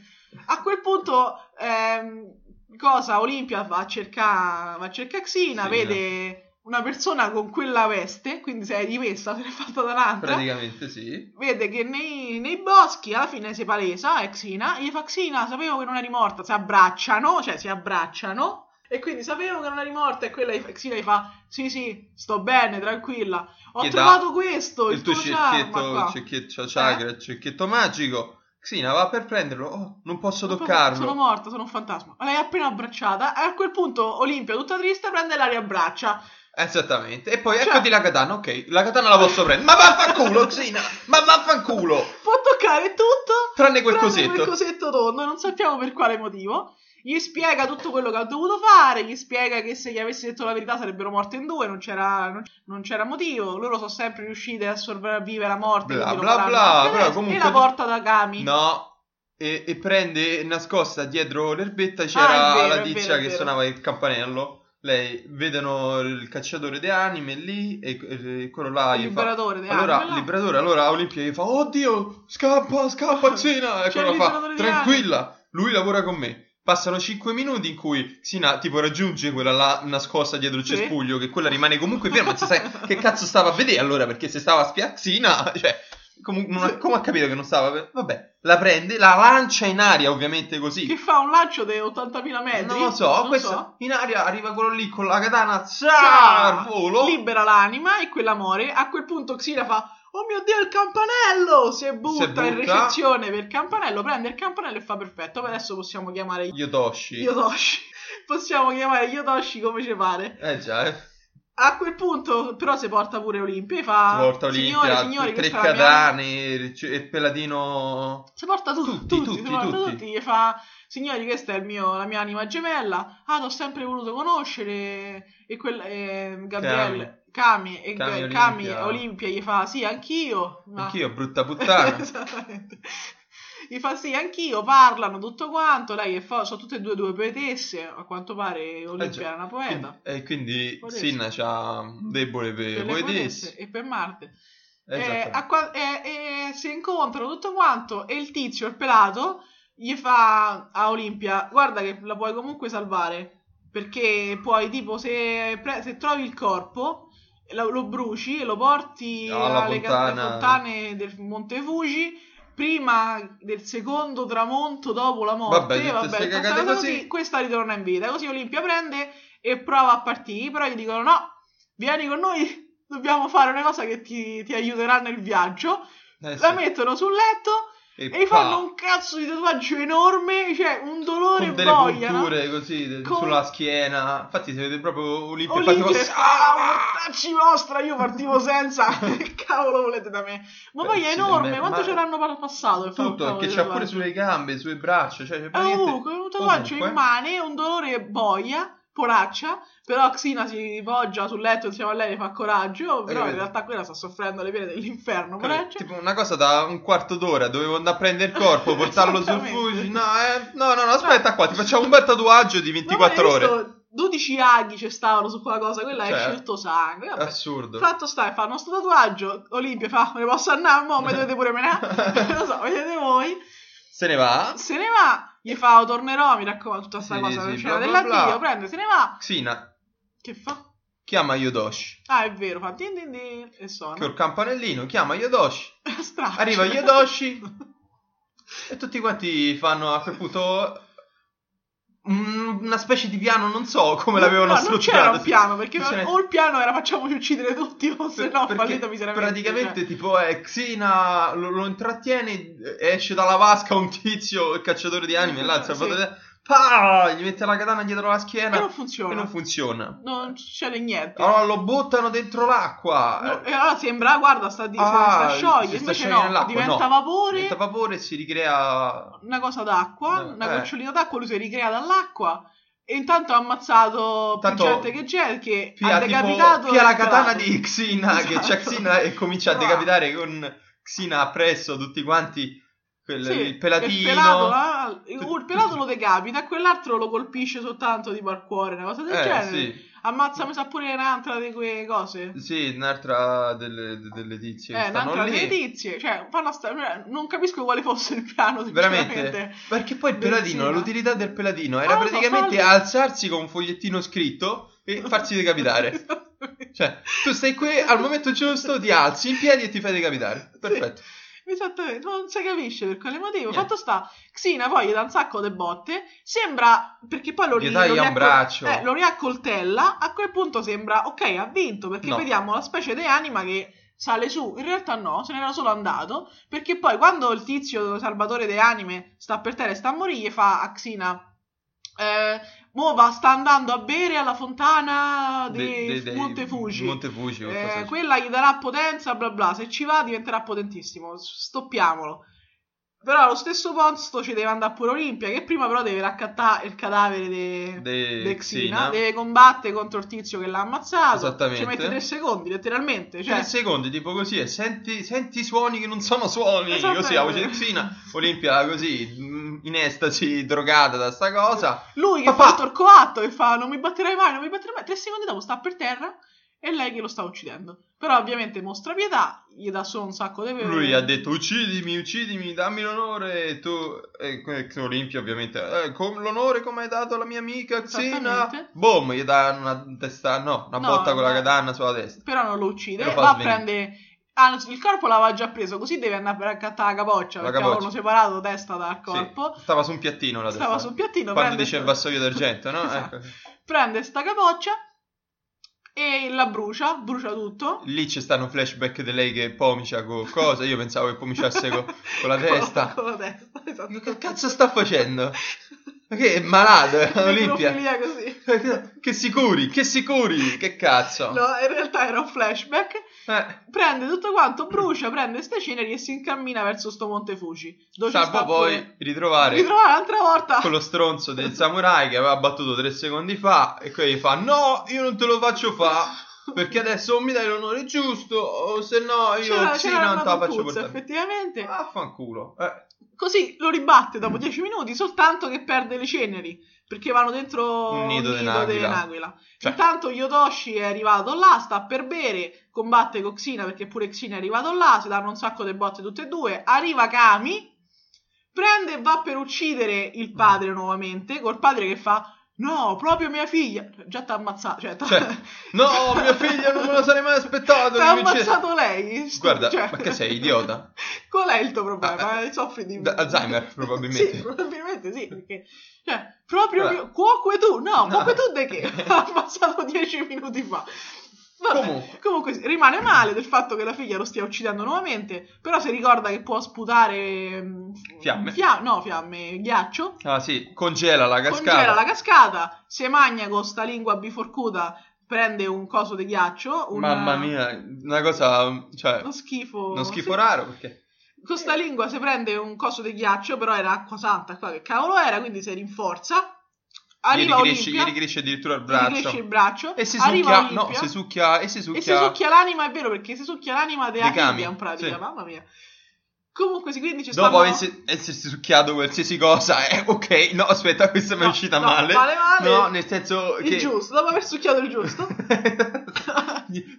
S2: A quel punto, ehm, cosa? Olimpia va a cercare, va a cercare Xina,
S1: Xina.
S2: vede una persona con quella veste, quindi se è rimessa, se n'è fatta da un'altra.
S1: Praticamente sì.
S2: Vede che nei, nei boschi alla fine si palesa, è Xina, e gli fa Xina, sapevo che non eri morta, si abbracciano, cioè si abbracciano, e quindi sapevo che non eri morta, e quella gli fa- Xina gli fa, sì sì, sto bene, tranquilla, ho
S1: Gli dà
S2: trovato questo, il,
S1: il tuo
S2: charm
S1: cerchietto,
S2: qua." Eh?
S1: cerchietto chakra, il cerchietto magico. Xina va per prenderlo, oh, non posso
S2: Sono
S1: toccarlo.
S2: proprio- Sono morta, sono un fantasma. Ma L'hai appena abbracciata. E a quel punto Olimpia, tutta triste, prende e la riabbraccia.
S1: Esattamente. E poi
S2: Cioè-
S1: eccoti la katana, ok, la katana la posso prendere. Ma vaffanculo, Xina! Ma vaffanculo!
S2: Può toccare tutto.
S1: Tranne quel
S2: tranne
S1: cosetto.
S2: Quel cosetto tondo, non sappiamo per quale motivo. Gli spiega tutto quello che ha dovuto fare. Gli spiega che se gli avessi detto la verità sarebbero morte in due. Non c'era, non, non c'era motivo. Loro sono sempre riuscite a sopravvivere alla morte.
S1: Bla,
S2: quindi lo
S1: bla,
S2: faranno
S1: bla,
S2: anche
S1: però
S2: adesso.
S1: comunque
S2: E la
S1: tu-
S2: porta da Kami.
S1: No. E, e prende nascosta dietro l'erbetta c'era
S2: Ah, è vero,
S1: la
S2: è
S1: tizia
S2: vero, è
S1: che
S2: vero.
S1: suonava il campanello. Lei vedono il cacciatore di anime lì e, e quello là
S2: Il
S1: gli fa
S2: liberatore. di
S1: Allora,
S2: Angela.
S1: liberatore, allora Olimpia gli fa Oddio, scappa, scappa Xina E
S2: C'è il
S1: quello fa,
S2: liberatore Cioè, di
S1: tranquilla, lui lavora con me Passano 5 minuti in cui Xina tipo raggiunge quella là nascosta dietro il
S2: Sì.
S1: cespuglio Che quella rimane comunque ferma, non si sa che cazzo stava a vedere allora Perché se stava a spiare Xina, cioè comu- non ha-
S2: Sì.
S1: Come ha capito che non stava? per- Vabbè, la prende, la lancia in aria ovviamente così
S2: Che fa un lancio di 80.000 metri.
S1: Non lo so,
S2: non
S1: questo-
S2: so.
S1: in aria arriva quello lì con la katana
S2: Ah,
S1: zar, al volo
S2: libera l'anima e quell'amore. A quel punto Xira fa: Oh mio dio, il campanello! Si butta, in
S1: butta.
S2: ricezione per il campanello, prende il campanello e fa perfetto. Beh, Adesso possiamo chiamare
S1: Yotoshi
S2: Yotoshi. Possiamo chiamare Yotoshi come ci pare.
S1: Eh già, eh
S2: A quel punto, però, si porta pure Olimpia e fa:
S1: Porta
S2: Ah, Signore,
S1: Olimpia,
S2: signori,
S1: tre
S2: questa è la mia anima."
S1: Catani, Ricci- e Peladino...
S2: Si porta tu-
S1: Tutti,
S2: tutti, si
S1: tutti,
S2: porta
S1: tutti.
S2: tutti. gli fa, signori, questa è il mio- la mia anima gemella, ah, l'ho sempre voluto conoscere, e quel, eh, Gabriele, Kami, e
S1: Kami
S2: Kami,
S1: Olimpia.
S2: e Olimpia gli fa, sì, anch'io, ma-
S1: Anch'io, brutta puttana.
S2: Esattamente. Gli fa sì, anch'io, parlano tutto quanto, lei è forte, sono tutte e due due poetesse, a quanto pare Olimpia
S1: Eh già.
S2: era una poeta.
S1: e quindi
S2: Poetesse.
S1: Sinna c'ha un debole per
S2: per le
S1: poetesse.
S2: poetesse e per Marte. Eh,
S1: Esatto.
S2: a qua- eh, eh, si incontrano tutto quanto e il tizio, il pelato, gli fa a Olimpia, guarda che la puoi comunque salvare, perché puoi tipo se, pre- se trovi il corpo, lo, lo bruci e lo porti
S1: No, alla
S2: alle ca-
S1: fontana.
S2: alle fontane del Monte Fuji prima del secondo tramonto dopo la morte.
S1: Vabbè, tutte ste
S2: tanta
S1: cagate
S2: cosa
S1: così.
S2: Questa ritorna in vita. Così Olimpia prende e prova a partire, però gli dicono no, vieni con noi, dobbiamo fare una cosa che ti, ti aiuterà nel viaggio.
S1: Eh,
S2: La
S1: sì.
S2: mettono sul letto
S1: E,
S2: e gli
S1: pa,
S2: fanno un cazzo di tatuaggio enorme, cioè un dolore
S1: con
S2: e
S1: delle
S2: voglia. no?
S1: punture così de-
S2: Con-
S1: sulla schiena. Infatti si vede proprio Olimpia. infatti
S2: Olimpia
S1: così-
S2: ah, mortacci vostra, io partivo senza. che cavolo volete da me? Ma
S1: Beh,
S2: poi è
S1: Eh sì,
S2: enorme,
S1: beh,
S2: quanto
S1: ma-
S2: ce l'hanno pa- passato? per fare un
S1: Tutto,
S2: cavolo
S1: che
S2: di
S1: c'ha pure
S2: tatuaggio?
S1: sulle gambe, sulle braccia, cioè c'è
S2: Ah,
S1: praticamente-
S2: comunque, un tatuaggio
S1: ovunque.
S2: immane, un dolore boia, poraccia, però Xina si poggia sul letto insieme a lei e fa coraggio, però in
S1: Eh, capito.
S2: realtà quella sta soffrendo le pene dell'inferno,
S1: Capito?
S2: poraccia.
S1: cioè, Tipo una cosa da un quarto d'ora, dovevo andare a prendere il corpo, portarlo sul
S2: Esattamente.
S1: Fuji. No, eh, no, no, no, aspetta qua, ti facciamo un bel tatuaggio di 24
S2: Ma poi hai
S1: ore.
S2: visto? 12 aghi ci stavano su quella cosa, quella è
S1: Cioè,
S2: scelto sangue. vabbè.
S1: Assurdo.
S2: Fatto sta, e fanno sto tatuaggio, Olimpia fa, me ne posso andare, mo, mi dovete pure menare, non lo so, vedete voi.
S1: Se ne va.
S2: se ne va, gli fa "Oh, tornerò, mi raccomando, tutta sta
S1: Sì,
S2: cosa
S1: sì,
S2: la
S1: bla,
S2: scena
S1: bla,
S2: dell'addio,
S1: bla.
S2: prende, se ne va,
S1: Xina
S2: che fa?
S1: chiama Yodoshi.
S2: Ah, è vero, fa din din din e
S1: Col
S2: suona.
S1: campanellino chiama Yodoshi.
S2: Straccia.
S1: Arriva Yodoshi e tutti quanti fanno a quel punto un- una specie di piano, non so come l'avevano
S2: no, non
S1: strutturato.
S2: c'era un piano, perché
S1: Non c'era-
S2: o il piano era facciamoci uccidere tutti, o se no
S1: Perché
S2: fallito miseramente. cioè.
S1: praticamente tipo eh, Xina lo, lo intrattiene eh, esce dalla vasca un tizio il cacciatore di anime là il
S2: Sì.
S1: salvatore pa, gli mette la katana dietro la
S2: cioè,
S1: schiena
S2: e non
S1: e
S2: funziona.
S1: non Oh,
S2: Non,
S1: funziona
S2: c'era niente.
S1: allora lo buttano dentro l'acqua
S2: No,
S1: eh,
S2: e allora sembra, guarda, sta, di,
S1: Ah,
S2: sta scioglie,
S1: si sta
S2: invece
S1: sciogliendo
S2: no,
S1: l'acqua,
S2: diventa
S1: no.
S2: vapore,
S1: diventa vapore e si ricrea
S2: una cosa d'acqua,
S1: Eh,
S2: una
S1: eh.
S2: gocciolina d'acqua, lui si ricrea dall'acqua e intanto ha ammazzato più
S1: Intanto
S2: gente che c'è che
S1: Pia,
S2: ha
S1: tipo,
S2: decapitato
S1: pia
S2: e
S1: la
S2: sperato.
S1: katana di Xina che c'è
S2: Esatto.
S1: Xina e comincia a
S2: Bravo.
S1: decapitare con Xina appresso tutti quanti quel-
S2: Sì,
S1: il pelatino
S2: il pelato, ah, il pelato lo decapita quell'altro lo colpisce soltanto tipo al cuore una cosa del
S1: Eh,
S2: genere
S1: sì.
S2: ammazza mi sa pure un'altra di quelle cose
S1: Sì, un'altra delle, de- delle tizie
S2: eh,
S1: che stanno
S2: un'altra
S1: lì.
S2: delle tizie cioè fa una sta- non capisco quale fosse il piano
S1: Veramente?
S2: sinceramente.
S1: Perché poi il peladino,
S2: Benzina.
S1: l'utilità del peladino
S2: Ah,
S1: era
S2: lo so,
S1: praticamente
S2: fallo.
S1: alzarsi con un fogliettino scritto e farsi decapitare. cioè, tu stai qui, al momento giusto ti alzi in piedi e ti fai decapitare.
S2: Sì.
S1: Perfetto.
S2: Esattamente, non si capisce per quale motivo.
S1: Niente.
S2: Fatto sta, Xina poi gli dà un sacco di botte. Sembra perché poi lo, ri-
S1: Gli
S2: lo,
S1: taglia un
S2: riaccol-
S1: braccio.
S2: eh, lo riaccoltella. A quel punto sembra ok, ha vinto perché
S1: No.
S2: vediamo la specie di anima che sale su. In realtà no, se n'era solo andato. Perché poi quando il tizio salvatore di anime sta per terra e sta a morire, fa a Xina. Eh, mo va, sta andando a bere alla fontana
S1: De-
S2: di
S1: de- dei-
S2: Monte Fuji.
S1: Monte Fuji,
S2: Eh,
S1: qualcosa del-
S2: quella gli darà potenza, bla bla. Se ci va, diventerà potentissimo. Stoppiamolo. Però allo stesso posto ci deve andare pure Olimpia, che prima però deve raccattare il cadavere di
S1: de-
S2: Xina,
S1: Xina.
S2: deve combattere contro il tizio che l'ha ammazzato.
S1: Esattamente. Eh.
S2: Ci mette tre secondi, letteralmente. Cioè,
S1: Tre secondi, tipo così, e senti, senti i suoni che non sono suoni,
S2: Esattamente.
S1: così, la voce di Xina, Olimpia così, mm, in estasi, drogata da sta cosa,
S2: lui che
S1: Papà!
S2: fa il torcoatto e fa non mi batterai mai, non mi batterai mai. Tre secondi dopo sta per terra e lei che lo sta uccidendo. Però ovviamente mostra pietà, gli dà solo un sacco di
S1: Lui ha detto uccidimi, uccidimi, dammi l'onore. E tu, e que- che Olimpia ovviamente, "Eh, con l'onore come hai dato alla mia amica Xena.
S2: Esattamente.
S1: Boom, gli dà una testa, no, una
S2: No,
S1: botta con la
S2: no.
S1: katana sulla testa.
S2: però non lo uccide,
S1: E lo fa
S2: va a
S1: svenire.
S2: prendere. Anzi, il corpo l'aveva già preso, così deve andare per accattare la capoccia.
S1: La
S2: perché
S1: capoccia.
S2: avevano separato testa dal corpo.
S1: Sì, stava su un piattino la
S2: Stava
S1: testa.
S2: sul piattino.
S1: Quando
S2: prende
S1: dice il
S2: sta-
S1: vassoio d'argento, no?
S2: Esatto.
S1: Ecco.
S2: Prende sta capoccia e la brucia, brucia tutto.
S1: Lì ci stanno flashback di lei che pomicia con cosa. Io pensavo che pomiciasse co- con, la testa.
S2: con la testa, esatto.
S1: Ma Che cazzo sta facendo? Ma che è malato, eh, Olimpia.
S2: Necrofilia così.
S1: Che sicuri, che sicuri, che cazzo.
S2: No, in realtà era un flashback.
S1: Eh.
S2: Prende tutto quanto, brucia, prende ste ceneri e si incammina verso sto Monte Fuji. Dove ci
S1: Salvo
S2: sta pure-
S1: poi ritrovare
S2: Ritrovare un'altra volta.
S1: quello stronzo del samurai che aveva battuto tre secondi fa e quello gli fa no io non te lo faccio fa perché adesso o mi dai l'onore giusto o se no io
S2: C'era,
S1: sì
S2: c'era
S1: non
S2: una
S1: te la faccio
S2: puzza,
S1: portare
S2: effettivamente.
S1: vaffanculo eh,
S2: Così lo ribatte dopo 10 minuti, soltanto che perde le ceneri, perché vanno dentro
S1: Un nido
S2: un
S1: dell'aquila.
S2: dell'aquila.
S1: Cioè.
S2: Intanto Yodoshi è arrivato là, sta per bere, combatte con Xina perché pure Xina è arrivato là, si danno un sacco di botte tutte e due, arriva
S1: Mm.
S2: Kami, prende e va per uccidere il padre nuovamente, col padre che fa No, proprio mia figlia. Già ti ha ammazzato. Cioè, t'ha-
S1: Cioè, No, mia figlia, non me lo sarei mai aspettato.
S2: T'ha
S1: che vincesse.
S2: ammazzato lei.
S1: Guarda,
S2: Cioè-
S1: ma che sei idiota?
S2: Qual è il tuo problema?
S1: Ah, ah,
S2: Soffri di...
S1: da- Alzheimer, probabilmente.
S2: sì, probabilmente sì, perché... Cioè, proprio...
S1: Vabbè.
S2: mio- Cuoque tu! No,
S1: No.
S2: cuoque tu di che? Ha passato dieci minuti fa. Vabbè,
S1: Comunque.
S2: comunque sì, rimane male del fatto che la figlia lo stia uccidendo nuovamente, però si ricorda che può sputare... mm,
S1: Fiamme.
S2: fia- no, fiamme, ghiaccio.
S1: Ah sì, congela la cascata.
S2: Congela la cascata, se magna con sta lingua biforcuta, prende un coso di ghiaccio. una-
S1: Mamma mia, una cosa, cioè,
S2: Uno schifo.
S1: uno schifo
S2: sì.
S1: raro perché...
S2: Con sta lingua si prende un coso di ghiaccio, però era acqua santa qua, che cavolo era, quindi si rinforza. Arriva
S1: gli ricresce,
S2: Olimpia,
S1: gli ricresce addirittura il
S2: gli
S1: braccio.
S2: ricresce il braccio,
S1: E si
S2: arriva
S1: succhia, no,
S2: Olimpia,
S1: si succhia, e si succhia...
S2: e si succhia l'anima, è vero, perché si succhia l'anima della
S1: Dei cami,
S2: figlia in pratica,
S1: sì.
S2: mamma mia. Comunque sì, quindi ci
S1: Dopo
S2: stanno...
S1: esser- essersi succhiato qualsiasi cosa, eh, ok, no, aspetta, questa mi è
S2: No,
S1: uscita
S2: no,
S1: male.
S2: Male male,
S1: No, nel senso
S2: il
S1: che...
S2: giusto, dopo aver succhiato il giusto.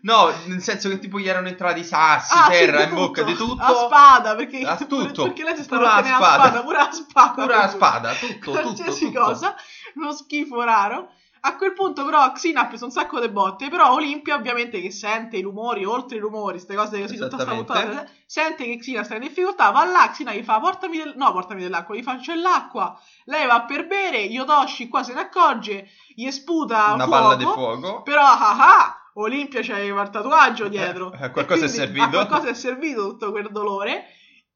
S1: no, nel senso che tipo gli erano entrati sassi,
S2: Ah, sì,
S1: terra
S2: di
S1: in bocca, di
S2: tutto.
S1: tutto.
S2: A spada, perché,
S1: A
S2: pure-
S1: tutto.
S2: perché lei si sta
S1: Pure la
S2: rompendo la
S1: spada.
S2: spada, pure la spada.
S1: Pure la
S2: proprio.
S1: spada, tutto, tutto,
S2: qualsiasi
S1: tutto.
S2: cosa, uno schifo raro. A quel punto però Xin ha preso un sacco di botte, però Olimpia ovviamente che sente i rumori, oltre i rumori, queste cose così, tutta sta
S1: Esattamente.
S2: puntata, sente che Xina sta in difficoltà, va là, Xina gli fa portami, del- no, portami dell'acqua, gli fa c'è l'acqua, lei va per bere, Yodoshi qua se ne accorge, gli sputa
S1: Una
S2: Ah, fuoco,
S1: palla di fuoco.
S2: però ah ah, Olimpia c'aveva il tatuaggio dietro.
S1: Eh, a qualcosa
S2: E
S1: è
S2: quindi
S1: servito.
S2: A qualcosa è servito tutto quel dolore.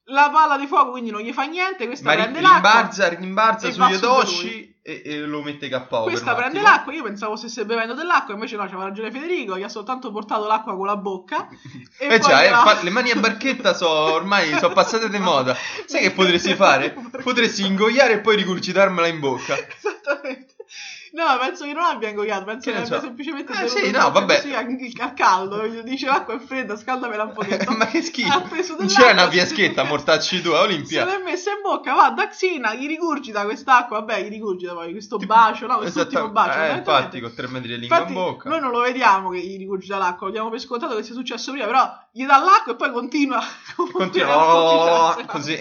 S2: La palla di fuoco quindi non gli fa niente, questa
S1: Ma ri-
S2: prende l'acqua.
S1: rimbarza, rimbarza
S2: e
S1: su
S2: va su di
S1: Yodoshi e, e lo mette KO.
S2: Questa
S1: per un
S2: prende
S1: attimo.
S2: l'acqua, io pensavo stesse bevendo dell'acqua, invece no, c'aveva ragione Federico, gli ha soltanto portato l'acqua con la bocca.
S1: E
S2: poi
S1: cioè, eh,
S2: la-
S1: fa- le mani a barchetta so, ormai sono passate di moda. Sai che potresti fare? Potresti ingoiare e poi rigurgitarmela in bocca.
S2: Esattamente. No, penso che non abbia ingoiato, penso
S1: Che
S2: che,
S1: ne
S2: abbia
S1: so.
S2: semplicemente
S1: Eh,
S2: bevuto
S1: sì,
S2: un
S1: no,
S2: po'
S1: vabbè. Eh,
S2: così a, a caldo, gli dice l'acqua è fredda, scaldamela un pochetto.
S1: Ma che
S2: Ha
S1: schifo.
S2: preso
S1: Non c'era
S2: dell'acqua,
S1: una fiaschetta, mortacci tu, a
S2: Se
S1: Olimpia.
S2: l'è messa in bocca, va da Xina, gli rigurgita quest'acqua, vabbè, gli rigurgita poi questo
S1: Tipo-
S2: bacio, no, quest'ultimo
S1: Esatto.
S2: bacio.
S1: Eh,
S2: veramente.
S1: infatti, con tre metri di lingua
S2: Infatti,
S1: in bocca.
S2: Noi non lo vediamo che gli rigurgita l'acqua, lo diamo per scontato che sia successo prima, però gli dà l'acqua e poi continua.
S1: Continua,
S2: a
S1: oh, così.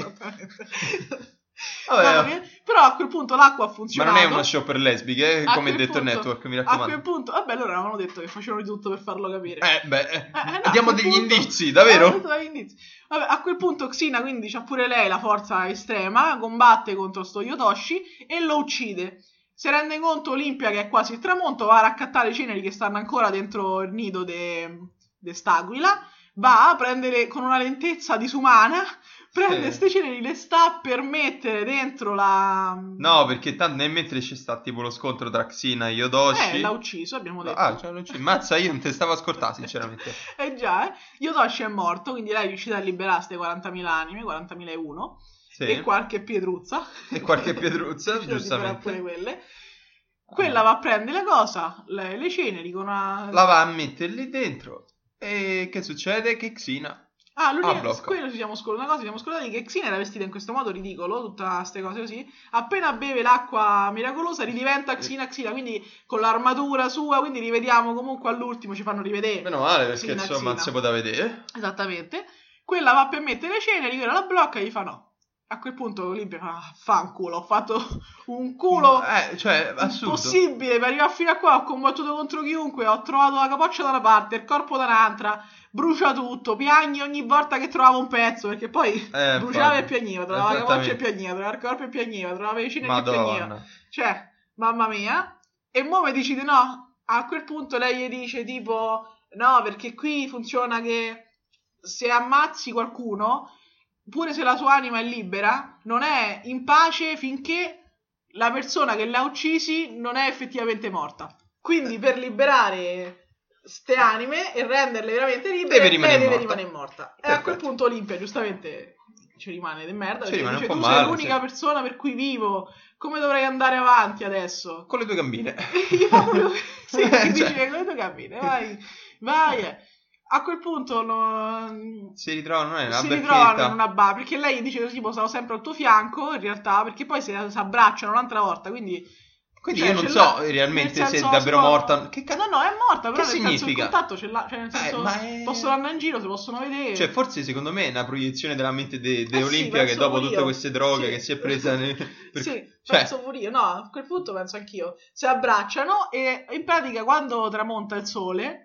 S1: Vabbè, oh.
S2: Vabbè, però a quel punto l'acqua ha
S1: ma
S2: funzionato.
S1: non è uno show per lesbiche, eh,
S2: A
S1: come
S2: quel
S1: detto il
S2: punto-
S1: network, mi
S2: A quel
S1: raccomando.
S2: punto, vabbè, loro avevano detto che facevano di tutto per farlo capire.
S1: Eh, beh, eh,
S2: Eh, eh, no,
S1: diamo
S2: a quel
S1: degli
S2: punto-
S1: indizi, davvero?
S2: Ah, questo dagli indizi. Vabbè, a quel punto Xina quindi c'ha pure lei la forza estrema, combatte contro sto Yotoshi e lo uccide. Si rende conto Olimpia che è quasi il tramonto, va a raccattare i ceneri che stanno ancora dentro il nido de, de st'aquila, va a prendere con una lentezza disumana, prende
S1: Sì.
S2: ste ceneri, le sta per mettere dentro la...
S1: No, perché tanto nel mentre c'è sta tipo lo scontro tra Xina e Yodoshi.
S2: Eh, l'ha ucciso, abbiamo detto.
S1: Ah, cioè, non ci- Mazza, io non te stavo a scortare, sinceramente.
S2: Eh già, eh. Yotoshi è morto, quindi lei è riuscita a liberare ste 40.000 anime, 40.000 e uno.
S1: Sì.
S2: e qualche pietruzza.
S1: E qualche pietruzza,
S2: Ci sono
S1: giustamente. Ah.
S2: pure quelle. Quella va a prendere la cosa, le, le ceneri con una...
S1: La va a mettere lì dentro. E che succede? Che Xina.
S2: Ah,
S1: ah,
S2: l'unica
S1: blocca.
S2: quello ci siamo scordati, una cosa ci siamo scordati che Xena era vestita in questo modo ridicolo, tutta queste cose così. Appena beve l'acqua miracolosa ridiventa Xina Xina, quindi con l'armatura sua, quindi rivediamo comunque all'ultimo, ci fanno rivedere.
S1: Meno male perché
S2: Xina,
S1: insomma non
S2: Xina.
S1: si poteva vedere.
S2: Esattamente. Quella va per mettere le ceneri, quella la blocca e gli fa no. A quel punto Olimpia fa, "Ah, fa un culo, ho fatto un culo
S1: Eh, cioè, assurdo.
S2: Impossibile, per arrivare fino a qua ho combattuto contro chiunque, ho trovato la capoccia da una parte, il corpo da un'altra, brucia tutto, piagni ogni volta che trovavo un pezzo, perché poi
S1: Eh,
S2: bruciava
S1: infatti.
S2: e piagneva, trovava la capoccia e
S1: Esattamente.
S2: piagneva, trovava il corpo e piagneva, trovava i vicini e piagneva.
S1: Madonna.
S2: Cioè, mamma mia. E mo mi dici di no? A quel punto lei gli dice tipo, no, perché qui funziona che se ammazzi qualcuno, pure se la sua anima è libera, non è in pace finché la persona che l'ha uccisi non è effettivamente morta. Quindi per liberare ste anime e renderle veramente libere,
S1: Deve
S2: lei
S1: rimanere
S2: deve
S1: morta.
S2: rimanere morta. E a
S1: Perfetto.
S2: quel punto Olimpia giustamente ci rimane di merda
S1: Ci
S2: perché
S1: rimane un
S2: dice
S1: po'
S2: tu
S1: male,
S2: sei l'unica
S1: sì.
S2: persona per cui vivo come dovrei andare avanti adesso?
S1: Con le due gambine.
S2: Gli fa proprio- sì,
S1: Eh,
S2: gli
S1: cioè.
S2: dice come tu cammini, vai, vai. eh." A quel punto no,
S1: Si ritrovano eh, una
S2: si ritrovano in
S1: berchetta.
S2: una bar, perché lei gli dice così, tipo, stavo sempre al tuo fianco, in realtà, perché poi si, si abbracciano un'altra volta, quindi
S1: Quindi
S2: Cioè,
S1: io non
S2: ce
S1: so
S2: l'ha-
S1: realmente
S2: nel
S1: se è
S2: senso,
S1: davvero
S2: scuola-
S1: morta. Che cazzo?
S2: No, no, è morta, però
S1: Che
S2: nel senso il
S1: significa?
S2: contatto ce l'ha, cioè nel
S1: Eh,
S2: senso
S1: ma è-
S2: possono andare in giro, si possono vedere.
S1: Cioè, forse secondo me è una proiezione della mente di
S2: Eh sì,
S1: Olimpia che
S2: penso
S1: dopo
S2: pure
S1: tutte
S2: io.
S1: queste droghe
S2: Sì.
S1: che si è presa nel- per-
S2: Sì,
S1: cioè-
S2: penso pure io, no, a quel punto penso anch'io. Si abbracciano e in pratica quando tramonta il sole,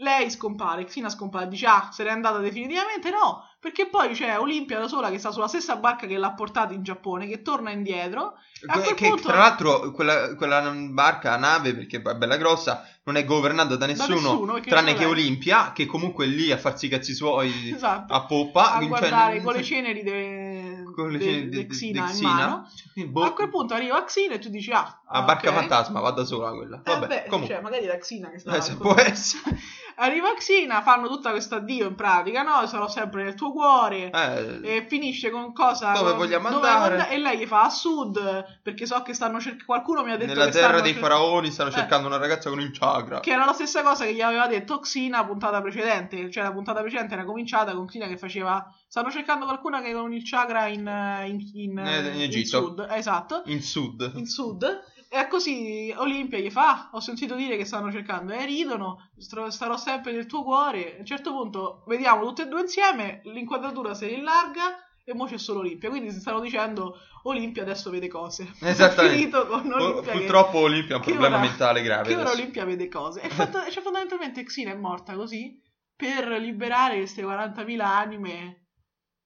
S2: lei scompare, fino a scompare, dice ah, se n'è andata definitivamente, no, perché poi c'è Olimpia da sola che sta sulla stessa barca che l'ha portata in Giappone, che torna indietro, a
S1: Que-
S2: quel
S1: che
S2: punto-
S1: tra l'altro quella, quella barca, nave, perché è bella grossa, non è governata da nessuno,
S2: nessuno, perché cioè,
S1: tranne
S2: c'è
S1: che
S2: lei.
S1: Olimpia, che comunque è lì a farsi i cazzi suoi
S2: esatto,
S1: a poppa.
S2: a
S1: quindi, cioè,
S2: guardare
S1: non-
S2: con le ceneri de-
S1: con le
S2: de-
S1: ceneri
S2: de
S1: de- de-
S2: Xina
S1: de
S2: in
S1: Xina.
S2: mano.
S1: Quindi, boh,
S2: A quel punto arriva Xina e tu dici ah,
S1: a
S2: ok.
S1: barca fantasma, va da sola quella.
S2: Eh
S1: Vabbè,
S2: beh,
S1: comunque.
S2: cioè, magari la Xina che sta
S1: Eh, se può essere.
S2: Arriva Xina, fanno tutta questa addio in pratica, no? Sarò sempre nel tuo cuore.
S1: Eh,
S2: E finisce con cosa
S1: Dove
S2: con-
S1: vogliamo
S2: dove
S1: andare?
S2: manda- e lei gli fa a sud perché so che stanno cercando qualcuno mi ha detto
S1: nella
S2: che
S1: terra
S2: stanno
S1: dei
S2: cer-
S1: faraoni stanno
S2: Eh.
S1: cercando una ragazza con il chakra.
S2: che era la stessa cosa che gli aveva detto Xina la puntata precedente cioè la puntata precedente era cominciata con Xina che faceva stanno cercando qualcuno che con il chakra in, in, in-
S1: Nel- in
S2: in
S1: Egitto.
S2: sud esatto
S1: In sud.
S2: in sud e così Olimpia gli fa "Ah, ho sentito dire che stanno cercando e ridono "Stro- starò sempre nel tuo cuore a un certo punto vediamo tutte e due insieme l'inquadratura si allarga e mo c'è solo Olimpia quindi si stanno dicendo Olimpia adesso vede cose
S1: Esattamente.
S2: finito con
S1: Pur-
S2: Olimpia che-
S1: purtroppo Olimpia ha un
S2: che
S1: problema
S2: ora-
S1: mentale
S2: che,
S1: grave.
S2: ora
S1: adesso.
S2: Olimpia vede cose e fatto- cioè, fondamentalmente Xina è morta così per liberare queste 40.000 anime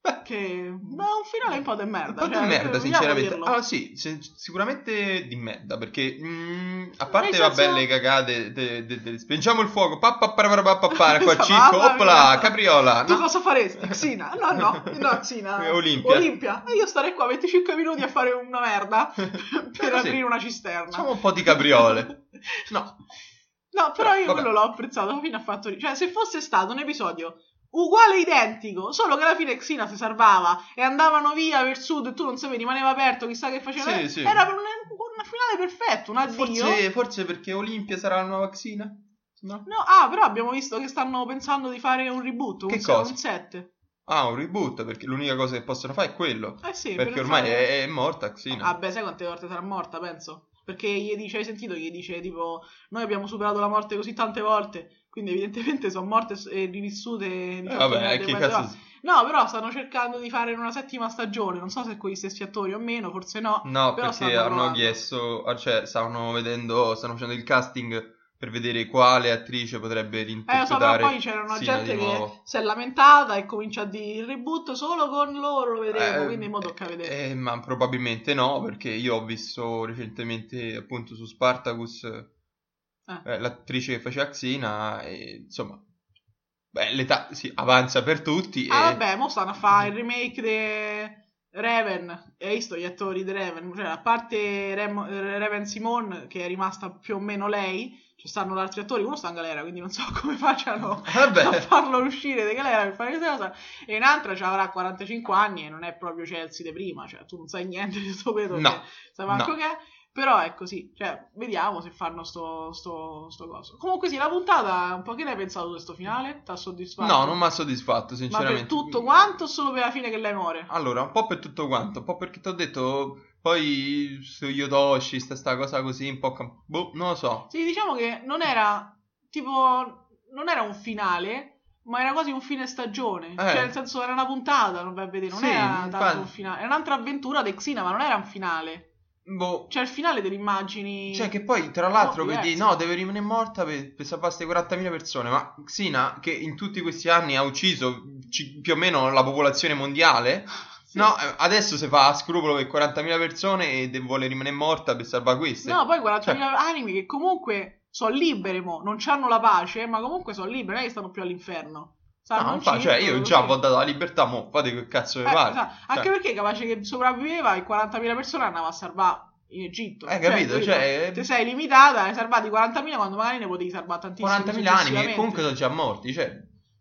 S1: Beh.
S2: che ma un finale un po' di merda
S1: Un po'
S2: cioè,
S1: di merda,
S2: vogliamo
S1: sinceramente.
S2: dirlo.
S1: Ah, sì, se- sicuramente di merda, perché mm, a parte,
S2: Nel
S1: vabbè,
S2: senso-
S1: le cagate, de- de- de- speggiamo il fuoco, pa, pa, pa, pa, pa, pa, pa, qua
S2: Mamma
S1: circo,
S2: mia.
S1: opla, capriola,
S2: Tu
S1: no?
S2: cosa faresti? Xina? No, no, no, Xina.
S1: Eh, Olimpia.
S2: E io starei qua 25 minuti a fare una merda per
S1: Così.
S2: aprire una cisterna.
S1: Facciamo un po' di capriole. No,
S2: No, però io
S1: Vabbè.
S2: quello l'ho apprezzato alla fine ha fatto ri- Cioè, se fosse stato un episodio uguale identico, solo che alla fine Xina si salvava e andavano via per sud e tu non sapevi, rimaneva aperto, chissà che faceva.
S1: Sì, sì.
S2: Era un, un finale perfetto, un addio.
S1: forse, forse perché Olimpia sarà la nuova Xina? No?
S2: No, ah, però abbiamo visto che stanno pensando di fare un reboot,
S1: Che
S2: un,
S1: cosa?
S2: un set.
S1: Ah, un reboot, perché l'unica cosa che possono fare è quello.
S2: Eh sì,
S1: Perché
S2: per
S1: ormai
S2: fare-
S1: è, è morta Xina.
S2: Ah, beh, sai quante volte sarà morta, penso. Perché gli dice, hai sentito, gli dice tipo, noi abbiamo superato la morte così tante volte, quindi evidentemente sono morte s- e rivissute.
S1: Eh,
S2: diciotto
S1: vabbè,
S2: miliardi
S1: che
S2: di volte.
S1: cazzo...
S2: No, però stanno cercando di fare una settima stagione, non so se con gli stessi attori o meno, forse no.
S1: No,
S2: Però
S1: perché
S2: stanno
S1: hanno
S2: provando.
S1: chiesto, ah, cioè stanno vedendo, stanno facendo il casting per vedere quale attrice potrebbe
S2: Eh, lo so, però
S1: interpretare.
S2: poi c'era una
S1: Sina
S2: gente
S1: di
S2: che
S1: nuovo.
S2: si è lamentata e comincia a dire il reboot solo con loro, vedremo,
S1: Eh,
S2: quindi mo tocca vedere.
S1: eh, ma probabilmente no, perché io ho visto recentemente appunto su Spartacus eh, l'attrice che faceva Xena e insomma, beh, l'età si avanza per tutti
S2: Ah,
S1: e
S2: vabbè, mo stanno a fare il remake di Raven. Hai visto gli attori di Raven? Cioè, a parte Rem- Raven Simone, che è rimasta più o meno lei, ci stanno altri attori. Uno sta in galera, quindi non so come facciano a
S1: vabbè,
S2: farlo uscire di galera per fare questa cosa. E un'altra ce avrà 45 anni e non è proprio Chelsea di prima. Cioè, tu non sai niente di tutto quello.
S1: No,
S2: che- sai manco
S1: no.
S2: che è. Però è così, cioè, vediamo se fanno sto, sto, sto coso. Comunque sì, la puntata, un po' che ne hai pensato di questo finale? T'ha soddisfatto?
S1: no, non mi ha soddisfatto
S2: Ma
S1: sinceramente.
S2: per tutto quanto o solo per la fine che lei muore?
S1: Allora, un po' per tutto quanto, un po' perché ti ho detto, poi su Yotoshi sta sta cosa così, un po' cam- boh, non lo so.
S2: Sì, diciamo che non era tipo. Non era un finale, ma era quasi un fine stagione. Cioè, nel senso, era una puntata, non vai a vedere. Non
S1: Eh. Sì,
S2: era
S1: infatti.
S2: tanto un finale. Era un'altra avventura di Xina, ma non era un finale.
S1: Boh.
S2: Cioè, il finale delle immagini.
S1: Cioè, che poi, tra l'altro,
S2: Oh,
S1: che dici,
S2: diverso.
S1: no, deve rimanere morta per, per salvare queste 40.000 persone, ma Xina, che in tutti questi anni ha ucciso ci- più o meno la popolazione mondiale,
S2: Sì.
S1: no, eh, adesso si fa a scrupolo per 40.000 persone e de- vuole rimanere morta per salvare queste.
S2: No, poi 40.000
S1: Cioè-
S2: anime che comunque sono libere, mo. Non hanno la pace, ma comunque sono libere, non è che stanno più all'inferno.
S1: No,
S2: Stanno in
S1: infatti, cioè,
S2: circolo,
S1: io già
S2: così.
S1: vi ho dato la libertà, mo, fate che cazzo vi
S2: Eh,
S1: pare.
S2: esatto. Anche
S1: Cioè-
S2: perché capace che sopravviveva e 40.000 persone andava a salvare in Egitto.
S1: Eh, capito,
S2: capito?
S1: cioè-
S2: Te sei limitata, ne hai salvati 40.000 quando magari ne potevi salvare tantissimi.
S1: 40.000 anime,
S2: successivamente.
S1: comunque sono già morti, cioè...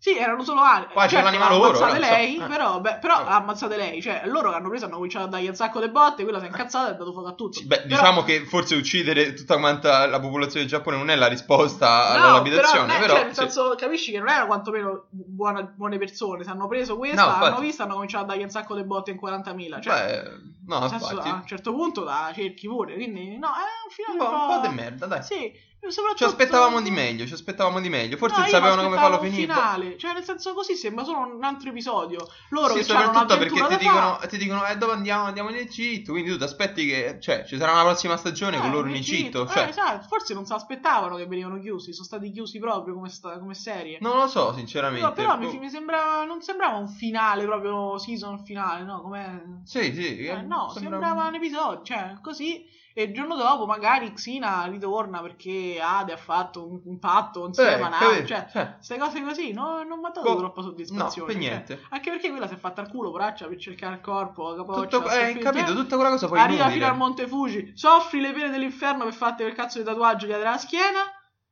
S2: Sì, erano solo ali.
S1: Qua c'è
S2: Certo,
S1: l'anima
S2: l'hanno
S1: loro,
S2: Ammazzate
S1: però,
S2: lei,
S1: insomma. Eh.
S2: però, beh, però
S1: Vabbè.
S2: l'ha ammazzate lei. Cioè, loro che hanno preso hanno cominciato a dargli un sacco di botte. Quella si è incazzata e ha dato fuoco a tutti.
S1: Eh. Sì, Beh,
S2: Però-
S1: diciamo che forse uccidere tutta quanta la popolazione del Giappone non è la risposta
S2: No,
S1: all'abitazione,
S2: però, eh,
S1: però,
S2: cioè, nel
S1: sì.
S2: senso, capisci che non erano quantomeno buona- buone persone. Se hanno preso questa,
S1: No, infatti.
S2: hanno visto, hanno cominciato a dargli un sacco di botte in 40.000. Cioè,
S1: Beh, no,
S2: nel senso,
S1: Ah, infatti.
S2: a un certo punto la cerchi pure. Quindi, no, è un
S1: Un
S2: finale
S1: po', un po' di
S2: merda.
S1: merda, dai.
S2: Sì, soprattutto...
S1: Ci aspettavamo di meglio, ci aspettavamo di meglio. Forse
S2: No,
S1: non
S2: io mi
S1: sapevano come farlo
S2: aspettavo un
S1: finire.
S2: finale. Cioè, nel senso, così sembra solo un altro episodio. Loro
S1: Sì,
S2: che hanno
S1: soprattutto
S2: un'avventura
S1: perché ti
S2: da
S1: dicono,
S2: fare.
S1: ti dicono, eh, dove andiamo? Andiamo in Egitto. Quindi tu ti aspetti che, cioè, ci sarà una prossima stagione con
S2: Eh,
S1: loro in Egitto.
S2: Eh,
S1: Cioè,
S2: sai, forse non si aspettavano che venivano chiusi, sono stati chiusi proprio come, sta- come serie.
S1: non lo so,
S2: No,
S1: sinceramente.
S2: però mi,
S1: Boh.
S2: mi sembrava, non sembrava un finale proprio season finale, no? Come...
S1: Sì, sì.
S2: Eh,
S1: eh,
S2: no,
S1: sembra-
S2: sembrava un episodio, cioè così. E il giorno dopo magari Xina ritorna perché Ade ha fatto un, un patto
S1: Eh,
S2: insieme a Nami,
S1: capito?
S2: cioè
S1: Cioè,
S2: queste cose così no, non mi ha dato
S1: Co-
S2: troppa
S1: no,
S2: soddisfazione.
S1: per
S2: cioè.
S1: niente.
S2: Anche perché quella si è fatta al culo, poraccia, per cercare il corpo, capoccia,
S1: Tutto, eh,
S2: sconfitta.
S1: capito, tutta quella cosa poi
S2: Arriva
S1: inutile.
S2: fino al Monte Fuji, soffri le pene dell'inferno per farti quel cazzo di tatuaggio che hai della schiena,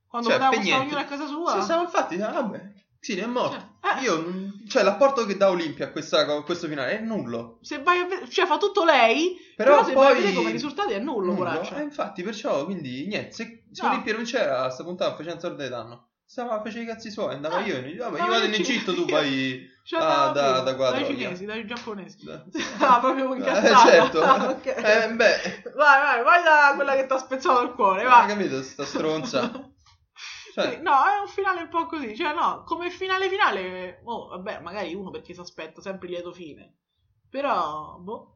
S2: quando
S1: Cioè,
S2: potevamo
S1: per
S2: stare
S1: niente.
S2: ognuno a casa sua.
S1: Sì, siamo infatti, ah, vabbè. Sì, è morto.
S2: Cioè, eh.
S1: Io, non- cioè, l'apporto che dà Olimpia a, questa, a questo finale è nullo.
S2: Se vai a vedere, cioè fa tutto lei,
S1: Però,
S2: se vai a
S1: poi...
S2: vedere come risultati è nullo, poraccia.
S1: Eh, infatti, perciò, quindi, niente, se, se
S2: No.
S1: Olimpia non c'era, sta puntata facendo sorte di danno. Stava, faceva i cazzi suoi, andava
S2: Eh,
S1: io, in- vabbè, io
S2: andava
S1: vado in
S2: in Egitto.
S1: Egitto, tu vai...
S2: Cioè,
S1: Ah,
S2: no,
S1: da-
S2: proprio,
S1: da quadro,
S2: dai
S1: via.
S2: cinesi, dai giapponesi.
S1: Eh,
S2: Ah, proprio incazzata.
S1: certo.
S2: Ok.
S1: Eh, beh,
S2: Vai, vai, vai da quella che ti ha spezzato il cuore,
S1: hai
S2: vai.
S1: capito, sta stronza. Cioè-
S2: Sì, no, è un finale un po' così. Cioè, no, come finale finale. Oh, vabbè, magari uno perché si aspetta sempre il lieto fine. Però, boh.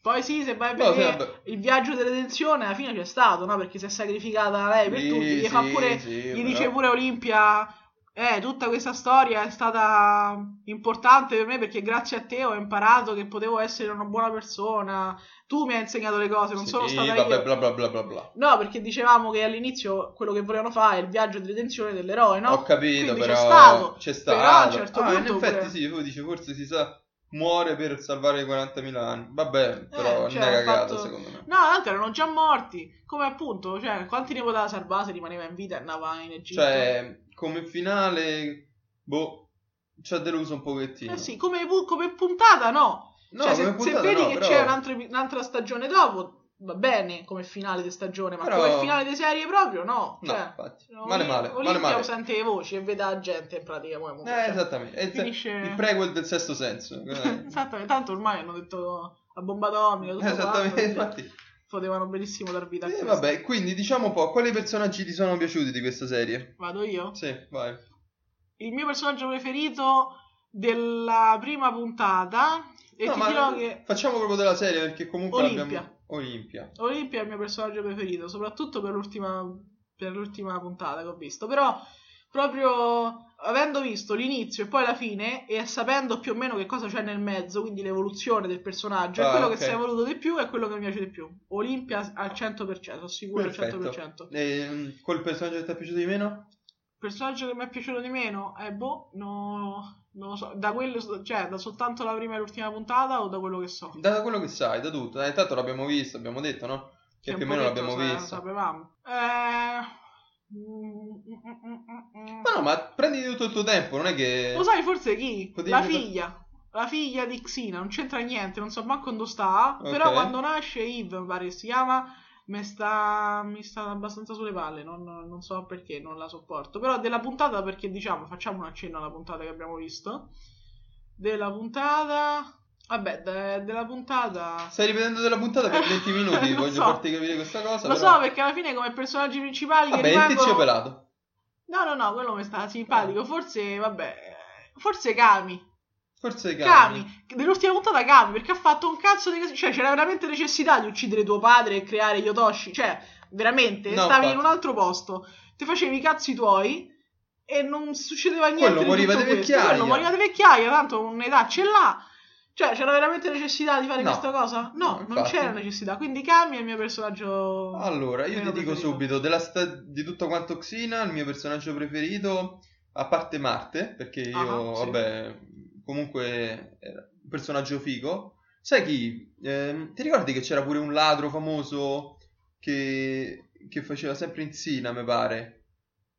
S2: Poi sì, se vai a
S1: No, sì,
S2: vedere
S1: vabbè.
S2: il viaggio della detenzione, alla fine c'è stato, no? Perché si è sacrificata lei Eh, per
S1: Sì,
S2: tutti. Gli, fa
S1: sì,
S2: pure,
S1: sì,
S2: gli
S1: però-
S2: dice pure Olimpia. Eh, tutta questa storia è stata importante per me perché grazie a te ho imparato che potevo essere una buona persona. Tu mi hai insegnato le cose, non
S1: Sì,
S2: sono stata
S1: vabbè,
S2: io.
S1: bla bla bla bla bla.
S2: No, perché dicevamo che all'inizio quello che volevano fare è il viaggio di detenzione dell'eroe, no?
S1: Ho capito,
S2: Quindi
S1: però
S2: c'è stato.
S1: c'è
S2: Però a un
S1: stato.
S2: certo
S1: ah, in
S2: punto
S1: effetti
S2: pure-
S1: sì, tu dici forse si sa muore per salvare i 40.000 anni. Vabbè, però
S2: cioè,
S1: non è cagata
S2: fatto-
S1: secondo me.
S2: No, tanto erano già morti. Come appunto, cioè, quanti ne poteva salvare se rimaneva in vita e andava in Egitto?
S1: Cioè, come finale boh, ci ha deluso un pochettino.
S2: Eh sì, come, pu- come puntata no.
S1: No,
S2: cioè, se,
S1: come puntata
S2: se vedi
S1: no,
S2: che
S1: però-
S2: c'è un altro epi- un'altra stagione dopo, va bene come finale di stagione, ma
S1: Però-
S2: come finale di serie proprio no.
S1: No,
S2: Cioè,
S1: infatti.
S2: no,
S1: Male male,
S2: Olimpia
S1: male male.
S2: sente le voci e vede la gente in pratica. Poi,
S1: Eh, esattamente. È il, se-
S2: Cioè, Finisce-
S1: il prequel del sesto senso. Eh,
S2: Esattamente, tanto ormai hanno detto la bomba atomica, tutto
S1: eh, Esattamente,
S2: quanto, cioè,
S1: infatti.
S2: potevano benissimo dar vita a
S1: Eh,
S2: questo.
S1: vabbè, quindi diciamo un po', quali personaggi ti sono piaciuti di questa serie?
S2: Vado io.
S1: Sì, vai.
S2: Il mio personaggio preferito della prima puntata e
S1: No,
S2: ti
S1: ma
S2: dirò che
S1: Facciamo proprio della serie perché comunque
S2: Olimpia.
S1: abbiamo Olimpia.
S2: Olimpia è il mio personaggio preferito, soprattutto per l'ultima, per l'ultima puntata che ho visto, però proprio avendo visto l'inizio e poi la fine e sapendo più o meno che cosa c'è nel mezzo, quindi l'evoluzione del personaggio,
S1: Ah,
S2: è quello
S1: ok.
S2: che si è evoluto di più e quello che mi piace di più. Olimpia al 100%, sono sicuro
S1: Perfetto.
S2: al 100%.
S1: Ehm, quel personaggio che ti è piaciuto di meno?
S2: personaggio che mi è piaciuto di meno è boh, no, non lo so, da quello, cioè da soltanto la prima e l'ultima puntata o da quello che so.
S1: Da quello che sai, da tutto. Eh, intanto l'abbiamo visto, abbiamo detto, no? Che,
S2: un
S1: più o meno
S2: pochetto
S1: l'abbiamo
S2: sa-
S1: visto.
S2: Sapevamo. Eh... mm, mm, mm, mm, mm.
S1: Ma no, ma prendi tutto il tuo tempo, non è che...
S2: Lo sai forse chi?
S1: Potevi-
S2: La figlia. La figlia di Xina, non c'entra niente, non so manco dove sta,
S1: Ok.
S2: però quando nasce Yves, mi pare che si chiama, mi sta, mi sta abbastanza sulle palle, non, non so perché, non la sopporto. Però della puntata, perché diciamo, facciamo un accenno alla puntata che abbiamo visto. Della puntata... Vabbè, de- della puntata...
S1: Stai ripetendo della puntata per 20 minuti,
S2: Lo
S1: voglio
S2: so.
S1: farti capire questa cosa.
S2: Lo
S1: però-
S2: so perché alla fine come personaggi principali
S1: Vabbè,
S2: che
S1: il tizio
S2: rimangono...
S1: pelato.
S2: No, no, no, quello mi sta simpatico, forse, vabbè, forse Kami.
S1: Forse Kami.
S2: Kami, nell'ultima puntata Kami, perché ha fatto un cazzo di... Cioè, c'era veramente necessità di uccidere tuo padre e creare Yotoshi. Cioè, veramente,
S1: No,
S2: stavi
S1: infatti.
S2: in un altro posto, ti facevi i cazzi tuoi e non succedeva niente
S1: Quello
S2: di
S1: moriva
S2: tutto
S1: di
S2: questo.
S1: vecchiaia.
S2: Quello moriva di vecchiaia, tanto un'età ce l'ha. Cioè, c'era veramente necessità di fare
S1: No.
S2: questa cosa?
S1: No,
S2: No, non
S1: infatti.
S2: c'era necessità. Quindi Kami è il mio personaggio...
S1: Allora, io
S2: meno
S1: ti dico
S2: preferito.
S1: subito, della sta- di tutto quanto Xina, il mio personaggio preferito, a parte Marte, perché io,
S2: Ah, sì.
S1: vabbè, comunque era un personaggio figo. Sai chi? Ehm, ti ricordi che c'era pure un ladro famoso che, che faceva sempre in Xina, mi pare?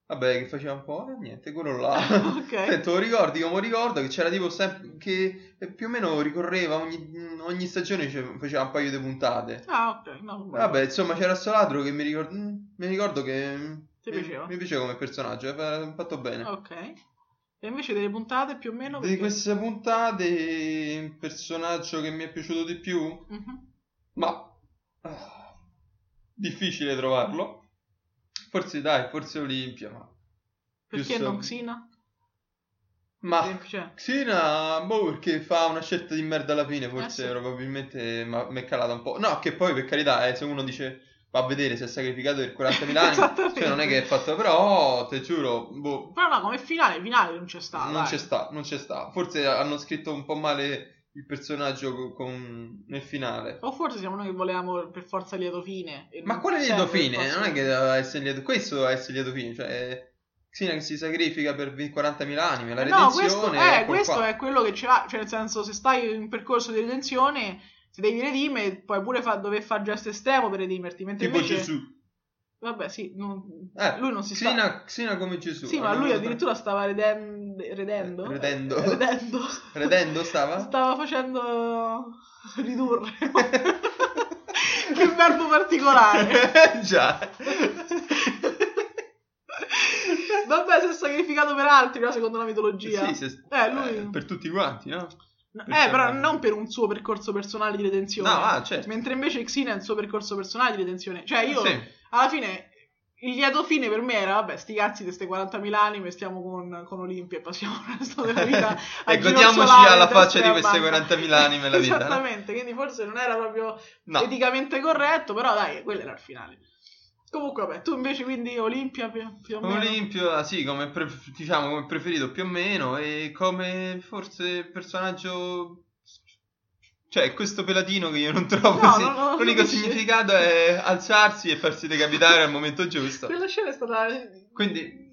S1: Vabbè, che faceva un po'? Eh, niente, quello là. Ho
S2: Ah, ok.
S1: detto, ricordi come ricordo che c'era tipo sempre che più o meno ricorreva ogni, ogni stagione cioè, faceva un paio di puntate.
S2: Ah, ok. No, vabbè.
S1: Vabbè, insomma, c'era sto ladro che mi ricordo, mi ricordo che
S2: Ti
S1: mi,
S2: piaceva?
S1: mi piaceva come personaggio, eh, ha fatto bene.
S2: Ok. E invece delle puntate più o meno...
S1: Di
S2: perché-
S1: queste puntate, il personaggio che mi è piaciuto di più,
S2: Mhm.
S1: ma ah, difficile trovarlo. Forse dai, forse Olimpia, ma
S2: Perché
S1: Giusto. Ah.
S2: non Xina?
S1: ma
S2: Cioè,
S1: Xena, boh, perché fa una scelta di merda alla fine, forse
S2: Eh sì.
S1: probabilmente ma- mi è calata un po'. No, che poi per carità, eh, se uno dice va a vedere se è sacrificato per 40.000 anni,
S2: Esattamente.
S1: cioè non è che è fatto, però te giuro, boh,
S2: Però no, come finale, finale non c'è stato.
S1: Eh, non ci sta, non ci sta. Forse hanno scritto un po' male il personaggio co- con- nel finale.
S2: O forse siamo noi che volevamo per forza lieto fine. e
S1: Ma
S2: non
S1: quale lieto
S2: serve il
S1: fine?
S2: prossimo-
S1: Non è che doveva essere lieto, questo deve essere lieto fine, cioè Xena che si sacrifica per 40.000 anime, la
S2: No, questo,
S1: redenzione...
S2: eh,
S1: eccolo
S2: questo
S1: qua.
S2: è quello che ce l'ha. Cioè, nel senso, se stai in percorso di redenzione, ti devi redime, puoi pure fa- dover fare gesto estremo per redimerti. Mentre
S1: Tipo
S2: invece...
S1: Gesù.
S2: Vabbè, sì, non-
S1: Eh,
S2: lui non si sta.
S1: Xena, Xena come Gesù.
S2: Sì, ma
S1: Allora,
S2: lui addirittura stava reden- redendo.
S1: Eh, redendo.
S2: Eh, Redendo.
S1: Redendo stava?
S2: Stava facendo ridurre. che verbo particolare.
S1: Già.
S2: Vabbè, si è sacrificato per altri, no? secondo la mitologia.
S1: Sì, se-
S2: Eh, lui-
S1: eh, per tutti quanti, no?
S2: No,
S1: per
S2: eh, però
S1: salvarlo.
S2: non per un suo percorso personale di redenzione.
S1: No, ah, certo.
S2: Mentre invece Xena è il suo percorso personale di redenzione. Cioè, io
S1: Sì.
S2: alla fine. Il lieto fine per me era, vabbè, sti cazzi di ste 40.000 anime, stiamo con, con Olimpia e passiamo il resto della vita a
S1: e godiamoci
S2: ginosolare
S1: alla
S2: in testa
S1: faccia di
S2: alla
S1: queste
S2: banca.
S1: 40.000 anime la vita. no?
S2: Esattamente, quindi forse non era proprio
S1: No.
S2: eticamente corretto, però dai, quello era il finale. Comunque, vabbè, tu invece quindi Olimpia più, più o meno.
S1: Olimpio, ah, sì, come, pre- diciamo, come preferito più o meno e come forse personaggio... Cioè, questo pelatino che io non trovo...
S2: No,
S1: sì.
S2: non- non-
S1: L'unico
S2: non c'è.
S1: significato è alzarsi e farsi decapitare al momento giusto.
S2: Quella scena è stata
S1: Quindi,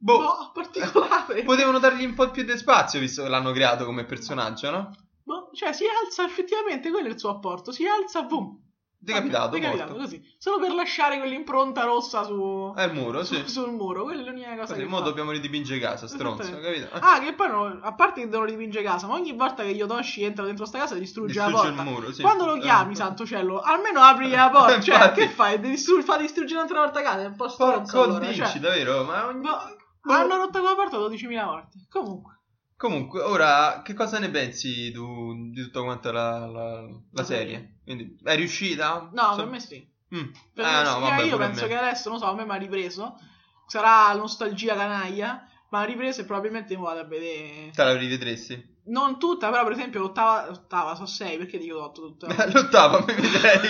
S1: boh.
S2: No, particolare.
S1: Potevano dargli un po' più di spazio, visto che l'hanno creato come personaggio, no?
S2: Boh, cioè, si alza effettivamente, quello è il suo apporto. Si alza, boom.
S1: Decapitato,
S2: Decapitato,
S1: morto.
S2: così. Solo per lasciare quell'impronta rossa su,
S1: È il muro, sì.
S2: su- sul muro. Quella è l'unica cosa
S1: Infatti,
S2: che
S1: mo
S2: fa.
S1: dobbiamo ridipingere casa, stronzo,
S2: Esattamente.
S1: capito?
S2: Ah, che poi non- a parte che devono dipinge casa, ma ogni volta che Yotoshi entra dentro sta casa distrugge, la
S1: Distrugge
S2: porta.
S1: il muro, sì.
S2: Quando lo chiami,
S1: Eh,
S2: santo cielo, almeno apri la porta. cioè,
S1: Infatti.
S2: che fai? Devi distru- fa distruggere un'altra volta casa? È un po' stronzo.
S1: Porco
S2: Allora,
S1: dici,
S2: cioè,
S1: davvero, ma ogni...
S2: boh, hanno rotto quella porta 12.000 volte. Comunque,
S1: Comunque, ora, che cosa ne pensi tu di tutta quanta la, la- la
S2: La serie.
S1: serie? Quindi, è riuscita?
S2: no,
S1: So-
S2: per me sì.
S1: Mm.
S2: Per
S1: Ah,
S2: me
S1: no,
S2: sì.
S1: vabbè,
S2: io
S1: pure a
S2: penso
S1: me.
S2: che adesso, non so, a me mi ha ripreso. Sarà nostalgia canaglia, ma riprese probabilmente mi vado a vedere.
S1: Te la rivedresti?
S2: Non tutta, però per esempio l'ottava, l'ottava so 6, perché dico 8 tutta?
S1: L'ottava, mi vedrei.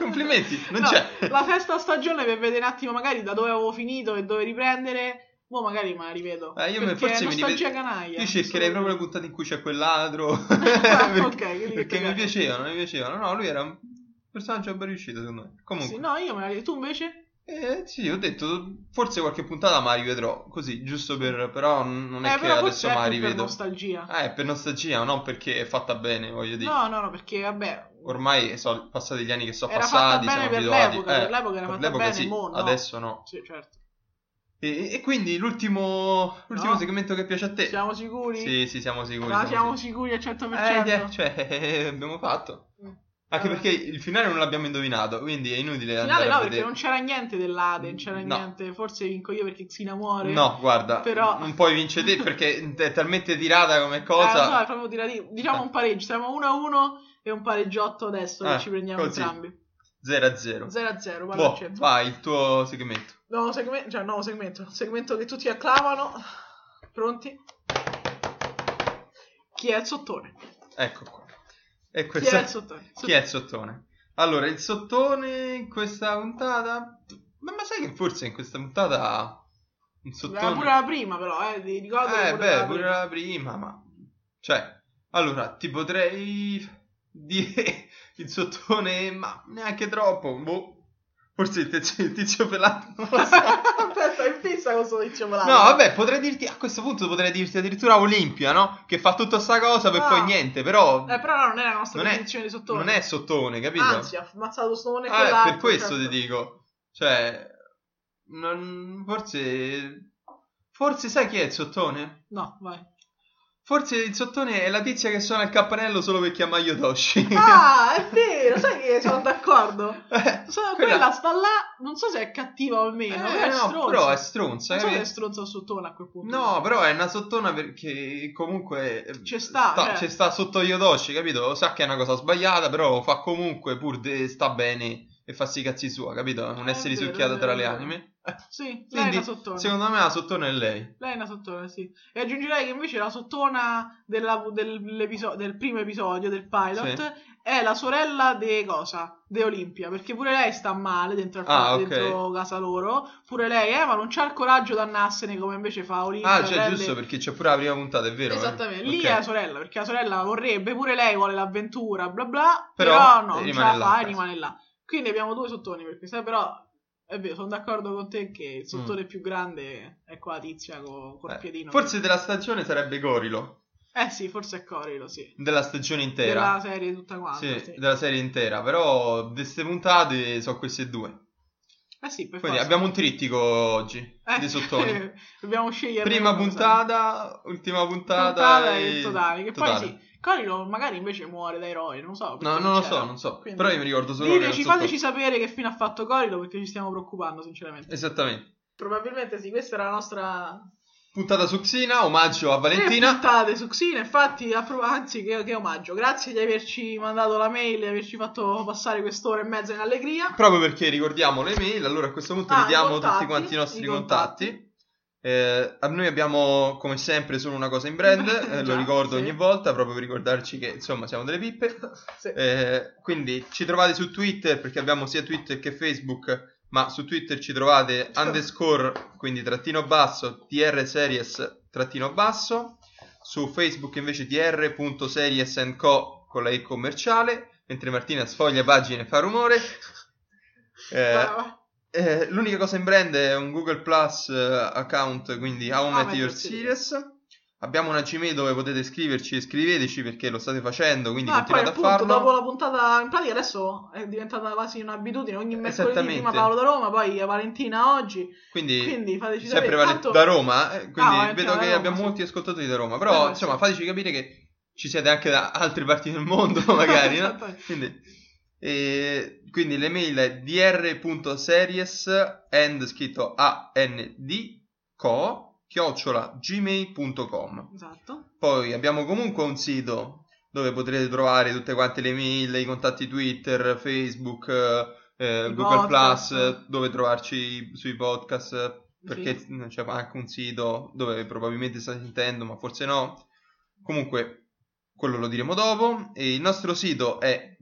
S1: Complimenti, non
S2: No,
S1: c'è.
S2: La sesta stagione per vedere un attimo magari da dove avevo finito e dove riprendere. Mo magari me la rivedo.
S1: Eh, io me-
S2: perché
S1: forse
S2: è
S1: mi
S2: nostalgia
S1: rivedo-
S2: canaglia.
S1: Io cercherei proprio la puntata in cui c'è quel ladro.
S2: Ah,
S1: perché
S2: ok, quindi
S1: perché
S2: che
S1: mi
S2: cagate.
S1: piacevano, mi piacevano. No, lui era un personaggio ben riuscito, secondo me. Comunque,
S2: Sì, no, io me la rivedo. Tu invece?
S1: eh, sì, ho detto, forse qualche puntata ma la rivedrò. Così, giusto per. Però n- non è
S2: eh,
S1: che
S2: però
S1: adesso
S2: forse
S1: ma
S2: è
S1: la
S2: più per
S1: rivedo.
S2: nostalgia.
S1: Ah, è per nostalgia, non perché è fatta bene, voglio dire.
S2: no, no, no, perché vabbè.
S1: Ormai sono passati gli anni che sono
S2: Era
S1: passati,
S2: fatta bene
S1: siamo
S2: per
S1: abituati.
S2: l'epoca,
S1: Eh,
S2: per l'epoca era
S1: per
S2: fatta
S1: l'epoca
S2: bene,
S1: sì,
S2: mo no.
S1: adesso no.
S2: Sì, certo.
S1: E, e quindi l'ultimo, l'ultimo
S2: No.
S1: segmento che piace a te.
S2: Siamo sicuri?
S1: Sì, sì, siamo sicuri.
S2: Ma siamo
S1: sicuri.
S2: sicuri al 100%?
S1: Eh, dai, cioè, abbiamo fatto.
S2: Mm.
S1: Anche
S2: Vabbè.
S1: perché il finale non l'abbiamo indovinato, quindi è
S2: Finale
S1: inutile andare
S2: no,
S1: a
S2: perché
S1: vedere.
S2: non c'era niente dell'Aden, c'era
S1: No.
S2: niente. Forse vinco io perché Xina muore.
S1: No, guarda,
S2: Però-
S1: non puoi vincere te perché è talmente tirata come
S2: Eh, lo so,
S1: cosa.
S2: è proprio tirati- Diciamo un pareggio, siamo 1-1 e un pareggiotto adesso
S1: Eh,
S2: che ci prendiamo
S1: così.
S2: entrambi.
S1: 0-0.
S2: 0-0, guarda cioè,
S1: Boh,
S2: c'è.
S1: vai, il tuo segmento.
S2: Nuovo segmento, cioè nuovo segmento, un segmento che tutti acclamano. Pronti? Chi è il sottone?
S1: Ecco qua. E
S2: Chi
S1: questo...
S2: è il sottone?
S1: Chi è il sottone? Allora, il sottone in questa puntata... Ma, ma sai che forse in questa puntata... Un sottone...
S2: Era pure la prima però, eh, ti ricordo che
S1: Eh,
S2: pure
S1: beh,
S2: la
S1: pure
S2: prima.
S1: la prima, ma... Cioè, allora, ti potrei dire il sottone, ma neanche troppo, boh. Forse il tizio, il tizio pelato, non lo so.
S2: Beh, stai in fissa con questo tizio malato.
S1: No, vabbè, potrei dirti, a questo punto potrei dirti addirittura Olimpia, no? Che fa tutta sta cosa per
S2: Ah.
S1: poi niente, però
S2: Eh, però non è la nostra
S1: Non è-
S2: definizione di sottone.
S1: non è sottone, capito?
S2: Anzi, ha ammazzato sottone certo. e
S1: Ah,
S2: quell'altro.
S1: per questo
S2: certo.
S1: ti dico. Cioè, non- forse Forse sai chi è il sottone?
S2: No, vai.
S1: Forse il sottone è la tizia che suona il campanello solo per chiamare Yotoshi.
S2: Ah, è vero, sai che sono d'accordo.
S1: Eh,
S2: Sono-
S1: quella-
S2: quella... sta là, non so se è cattiva o meno,
S1: eh,
S2: è
S1: no,
S2: stronza.
S1: però è stronza.
S2: Non so se è
S1: capito?
S2: stronza o sottona a quel punto.
S1: No, però è una sottona perché comunque eh,
S2: Ci sta, cioè.
S1: ci sta sotto Yodoshi, capito? Sa che è una cosa sbagliata, però fa comunque pur de- sta bene e fa sti cazzi sua, capito? Non
S2: Eh,
S1: essere
S2: è vero,
S1: risucchiata
S2: è
S1: tra le
S2: vero.
S1: anime. Eh,
S2: Sì, lei è
S1: Quindi,
S2: una sottona.
S1: secondo me la sottona è lei.
S2: Lei è una sottona, sì. E aggiungerei che invece la sottona della- dell'episo- del primo episodio del pilot è la sorella di cosa? De Olimpia, perché pure lei sta male dentro, al
S1: Ah, ok.
S2: dentro casa loro, pure lei, eh, ma non c'ha il coraggio di annarsene come invece fa Olimpia.
S1: Ah, cioè,
S2: prende-
S1: giusto perché c'è pure la prima puntata, è vero? eh?
S2: Esattamente,
S1: Ok.
S2: lì è la sorella, perché la sorella vorrebbe, pure lei vuole l'avventura, bla bla,
S1: Però
S2: però, no, non ce
S1: rimane
S2: la
S1: là a
S2: fa e
S1: casa.
S2: rimane là. Quindi abbiamo due sottoni per questa, però è vero, sono d'accordo con te che il sottone più grande è qua tizia co- col
S1: Mm. Eh,
S2: piedino.
S1: Forse della stagione sarebbe Gorilo,
S2: Eh sì, forse è Corilo, sì.
S1: della stagione
S2: Della
S1: intera.
S2: serie tutta quanta.
S1: Sì,
S2: sì.
S1: della serie intera, però di queste puntate sono queste due.
S2: Eh sì, per
S1: Quindi
S2: forza.
S1: abbiamo un trittico oggi
S2: Eh,
S1: di sottoni.
S2: Dobbiamo scegliere.
S1: Prima
S2: una cosa.
S1: puntata, ultima puntata,
S2: puntata e il totale. Che
S1: totale.
S2: poi sì, Corilo magari invece muore da eroe, non so. perché
S1: No, non lo
S2: c'era.
S1: so, non so.
S2: Quindi-
S1: Però io mi ricordo solo che
S2: Diteci,
S1: non so
S2: fateci sapere che fine ha fatto Corilo perché ci stiamo preoccupando, sinceramente.
S1: cosa. Esattamente.
S2: Probabilmente sì, questa era la nostra
S1: Puntata su Xina, omaggio a
S2: Tre
S1: Valentina.
S2: puntate su Xina, infatti, appro- anzi che, che omaggio. Grazie di averci mandato la mail e averci fatto passare quest'ora e mezza in allegria.
S1: Proprio perché ricordiamo le mail, allora a questo punto
S2: Ah, i
S1: ridiamo tutti
S2: contatti,
S1: quanti i nostri
S2: i
S1: contatti.
S2: contatti.
S1: Eh, a- noi abbiamo come sempre solo una cosa in brand, eh, lo
S2: Già,
S1: ricordo
S2: sì.
S1: ogni volta proprio per ricordarci che insomma siamo delle pippe.
S2: Sì.
S1: Eh, quindi ci trovate su Twitter perché abbiamo sia Twitter che Facebook, ma su Twitter ci trovate underscore, quindi trattino basso, tr series trattino basso, su Facebook invece tr.series&co con la e commerciale, mentre Martina sfoglia pagine e fa rumore. Eh,
S2: Brava.
S1: eh, l'unica cosa in brand è un Google Plus eh, account, quindi How I
S2: Ah,
S1: Met Your Series. Abbiamo una Gmail dove potete scriverci e scriveteci perché lo state facendo, quindi
S2: No, e Ah, poi
S1: continuate a
S2: appunto
S1: farlo.
S2: dopo la puntata, in pratica adesso è diventata quasi un'abitudine, ogni mercoledì
S1: Eh, Esattamente.
S2: prima Paolo da Roma, poi Valentina oggi,
S1: Quindi,
S2: quindi fateci
S1: sempre
S2: sapere.
S1: vale-
S2: Tanto-
S1: da Roma, eh, quindi
S2: Ah, anche
S1: vedo
S2: da
S1: che
S2: Roma,
S1: abbiamo
S2: sì.
S1: molti ascoltatori da Roma,
S2: Eh,
S1: però
S2: beh,
S1: insomma
S2: sì.
S1: fateci capire che ci siete anche da altre parti del mondo magari, no?
S2: Esattamente.
S1: Quindi, eh, quindi l'email è dr.series and scritto and co chiocciola gmail.com
S2: Esatto.
S1: poi abbiamo comunque un sito dove potrete trovare tutte quante le mail, i contatti Twitter, Facebook, eh,
S2: I
S1: Google
S2: podcast.
S1: Plus, eh, dove trovarci sui podcast, eh, perché
S2: Sì.
S1: mm, c'è anche un sito dove probabilmente state sentendo, ma forse no. Comunque, quello lo diremo dopo. E il nostro sito è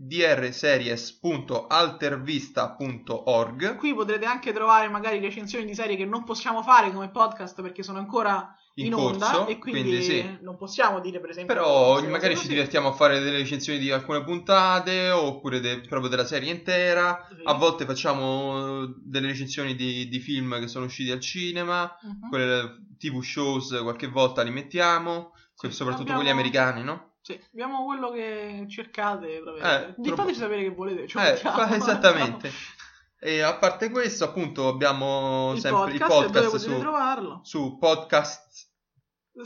S1: drseries.altervista.org.
S2: Qui potrete anche trovare magari recensioni di serie che non possiamo fare come podcast perché sono ancora in, onda
S1: corso,
S2: e quindi,
S1: sì.
S2: non possiamo dire per esempio
S1: Però
S2: queste
S1: magari
S2: cose
S1: ci divertiamo a fare delle recensioni di alcune puntate oppure de- proprio della serie intera.
S2: così.
S1: A volte facciamo eh, delle recensioni di, di film che sono usciti al cinema,
S2: Mhm.
S1: quelle TV shows qualche volta li mettiamo, que- soprattutto
S2: abbiamo-
S1: quelli americani, no?
S2: Sì, abbiamo quello che cercate
S1: Eh,
S2: proprio. Di-
S1: prob-
S2: fateci sapere che volete ci
S1: Eh,
S2: offriamo.
S1: fa- esattamente. E a parte questo, appunto, abbiamo
S2: il
S1: sempre
S2: podcast,
S1: il
S2: dove
S1: podcast
S2: potete
S1: su,
S2: trovarlo
S1: su podcast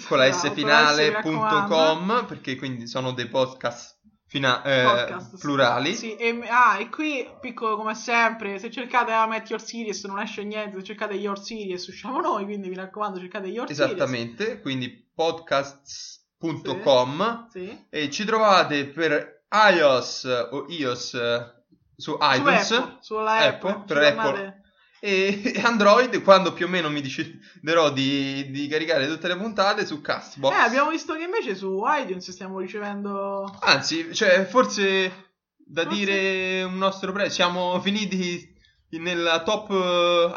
S1: con la S
S2: eh.
S1: finale.com, perché quindi sono dei podcast fina- eh,
S2: Podcast, sì.
S1: plurali.
S2: Sì, e, ah, e qui, piccolo come sempre, se cercate ah, Met Your Series non esce niente, se cercate Your Series usciamo noi, quindi mi raccomando cercate Your
S1: Esattamente, quindi podcasts.com.
S2: Series. Sì.
S1: E ci trovate per iOS o iOS eh, su iTunes
S2: Su Apple, sulla Apple,
S1: Apple,
S2: ci
S1: per
S2: tornate-
S1: e e Android quando più o meno mi deciderò di, di caricare tutte le puntate su Castbox.
S2: Eh, abbiamo visto che invece su iTunes stiamo ricevendo
S1: Anzi, cioè, forse da
S2: Forse-
S1: dire un nostro prezzo, siamo finiti nella top eh,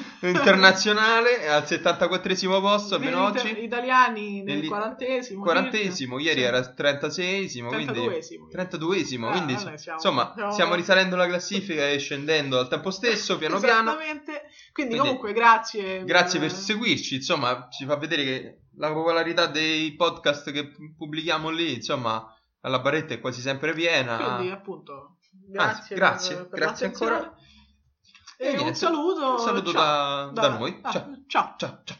S1: 100 internazionale al 74esimo posto,
S2: degli
S1: meno
S2: ita-
S1: oggi.
S2: italiani nel
S1: Degli-
S2: quarantesimo.
S1: Quarantesimo, ieri
S2: Sì.
S1: era 36esimo, quindi...
S2: Trentaduesimo.
S1: 32esimo,
S2: Ah,
S1: quindi
S2: vabbè, siamo-
S1: insomma
S2: siamo-
S1: stiamo risalendo la classifica e scendendo al tempo stesso, piano piano.
S2: Esattamente. Quindi,
S1: Quindi,
S2: comunque grazie.
S1: Grazie per seguirci, insomma ci fa vedere che la popolarità dei podcast che pubblichiamo lì, insomma alla baretta è quasi sempre piena.
S2: Quindi appunto grazie, per-
S1: grazie,
S2: per,
S1: grazie
S2: l'attenzione.
S1: ancora.
S2: E, eh, un
S1: niente,
S2: saluto.
S1: un saluto
S2: ciao.
S1: da, da noi.
S2: ah,
S1: Ciao,
S2: ciao.
S1: ciao, ciao.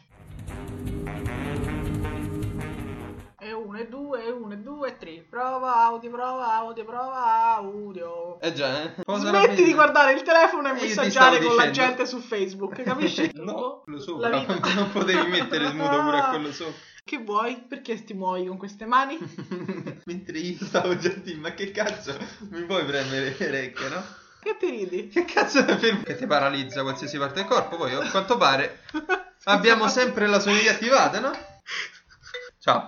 S2: 3. Prova audio, prova audio, prova audio.
S1: Eh già, eh.
S2: Smetti di guardare
S1: guardare
S2: il telefono e
S1: Eh, io ti
S2: messaggiare
S1: stavo
S2: con la
S1: dicendo.
S2: gente su Facebook, capisci?
S1: No, lo so,
S2: La
S1: però
S2: vita.
S1: non potevi mettere il muto pure a quello sopra.
S2: Che vuoi? Perché ti muovi con queste mani?
S1: Mentre io stavo già a dire, ma che cazzo mi puoi premere le orecchie, no?
S2: Che ti ridi?
S1: Che cazzo è fermo? Che ti paralizza qualsiasi parte del corpo, poi a quanto pare abbiamo sempre la sonorità attivata, no? Ciao.